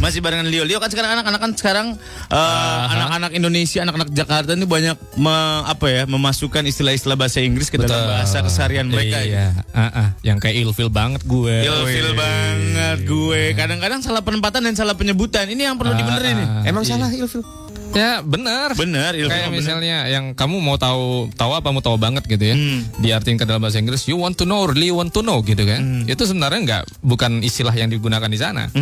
Masih barengan Leo. Leo kan sekarang anak-anak kan sekarang eh, anak-anak Indonesia, anak-anak Jakarta ini banyak me- apa ya, memasukkan istilah-istilah bahasa Inggris ke dalam bahasa keseharian mereka. ya. Iya. Ah, ah. Yang kayak ilfil banget gue. Ilfil banget gue. Kadang-kadang salah penempatan dan salah penyebutan. Ini yang perlu dibenerin nih. Emang salah ilfil? Ya benar. Bener, ilfil Kayak bener. misalnya yang kamu mau tahu tahu apa mau tahu banget gitu ya. Hmm. Diartiin ke dalam bahasa Inggris you want to know, really want to know gitu kan. Hmm. Itu sebenarnya nggak bukan istilah yang digunakan di sana.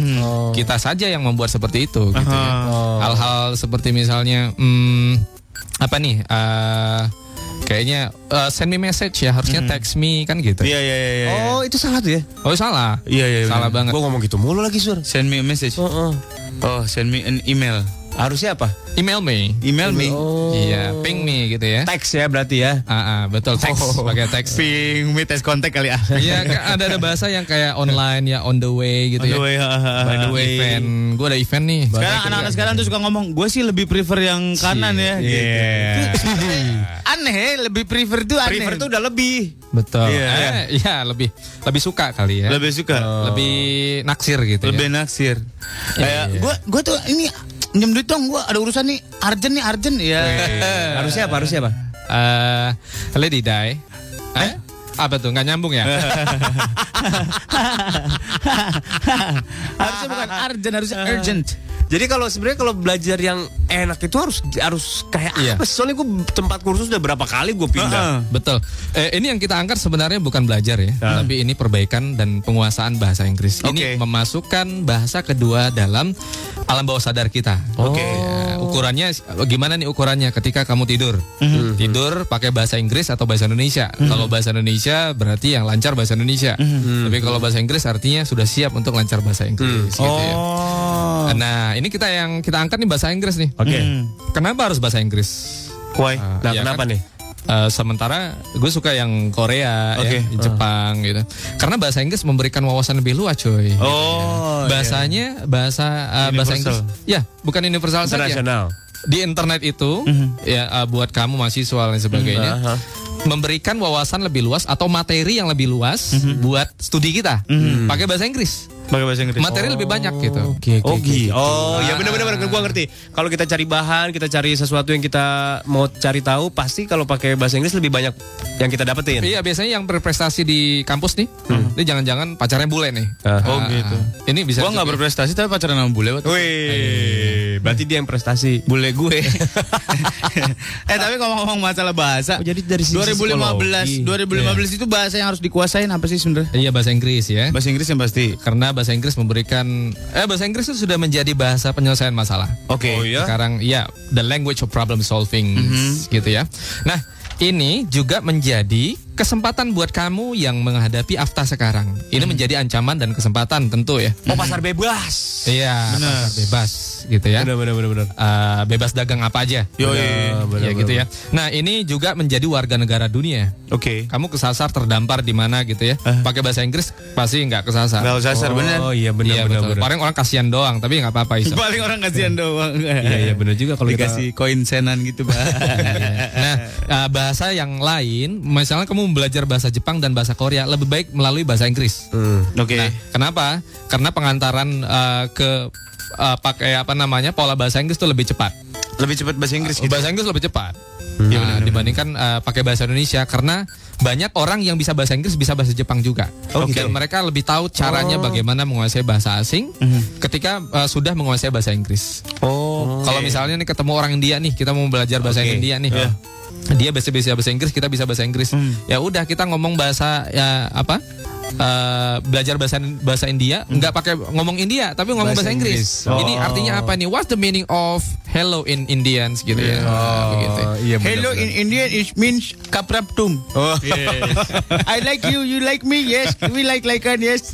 Kita saja yang membuat seperti itu gitu ya. Hal-hal seperti misalnya hmm, apa nih eh, kayaknya eh, send me message ya harusnya text me kan gitu. Iya, iya, iya. iya. Oh, itu salah tuh ya? Oh salah. Hmm. Iya, iya, Salah banget. Gue ngomong gitu mulu lagi, Sur. Send me a message. Heeh. Oh, send me an email. Harusnya apa? Email me. Email oh. me. Iya, ping me gitu ya. Teks ya berarti ya. Ah, ah, betul teks pakai teks. Ping me test kontak kali ah. Iya, ka- ada ada bahasa yang kayak online ya, on the way gitu By ya. the way, ha, ha, ha. By the way. Event, gue ada event nih. Sekarang anak-anak sekarang tuh suka ngomong, gue sih lebih prefer yang kanan ya. gitu. Iya. Itu sebenarnya Aneh, ya, lebih prefer tuh aneh. Prefer tuh udah lebih. betul. Iya, Iya, iya. lebih lebih suka kali ya. Lebih, lebih suka. naksir gitu Lebih ya. naksir. Kayak gue gue tuh ini pinjam duit dong, gue ada urusan nih urgent nih urgent ya. Harusnya apa? Harusnya apa? Eh, lady die. Eh? Apa tuh? Nggak nyambung ya? harusnya bukan urgent, harusnya urgent. Jadi kalau sebenarnya kalau belajar yang enak itu harus harus kayak Iya. apa? sih? Soalnya gue tempat kursus udah berapa kali gue pindah. Betul. Eh, ini yang kita angkat sebenarnya bukan belajar ya, tapi ini perbaikan dan penguasaan bahasa Inggris. Ini Oke. memasukkan bahasa kedua dalam alam bawah sadar kita. Oke. Ya, ukurannya gimana nih ukurannya ketika kamu tidur? Hmm. Tidur pakai bahasa Inggris atau bahasa Indonesia? Kalau bahasa Indonesia berarti yang lancar bahasa Indonesia. Tapi kalau bahasa Inggris artinya sudah siap untuk lancar bahasa Inggris Hmm. gitu ya. Oh. Nah, ini kita yang kita angkat nih bahasa Inggris nih. Oke. Hmm. Kenapa harus bahasa Inggris? Why? Ah, nah, iya kenapa kan? nih? Eh, sementara gue suka yang Korea, ya, Jepang gitu. Karena bahasa Inggris memberikan wawasan lebih luas, coy. Oh, Bahasanya bahasa eh, bahasa Inggris. Ya, bukan universal saja. Internasional. Di internet itu Mhm. ya eh, buat kamu mahasiswa dan sebagainya. Memberikan wawasan lebih luas atau materi yang lebih luas Mhm. buat studi kita pakai bahasa Inggris. pakai bahasa Inggris. Materi lebih banyak gitu. Oh, gitu. Oh, ya benar-benar gue ngerti. Kalau kita cari bahan, kita cari sesuatu yang kita mau cari tahu, pasti kalau pakai bahasa Inggris lebih banyak yang kita dapetin. Iya biasanya yang berprestasi di kampus nih, ini jangan-jangan pacarnya bule nih. Mhm. Ah, Oh, gitu. Ini bisa. Gue nggak juga. berprestasi tapi pacaran sama bule. Wat. Wih, berarti dia yang prestasi. bule gue. eh tapi ngomong-ngomong masalah bahasa. Oh, jadi dari sisi 2015, 2015 itu bahasa yang harus dikuasain apa sih sebenarnya? Iya bahasa Inggris ya. Iya. Bahasa Inggris yang pasti. Karena bahasa Inggris memberikan eh bahasa Inggris itu sudah menjadi bahasa penyelesaian masalah. Oke. Oh iya. Sekarang ya the language of problem solving gitu ya. Nah, ini juga menjadi kesempatan buat kamu yang menghadapi afta sekarang. Ini menjadi ancaman dan kesempatan tentu ya. Oh, pasar bebas. Iya, pasar bebas gitu ya. Benar-benar benar-benar. Eh, bebas dagang apa aja. Iya, Iya, ya gitu ya. Nah, ini juga menjadi warga negara dunia. Oke. Kamu kesasar terdampar di mana gitu ya. Pakai bahasa Inggris pasti nggak kesasar. Kalau sasar bener. Oh, iya iya benar-benar. betul. Paling orang kasihan doang, tapi nggak apa-apa Isa. Paling orang kasihan doang. Iya, iya benar juga kalau kita dikasih koin senan gitu, Pak. nah, eh, bahasa yang lain, misalnya kamu belajar bahasa Jepang dan bahasa Korea, lebih baik melalui bahasa Inggris. Oke. Nah, kenapa? Karena pengantaran eh, ke eh, pakai apa namanya pola bahasa Inggris tuh lebih cepat. Lebih cepat bahasa Inggris gitu. Oh, Hmm. Bahasa Inggris lebih cepat. Ya, dibandingkan eh, pakai bahasa Indonesia karena banyak orang yang bisa bahasa Inggris bisa bahasa Jepang juga. Oke. Oh. Dan mereka lebih tahu caranya bagaimana menguasai bahasa asing Hmm. ketika eh, sudah menguasai bahasa Inggris. Oh. Kalau misalnya nih ketemu orang India nih, kita mau belajar bahasa Oke. Ya. India nih. Dia bisa bisa bahasa Inggris, kita bisa bahasa Inggris. Hmm. Ya udah kita ngomong bahasa ya, apa? Eh, belajar bahasa bahasa India, nggak pakai ngomong India, tapi ngomong bahasa, Inggris. Ini Oh. artinya apa nih? What's the meaning of hello in Indians gitu ya? Oh, Nah, begitu. iya Hello in Indian it means kapraptum. Oh. Iya. I like you, you like me, yes. We like like and yes.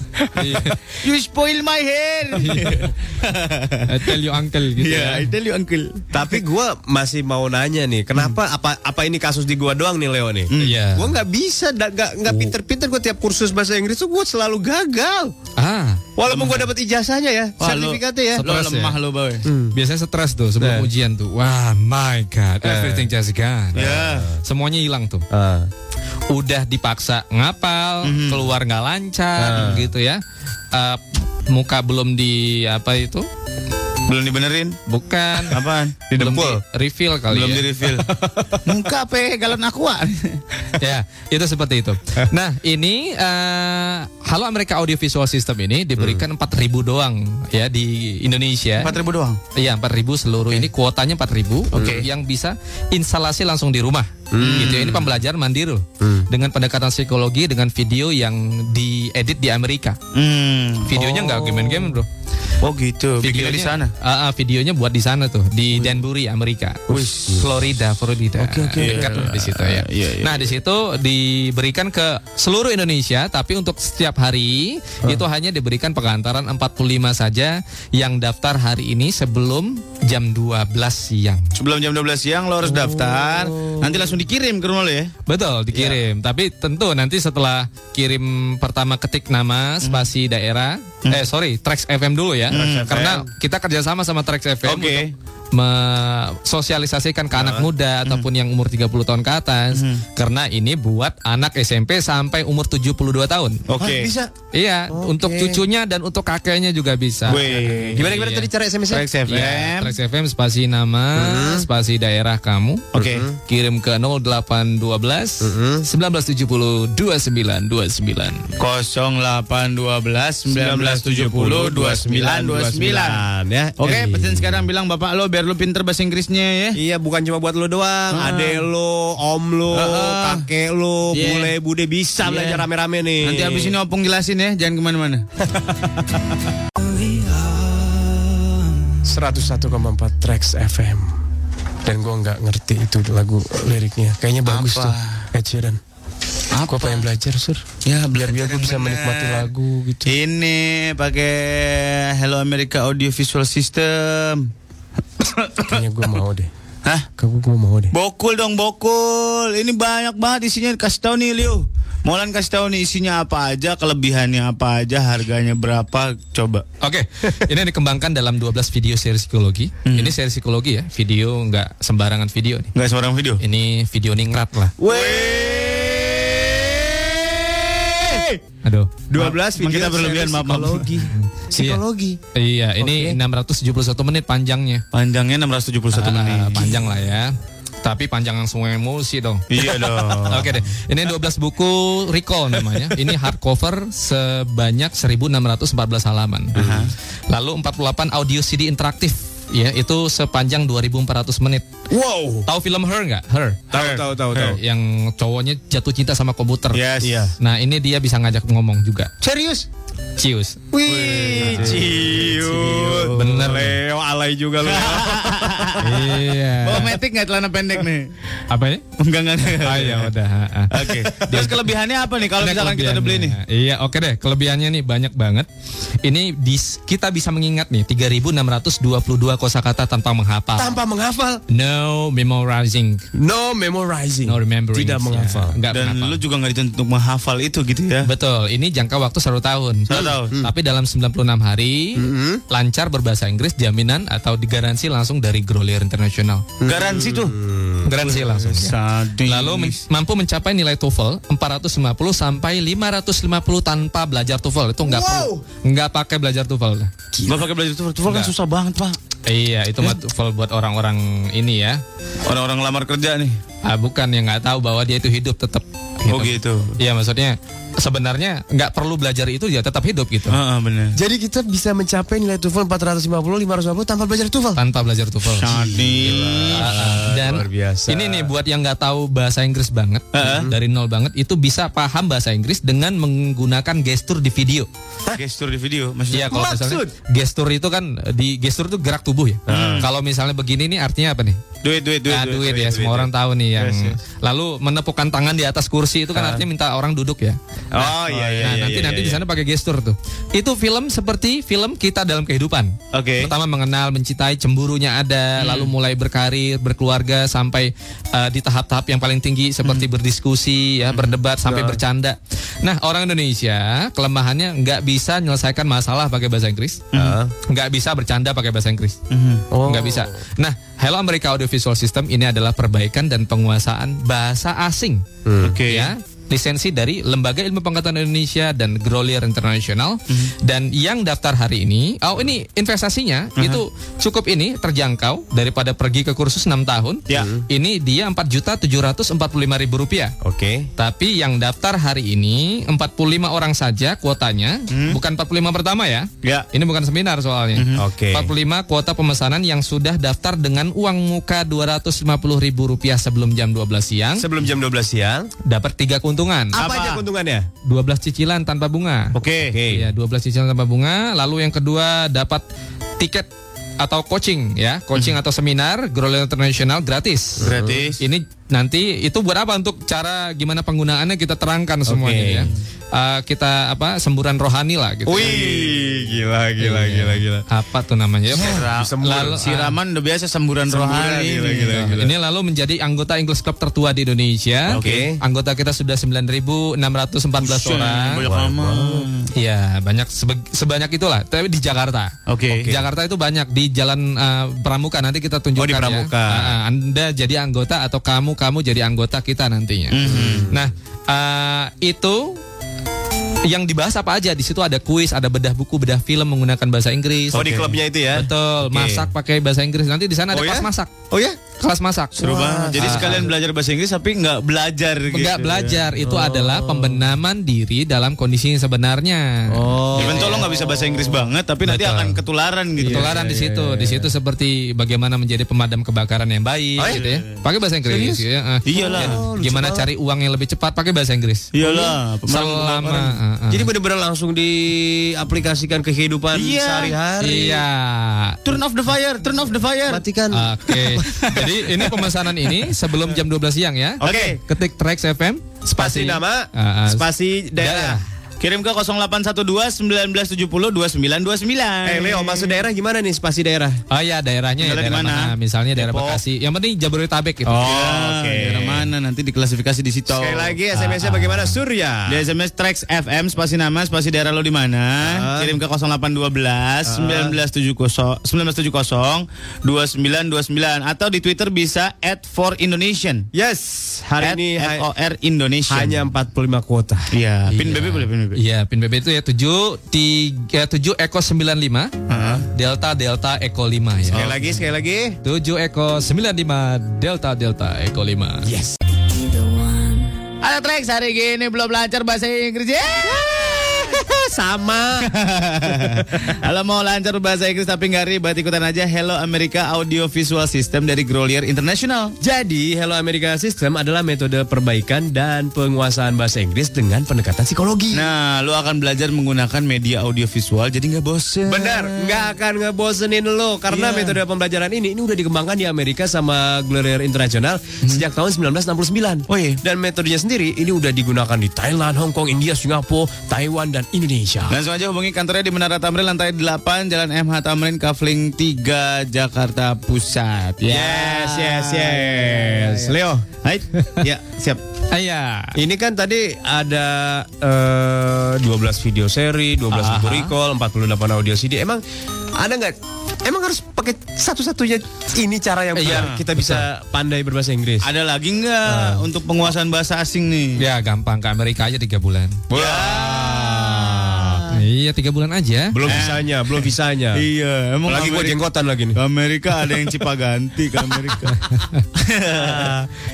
you spoil my hair. I tell you uncle gitu Yeah, I ya. tell you uncle. Tapi gua masih mau nanya nih, kenapa Hmm. apa apa ini kasus di gua doang nih Leo nih? Iya. Gua nggak bisa, da- nggak nggak Oh. pinter-pinter. Gua tiap kursus bahasa Inggris tuh gua selalu gagal. Ah, Walaupun Hmm. gua dapat ijazahnya ya, Wah, lu- sertifikatnya ya. Lo Stres ya? lemah lo bawe. biasanya stres tuh sebelum Eh. ujian tuh. Wah, my god, everything just gone. Ya. Semuanya hilang tuh. Ah. Udah dipaksa ngapal, keluar nggak lancar gitu ya. Eh, muka belum di apa itu? Belum dibenerin? Bukan. Apaan? Belum Didempul. di refill Oh, kali Belum ya. iya. di refill. Muka pe galon ah? aqua. ya, itu seperti itu. Nah, ini eh, Halo Amerika Audiovisual System ini diberikan 4.000 doang ya di Indonesia. 4000 doang. Iya 4000 seluruh ini kuotanya 4000 yang bisa instalasi langsung di rumah. Gitu ya. Ini pembelajaran mandiri loh. Dengan pendekatan psikologi dengan video yang diedit di Amerika. Hmm. Videonya nggak game-game bro. Oh gitu. Video di sana. Ah, ah, videonya buat di sana tuh di Danbury Amerika. Florida, Florida. Dekat lah di situ ya. Iya, Nah, di situ diberikan ke seluruh Indonesia tapi untuk setiap hari Ah. itu hanya diberikan pengantaran 45 saja yang daftar hari ini sebelum jam 12 siang. Sebelum jam 12 siang lo harus Oh. daftar. Nanti langsung dikirim ke rumah lo ya. Betul, dikirim. Iya. Tapi tentu nanti setelah kirim pertama ketik nama, Hmm. spasi daerah, eh sorry, Trax FM dulu ya. Karena kita kerjasama sama Trax FM Oke. untuk mesosialisasikan ke Ya. anak Hmm. muda ataupun yang umur 30 tahun ke atas karena ini buat anak SMP sampai umur 72 tahun. Oh. Oke. Bisa. Iya, untuk cucunya dan untuk kakeknya juga bisa. Weh. Gimana gimana Iya. tadi cara SMS-nya? Trax FM. Iya, Trax FM spasi nama, Hmm. spasi daerah kamu. Hmm. Oke. Kirim ke Hmm. 0812 1970 2929. 0812 1970 2929. ya. Oke, pesen sekarang bilang bapak lo biar lo pinter bahasa Inggrisnya ya. Iya, bukan cuma buat lo doang, ade lo, om lo, Ah. kakek lo, Iya. bule, bude bisa Iya. belajar rame-rame nih. Nanti habis ini opung jelasin ya, jangan kemana-mana. 101,4 tracks FM. Dan gua nggak ngerti itu lagu liriknya. Kayaknya bagus tuh Apa? Ed Sheeran. Apa? Gua pengen belajar, Sur. Ya, biar Biar gue bisa menikmati lagu gitu. Eh. Ini pakai Hello America Audio Visual System. Kayaknya gua mau deh. Hah? Kayaknya gua mau deh. Bokul dong bokul. Ini banyak banget isinya. Kasih tahu nih Liu. Molan kasih tahu nih isinya apa aja, kelebihannya apa aja, harganya berapa, coba. Oke, ini dikembangkan dalam 12 video seri psikologi. Hmm. Ini seri psikologi ya, video nggak sembarangan video nih. Nggak seorang video. Ini video ningrat lah. Weh. Aduh. 12 video kita berlebihan, series maaf, maaf. Eh! psikologi. psikologi. Iya, ini 671 menit panjangnya. Panjangnya 671 Ah, menit. panjang lah ya. Tapi panjang langsung emosi dong. Iya dong. Oke deh. Ini 12 buku recall namanya. Ini hardcover sebanyak 1614 halaman. Lalu 48 audio CD interaktif ya itu sepanjang 2400 menit. Wow. Tahu film Her nggak? Her. Tahu Eh. tahu tahu tahu. Yang cowoknya jatuh cinta sama komputer. Yes. Iya. Nah, ini dia bisa ngajak ngomong juga. Serius? Cius. Wih. Ciut. Bener. Leo alay juga lu. Bawa iya. metik nggak celana pendek nih? Apa ini? Enggak enggak. enggak. Ah, ya udah. ah, ah. Iya. Oke. Terus kelebihannya apa nih kalau Ini misalkan kita udah beli nih? kelebihannya. Iya, oke deh. Kelebihannya nih banyak banget. Ini dis- kita bisa mengingat nih 3622 kosakata tanpa menghafal. Tanpa menghafal, No memorizing, no memorizing. no remembering. Tidak menghafal. Ya, nggak Dan menghafal. lu juga nggak dituntut untuk menghafal itu gitu ya? Betul, ini jangka waktu satu tahun. Hmm. Satu tahun. Mm-hmm. Tapi dalam 96 hari lancar berbahasa Inggris jaminan atau digaransi langsung dari Grolier Internasional. Garansi tuh. Grand seal langsung. ya. Sadis. Lalu men- mampu mencapai nilai TOEFL 450 sampai 550 tanpa belajar TOEFL. Itu nggak perlu, nggak pakai belajar TOEFL. Gak pakai belajar tuval, tuval kan Nggak. susah banget pak. Iya, itu mah TOEFL buat orang-orang ini ya. Orang-orang lamar kerja nih. Ah, bukan yang nggak tahu bahwa dia itu hidup tetap. Oh gitu. Iya, maksudnya sebenarnya nggak perlu belajar itu ya tetap hidup gitu. Ah ah, bener. Jadi kita bisa mencapai nilai TOEFL 450 550 tanpa belajar TOEFL. Tanpa belajar TOEFL. Ah, Sadis. Dan luar biasa. ini nih buat yang nggak tahu bahasa Inggris banget dari nol banget itu bisa paham bahasa Inggris dengan menggunakan gestur di video. Gestur di video Iya maksudnya. kalau misalnya gestur itu kan di gestur itu gerak tubuh ya. Kalau misalnya begini nih artinya apa nih? Duit duit duit. Ah, duit, ya semua orang tahu nih yang lalu menepukan tangan di atas kursi itu kan artinya minta orang duduk ya. Oh Nah, iya iya. iya, nanti iya, nanti di iya. sana pakai gestur tuh. Itu film seperti film kita dalam kehidupan. Oke. Hmm. Pertama mengenal, mencintai, cemburunya ada, lalu mulai berkarir, berkeluarga sampai eh, di tahap-tahap yang paling tinggi Hmm. seperti berdiskusi, ya, berdebat sampai bercanda. Nah, orang Indonesia kelemahannya nggak bisa menyelesaikan masalah pakai bahasa Inggris. Hmm. Nggak bisa bercanda pakai bahasa Inggris. Nggak Oh. bisa. Nah, Hello America Audiovisual System ini adalah perbaikan dan penguasaan bahasa asing. Hmm. Oke. Ya, lisensi dari Lembaga Ilmu Pengetahuan Indonesia dan Grolier Internasional Mhm. dan yang daftar hari ini oh ini investasinya Mhm. itu cukup ini terjangkau daripada pergi ke kursus 6 tahun Ya. ini dia 4.745.000 rupiah Oke. tapi yang daftar hari ini 45 orang saja kuotanya, bukan 45 pertama ya. Mhm. Ya. Mhm. Ini bukan seminar soalnya. Oke. 45 kuota pemesanan yang sudah daftar dengan uang muka Rp250.000 sebelum jam 12 siang Sebelum jam 12 siang. dapat tiga keuntungan. Apa, aja keuntungannya? 12 cicilan tanpa bunga. Oke. Iya, 12 cicilan tanpa bunga. Lalu yang kedua dapat tiket atau coaching ya, coaching atau seminar Growler Internasional gratis. Gratis. Ini nanti itu buat apa untuk cara gimana penggunaannya kita terangkan semuanya Oke. ya. Eh, kita apa semburan rohani lah gitu. Wih, gila gila Iya. gila gila. Ah. Apa tuh namanya? Oke. Lalu, Lalu, siraman udah biasa semburan, rohani. Iya. Gila, gila, gila. Iya. Ini lalu menjadi anggota English Club tertua di Indonesia. Oke. Anggota kita sudah 9.614 orang. Banyak amat. Iya, banyak sebe- sebanyak itulah. Tapi di Jakarta. Oke. Oke. Jakarta itu banyak di Jalan eh, Pramuka nanti kita tunjukkan Oh, di ya. Pramuka. Ah, ah, anda jadi anggota atau kamu kamu jadi anggota kita nantinya. Mhm. Nah, eh, itu yang dibahas apa aja di situ ada kuis, ada bedah buku, bedah film menggunakan bahasa Inggris. Oh, di klubnya itu ya? Betul, masak pakai bahasa Inggris. Nanti di sana ada Oh, kelas ya? masak. Oh ya? Kelas masak. Seru ah. banget. Jadi sekalian belajar bahasa Inggris tapi nggak belajar gitu. Enggak belajar, itu adalah pembenaman diri dalam kondisi yang sebenarnya. Oh, Even tuh lo nggak bisa bahasa Inggris banget tapi nanti iya. Betul. akan ketularan gitu. Ketularan di situ, di situ seperti bagaimana menjadi pemadam kebakaran yang baik, gitu ya. Pakai bahasa Inggris, gitu ya. Eh, Iyalah. ya, Gimana cari uang yang lebih cepat? Pakai bahasa Inggris. Iya, Iya. Iyalah, Selama, eh, eh. Jadi benar-benar langsung diaplikasikan ke kehidupan Iya. sehari-hari. iya. Turn off the fire, turn off the fire. Matikan. Oke. Jadi ini pemesanan ini sebelum jam 12 siang ya. Oke. Ketik Trax FM Spasi nama, eh, Ah, eh, Spasi daerah. Daerah. Kirim ke 0812 1970 2929. Eh Leo, masuk daerah gimana nih spasi daerah? Oh ya daerahnya ya Daerah di daerah mana? mana? Misalnya daerah Depok. Bekasi. Yang penting Jabodetabek gitu. Oh, oke. Daerah mana nanti diklasifikasi di situ. Ah. Sekali lagi SMS-nya bagaimana? Surya. Di SMS Trax FM spasi nama spasi daerah lo di mana? Ah. Kirim ke 0812 1970 1970 2929 atau di Twitter bisa @forindonesian. Yes, hari At ini ha- FOR Indonesia. hanya 45 kuota. Iya, pin BB boleh pin BB. Iya, pin BB itu ya 7 tiga 7 Eko 95. Delta Delta Eko 5 ya. Sekali lagi, sekali lagi. 7 Eko 95 Delta Delta Eko 5 Yes Ada Trax hari gini belum lancar bahasa Inggris. Sama. Kalau mau lancar bahasa Inggris tapi nggak ribet ikutan aja Hello America Audio Visual System dari Grolier International. Jadi, Hello America System adalah metode perbaikan dan penguasaan bahasa Inggris dengan pendekatan psikologi. Nah, lu akan belajar menggunakan media audiovisual jadi nggak bosen. Benar, nggak akan ngebosenin lo karena Iya. metode pembelajaran ini ini udah dikembangkan di Amerika sama Glorier International sejak tahun 1969. Hmm. Oh iya. Dan metodenya sendiri ini udah digunakan di Thailand, Hong Kong, India, Singapura, Taiwan dan Indonesia. Langsung aja hubungi kantornya di Menara Tamrin lantai 8 Jalan MH Tamrin Kavling 3 Jakarta Pusat. Ya. Ya. Yes, yes, yes. Leo. Hai. ya, siap. Iya. Ini kan tadi ada eh, 12 video seri, 12 buku recall, 48 audio CD. Emang ada nggak? Emang harus pakai satu-satunya ini cara Iya. yang benar kita bisa pandai berbahasa Inggris. Ada lagi nggak untuk penguasaan bahasa asing nih? Ya gampang ke Amerika aja tiga bulan. Iya tiga bulan aja. Ya. Belum bisanya, belum bisanya. Iya, emang Lagi gua Amerika- jenggotan lagi nih. Ke Amerika ada yang cipaganti ke Amerika.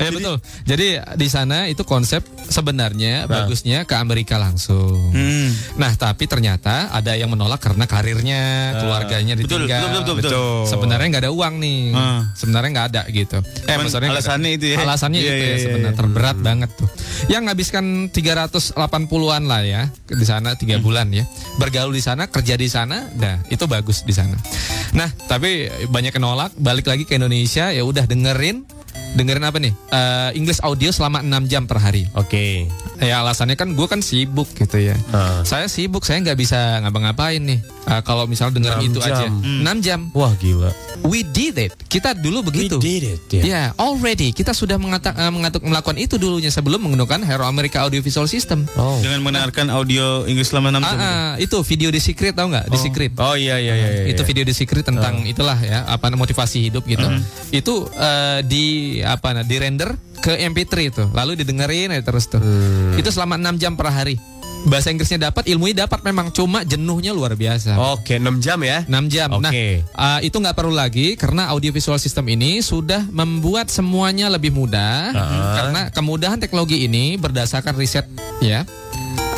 Ya betul. Jadi di sana itu konsep sebenarnya bagusnya ke Amerika langsung. Hmm. Nah tapi ternyata ada yang menolak karena karirnya, keluarganya Eh, betul, ditinggal. betul, betul, betul. Betul. Sebenarnya nggak ada uang nih. Ah. Sebenarnya nggak ada gitu. Eh Cuman maksudnya nggak ada. alasannya itu ya. Alasannya Iya, itu iya, ya iya, sebenarnya iya. terberat banget tuh. Yang ngabiskan 380-an lah ya di sana tiga Hmm. bulan ya. Bergaul di sana, kerja di sana, dah itu bagus di sana. Nah, tapi banyak yang nolak, balik lagi ke Indonesia ya udah dengerin dengerin apa nih? Eh, English audio selama 6 jam per hari. Oke. Ya alasannya kan gue kan sibuk gitu ya. Ah. Saya sibuk, saya nggak bisa ngapa-ngapain nih. Eh, kalau misalnya dengerin Enam itu aja, jam. 6 jam. Wah gila. We did it. Kita dulu begitu. We did it, ya. Ya, already kita sudah mengata- eh, mengatuk- melakukan itu dulunya sebelum menggunakan Hero America Audiovisual System. Oh. Dengan mendengarkan audio Inggris selama 6 Ah, ah, itu video di Secret tahu nggak? Di Secret. Oh iya iya iya. iya. Itu video di Secret tentang itulah ya, apa motivasi hidup gitu. Hmm. Itu eh, di apa nah, di render ke MP3 itu, lalu didengerin aja terus tuh. Hmm. Itu selama 6 jam per hari. Bahasa Inggrisnya dapat, ilmunya dapat memang cuma jenuhnya luar biasa. Oke, 6 jam ya. 6 jam. Oke. Nah, uh, itu nggak perlu lagi karena audiovisual system ini sudah membuat semuanya lebih mudah karena kemudahan teknologi ini berdasarkan riset ya.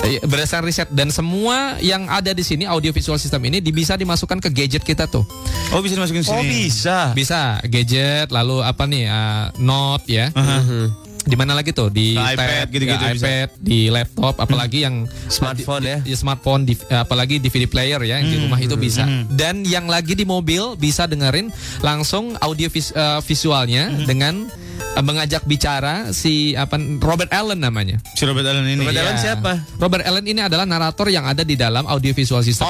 Eh, Berdasarkan riset dan semua yang ada di sini audiovisual system ini di- bisa dimasukkan ke gadget kita tuh. Oh, bisa dimasukin sini. Oh bisa. Bisa gadget lalu apa nih uh, note ya. Uh-huh. Di mana lagi tuh di tab, Ke iPad, gitu-gitu ke bisa. iPad, di laptop apalagi yang Hmm. Smartphone di- ya. Hmm. di smartphone di, eh, apalagi DVD player ya yang di rumah itu bisa. Dan yang lagi di mobil bisa dengerin langsung audio vis- eh, visualnya Hmm. dengan eh, mengajak bicara si apa Robert Allen namanya. Si Robert Allen ini. Robert Allen Iya. siapa? Robert Allen ini adalah narator yang ada di dalam audiovisual system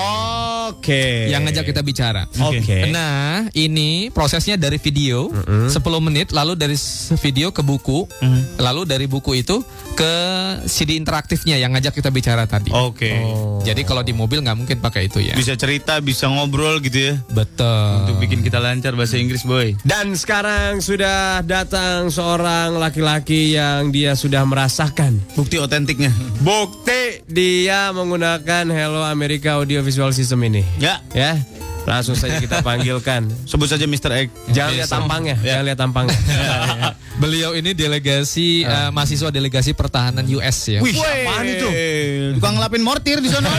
Oke. yang ngajak kita bicara. Oke. Nah, ini prosesnya dari video 10 menit, lalu dari s- video ke buku, Mm. lalu dari buku itu ke CD interaktifnya yang ngajak kita bicara tadi. Oke. Jadi kalau di mobil nggak mungkin pakai itu ya. Oh. Bisa cerita, bisa ngobrol gitu ya. Betul. Untuk bikin kita lancar bahasa Inggris, boy. Dan sekarang sudah datang seorang laki-laki yang dia sudah merasakan Bukti otentiknya. bukti dia menggunakan Hello America Audiovisual System ini. Ya. Ya, langsung saja kita panggilkan. Sebut saja Mr. Egg. Ya. Jangan lihat tampangnya, jangan lihat tampangnya. Beliau ini delegasi eh, mahasiswa delegasi pertahanan US ya. Ah. Wih, apaan itu? Tukang lapin mortir di sana.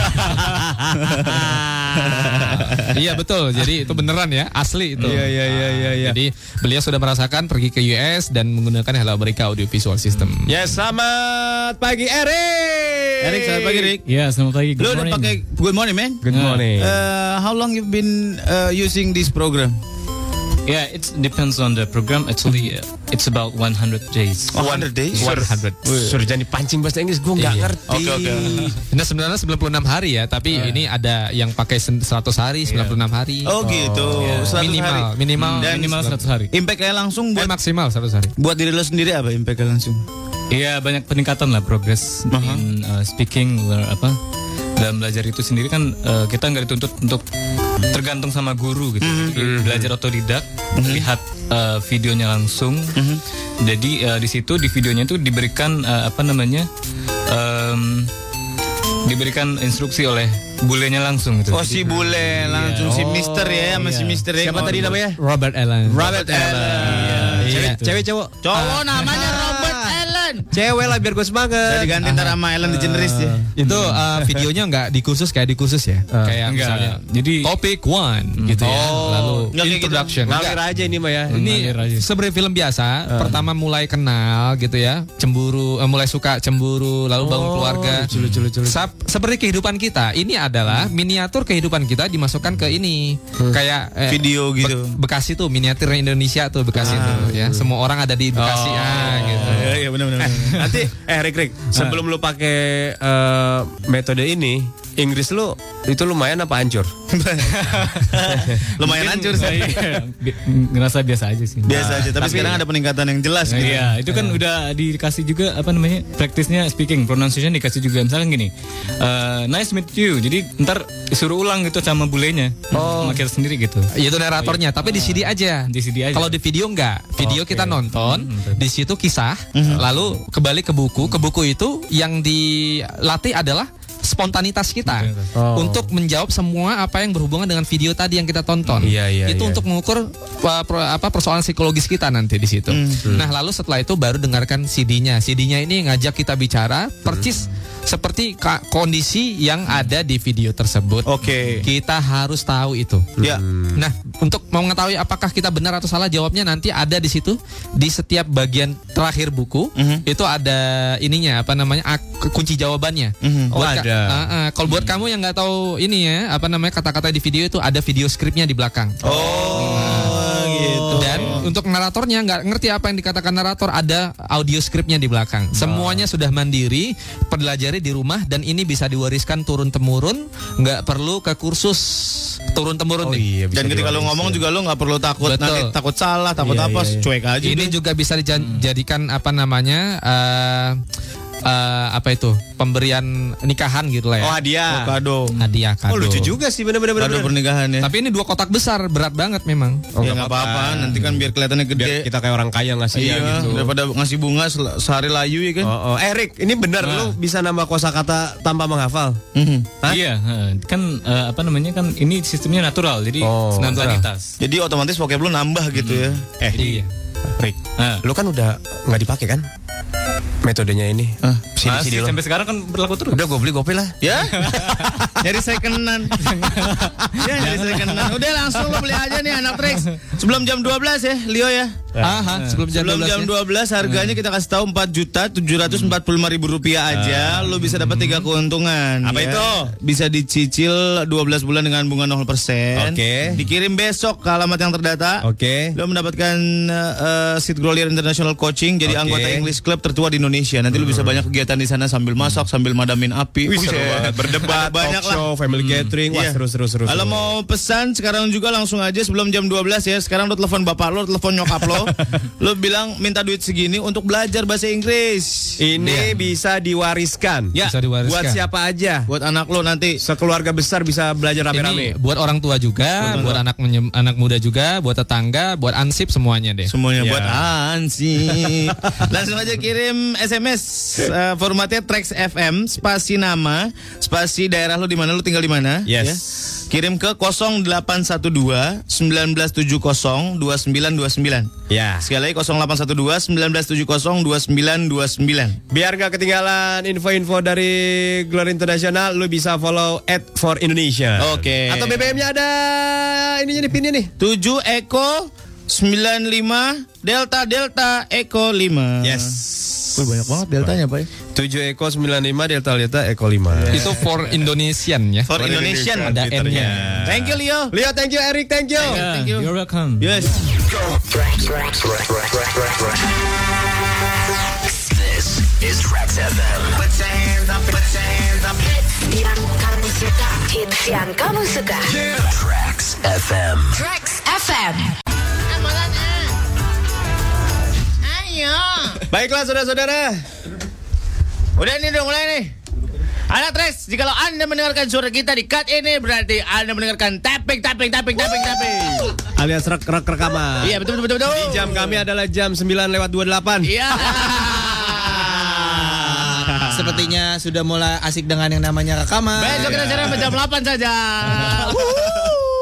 iya betul. Jadi itu beneran ya, asli itu. Nah, Iya, iya, iya, iya, iya. Jadi beliau sudah merasakan pergi ke US dan menggunakan Hello America Audiovisual System. ya, selamat pagi Erik. Erik, selamat pagi, Erik. Ya, selamat pagi. Lu udah pakai Good morning, man. Good morning. Uh, how long you've been uh, using this program? Yeah, it depends on the program. Actually, it's about 100 days. 100 days. 100. Suruh jangan dipancing bahasa Inggris, gue nggak ngerti. Iya. Oke, oke. Nah sebenarnya 96 hari ya, tapi Iya. ini ada yang pakai sen- 100 hari, 96 hari. Iya. Oh gitu. 100 hari. Minimal, minimal. Dan Minimal 100 hari. Impact-nya langsung Eh, buat maksimal 100 hari. buat diri lo sendiri apa impact-nya langsung? Iya, banyak peningkatan lah progress in uh, speaking or apa. Dan belajar itu sendiri kan uh, kita nggak dituntut untuk tergantung sama guru gitu. Mhm. Jadi belajar otodidak, lihat uh, videonya langsung. Mhm. Jadi uh, di situ di videonya itu diberikan uh, apa namanya? um, diberikan instruksi oleh bulenya langsung gitu. Oh si bule langsung si Mister ya sama si Mister Siapa tadi namanya? Robert Allen. Robert Allen. Iya. Ah, Cewek, cewek cowok. Cowok namanya Robert Allen. Cewek lah biar gue semangat. Saya diganti ntar sama Ellen DeGeneres ya. Itu uh, videonya nggak dikhusus kayak dikhusus ya. kayak enggak. misalnya Jadi topik one gitu ya. Lalu nggak kayak gitu. introduction. Ngalir Nggak. aja ini mah ya. Ini sebenarnya film biasa. Pertama mulai kenal gitu ya, cemburu, eh, mulai suka cemburu, lalu bangun keluarga. Sap- seperti kehidupan kita. Ini adalah miniatur kehidupan kita dimasukkan ke ini kayak eh, Video gitu. Be- Bekasi tuh miniatur Indonesia tuh Bekasi tuh ya. Semua orang ada di Bekasi ah gitu. Iya iya benar benar. benar. Nanti eh Rik Rik, sebelum lu pakai eh, metode ini, Inggris lu itu lumayan apa hancur? Lumayan hancur sih. Bi- ngerasa biasa aja sih. Biasa aja, Oh, iya. tapi sekarang ada peningkatan yang jelas Nah, gitu. Iya, itu kan udah dikasih juga apa namanya praktisnya speaking, pronunciation dikasih juga misalkan gini, eh, nice meet you. Jadi ntar suruh ulang gitu sama bulenya, oh. sama kita sendiri gitu. Ya, Itu naratornya, tapi di CD aja. Di CD aja. Eh, Kalau di video enggak. Video Oke. kita nonton, Hmm, betul. di situ kisah, lalu kembali ke buku. Ke buku itu yang dilatih adalah spontanitas kita Spontanitas. untuk menjawab semua apa yang berhubungan dengan video tadi yang kita tonton. Iya, iya, itu iya. untuk mengukur uh, pro- apa persoalan psikologis kita nanti di situ. Nah, lalu setelah itu baru dengarkan CD-nya. CD-nya ini ngajak kita bicara persis seperti ka- kondisi yang ada di video tersebut. Oke. Kita harus tahu itu. Ya. Nah, untuk mau mengetahui apakah kita benar atau salah jawabnya nanti ada di situ di setiap bagian terakhir buku Hmm. itu ada ininya apa namanya ak- kunci jawabannya. Mhm. Oh, Buat ka- ada. Hmm. Ah, ah. kalau buat kamu yang nggak tahu ini ya apa namanya kata-kata di video itu ada video skripnya di belakang. Oh, gitu. Dan untuk naratornya nggak ngerti apa yang dikatakan narator ada audio skripnya di Ah. belakang. Semuanya sudah mandiri, pelajari di rumah dan ini bisa diwariskan turun temurun, nggak perlu ke kursus turun Oh temurun Oh, nih. iya, Dan ketika lu ngomong juga lu nggak perlu takut Betul. nanti takut salah, takut apa, cuek aja. Nah, Ini juga bisa dijadikan apa namanya eh, eh, apa itu pemberian nikahan gitu lah ya. Oh, hadiah. Oh, kado. Hadiah kado. Oh lucu juga sih bener-bener. Kado pernikahan ya. Tapi ini dua kotak besar berat banget memang. ya nggak apa-apa, nanti kan biar kelihatannya gede. Biar kita kayak orang kaya ngasih iya, ya gitu. daripada ngasih bunga sel- sehari layu ya kan. Oh, oh. Erik, ini benar lu bisa nama kosakata tanpa menghafal. Mhm. Hah? Iya, eh, kan eh, apa namanya kan ini sistemnya natural, jadi Oh, spontanitas. Jadi otomatis pokoknya lu nambah gitu ya. Eh, Jadi, iya. Rick, Ah. lu kan udah nggak dipakai kan? Metodenya ini. Sini Masih sini lu. sampai sekarang kan berlaku terus. Udah gue beli kopi lah. Ah. ya. Nyari secondan. ya, nyari secondan. Udah langsung lu beli aja nih anak Trix. Sebelum jam 12 ya, Leo ya. Nah, Aha, sebelum jam ya. Sebelum 12. jam 12 harganya kita kasih tahu 4 juta 745 ribu rupiah aja Lu bisa dapat tiga keuntungan Apa itu? Bisa dicicil 12 bulan dengan bunga 0% Oke. Dikirim besok ke alamat yang terdata Oke. Lu Eh. mendapatkan uh, Seed Growler International Coaching Jadi Oke. Hmm. anggota English Club tertua di Indonesia Nanti lu bisa banyak kegiatan di sana sambil masak Sambil madamin api Buset. Berdebat, Ada banyak talk show, family gathering, wah Iya. seru seru seru. seru. Kalau mau pesan sekarang juga langsung aja sebelum jam 12 ya. Sekarang lu telepon bapak lu, telepon nyokap lo. lu bilang minta duit segini untuk belajar bahasa Inggris. ini Iya. bisa diwariskan. Ya. Bisa diwariskan. Buat siapa aja? Buat anak lo nanti. Sekeluarga besar bisa belajar Ini rame-rame. buat orang tua juga, buat anak menye- anak muda juga, buat tetangga, buat ansip semuanya deh. Semuanya buat ansih. Iya. Langsung aja kirim SMS eh, formatnya Trax FM spasi nama, spasi daerah lu di mana lu tinggal di mana. Yes. ya. Kirim ke 0812 1970 2929. Ya. Sekali lagi 0812 1970 2929. Biar gak ketinggalan info-info dari Glory Internasional, lu bisa follow at for Indonesia. Oke. Atau BBM-nya ada ininya nih pinnya nih. 7 Eko 95 Delta Delta Eko 5. Yes. banyak banget deltanya, Pak. 7 Iya. Eko 95 Delta Delta Eko 5. Itu for Indonesian ya. For Indonesian. E. Ada N-nya. Thank you Leo. Leo, thank you Eric, thank you. Ah, you. You're welcome. Yes. This is Rex FM. Put your hands up, put your hands up. Yang kamu suka, hits yang kamu suka. Rex FM. Tracks FM. Amalan ah. Ayo. Baiklah saudara-saudara. Udah nih udah mulai nih. Anak Tres, jikalau Anda mendengarkan suara kita di cut ini berarti Anda mendengarkan tapping, tapping, tapping, tapping, tapping. Alias rek rek rekaman. Iya, betul, betul, betul, betul. Jam kami adalah jam 9 lewat 28. Iya. Sepertinya sudah mulai asik dengan yang namanya rekaman. Besok kita cerah jam 8 saja.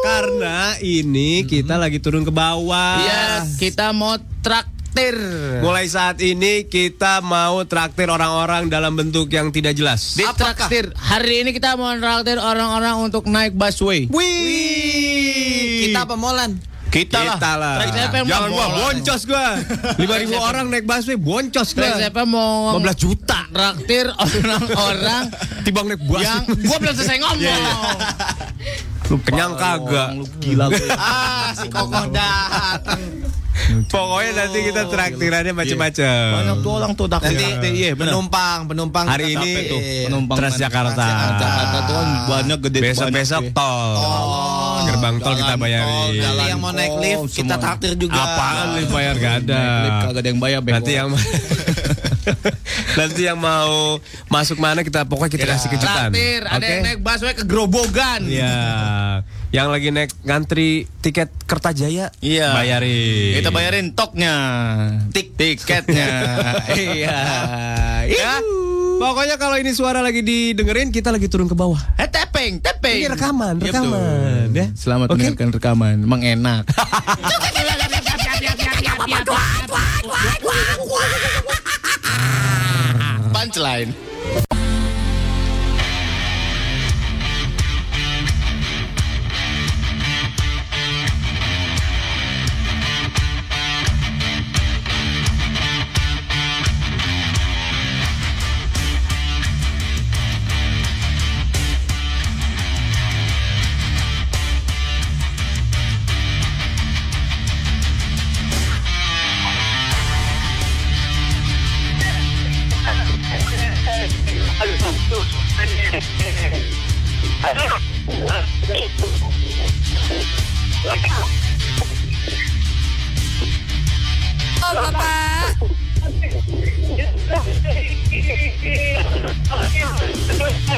Karena ini kita lagi turun ke bawah. Iya, kita mau traktir. Mulai saat ini kita mau traktir orang-orang dalam bentuk yang tidak jelas. Di traktir. Hari ini kita mau traktir orang-orang untuk naik busway. Wih. Kita pemolan. Kita, Kita lah. Jangan gua boncos gua. 5000 orang naik busway boncos gua. Siapa mau 15 juta. traktir orang-orang Tibang naik bus. yang gua belum selesai ngomong. Kenyang kagak. ah, si kokoh datang. Pokoknya nanti kita traktirannya macam-macam. Iya. Banyak tuh orang tuh takut. Nanti iya benar. Penumpang, penumpang. Hari ini Capek tuh, kan. penumpang Transjakarta. Jakarta tuh kan banyak gede Besok-besok banyak, Oh, tol. Gerbang tol kita bayarin. Nanti yang mau naik lift kita traktir juga. Apaan lift bayar gak ada. Naik lift kagak ada yang bayar bego. Nanti yang Nanti yang mau masuk mana kita pokoknya kita Iya. kasih kejutan. Traktir, ada Oke? yang naik busway ke Grobogan. Iya. Yang lagi naik ngantri tiket Kertajaya Iya. bayarin. Kita bayarin toknya, tik tiketnya. iya. Ya. Iya. Pokoknya kalau ini suara lagi didengerin kita lagi turun ke bawah. Eh tepeng, tepeng. Ini rekaman, Iya, rekaman, betul. ya. Selamat Oke. mendengarkan rekaman, mengenak. Punchline.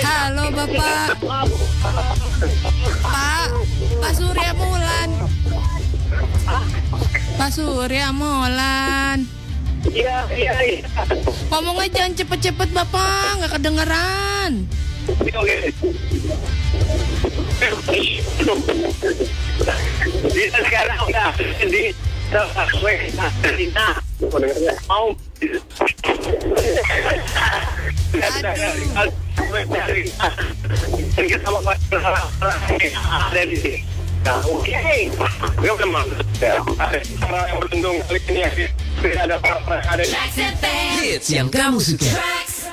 Halo Bapak. Pak, Pak Surya Mulan. Pak Surya Mulan. Ngomongnya jangan cepet-cepet Bapak, nggak kedengeran. Hits yang kamu suka. Tracks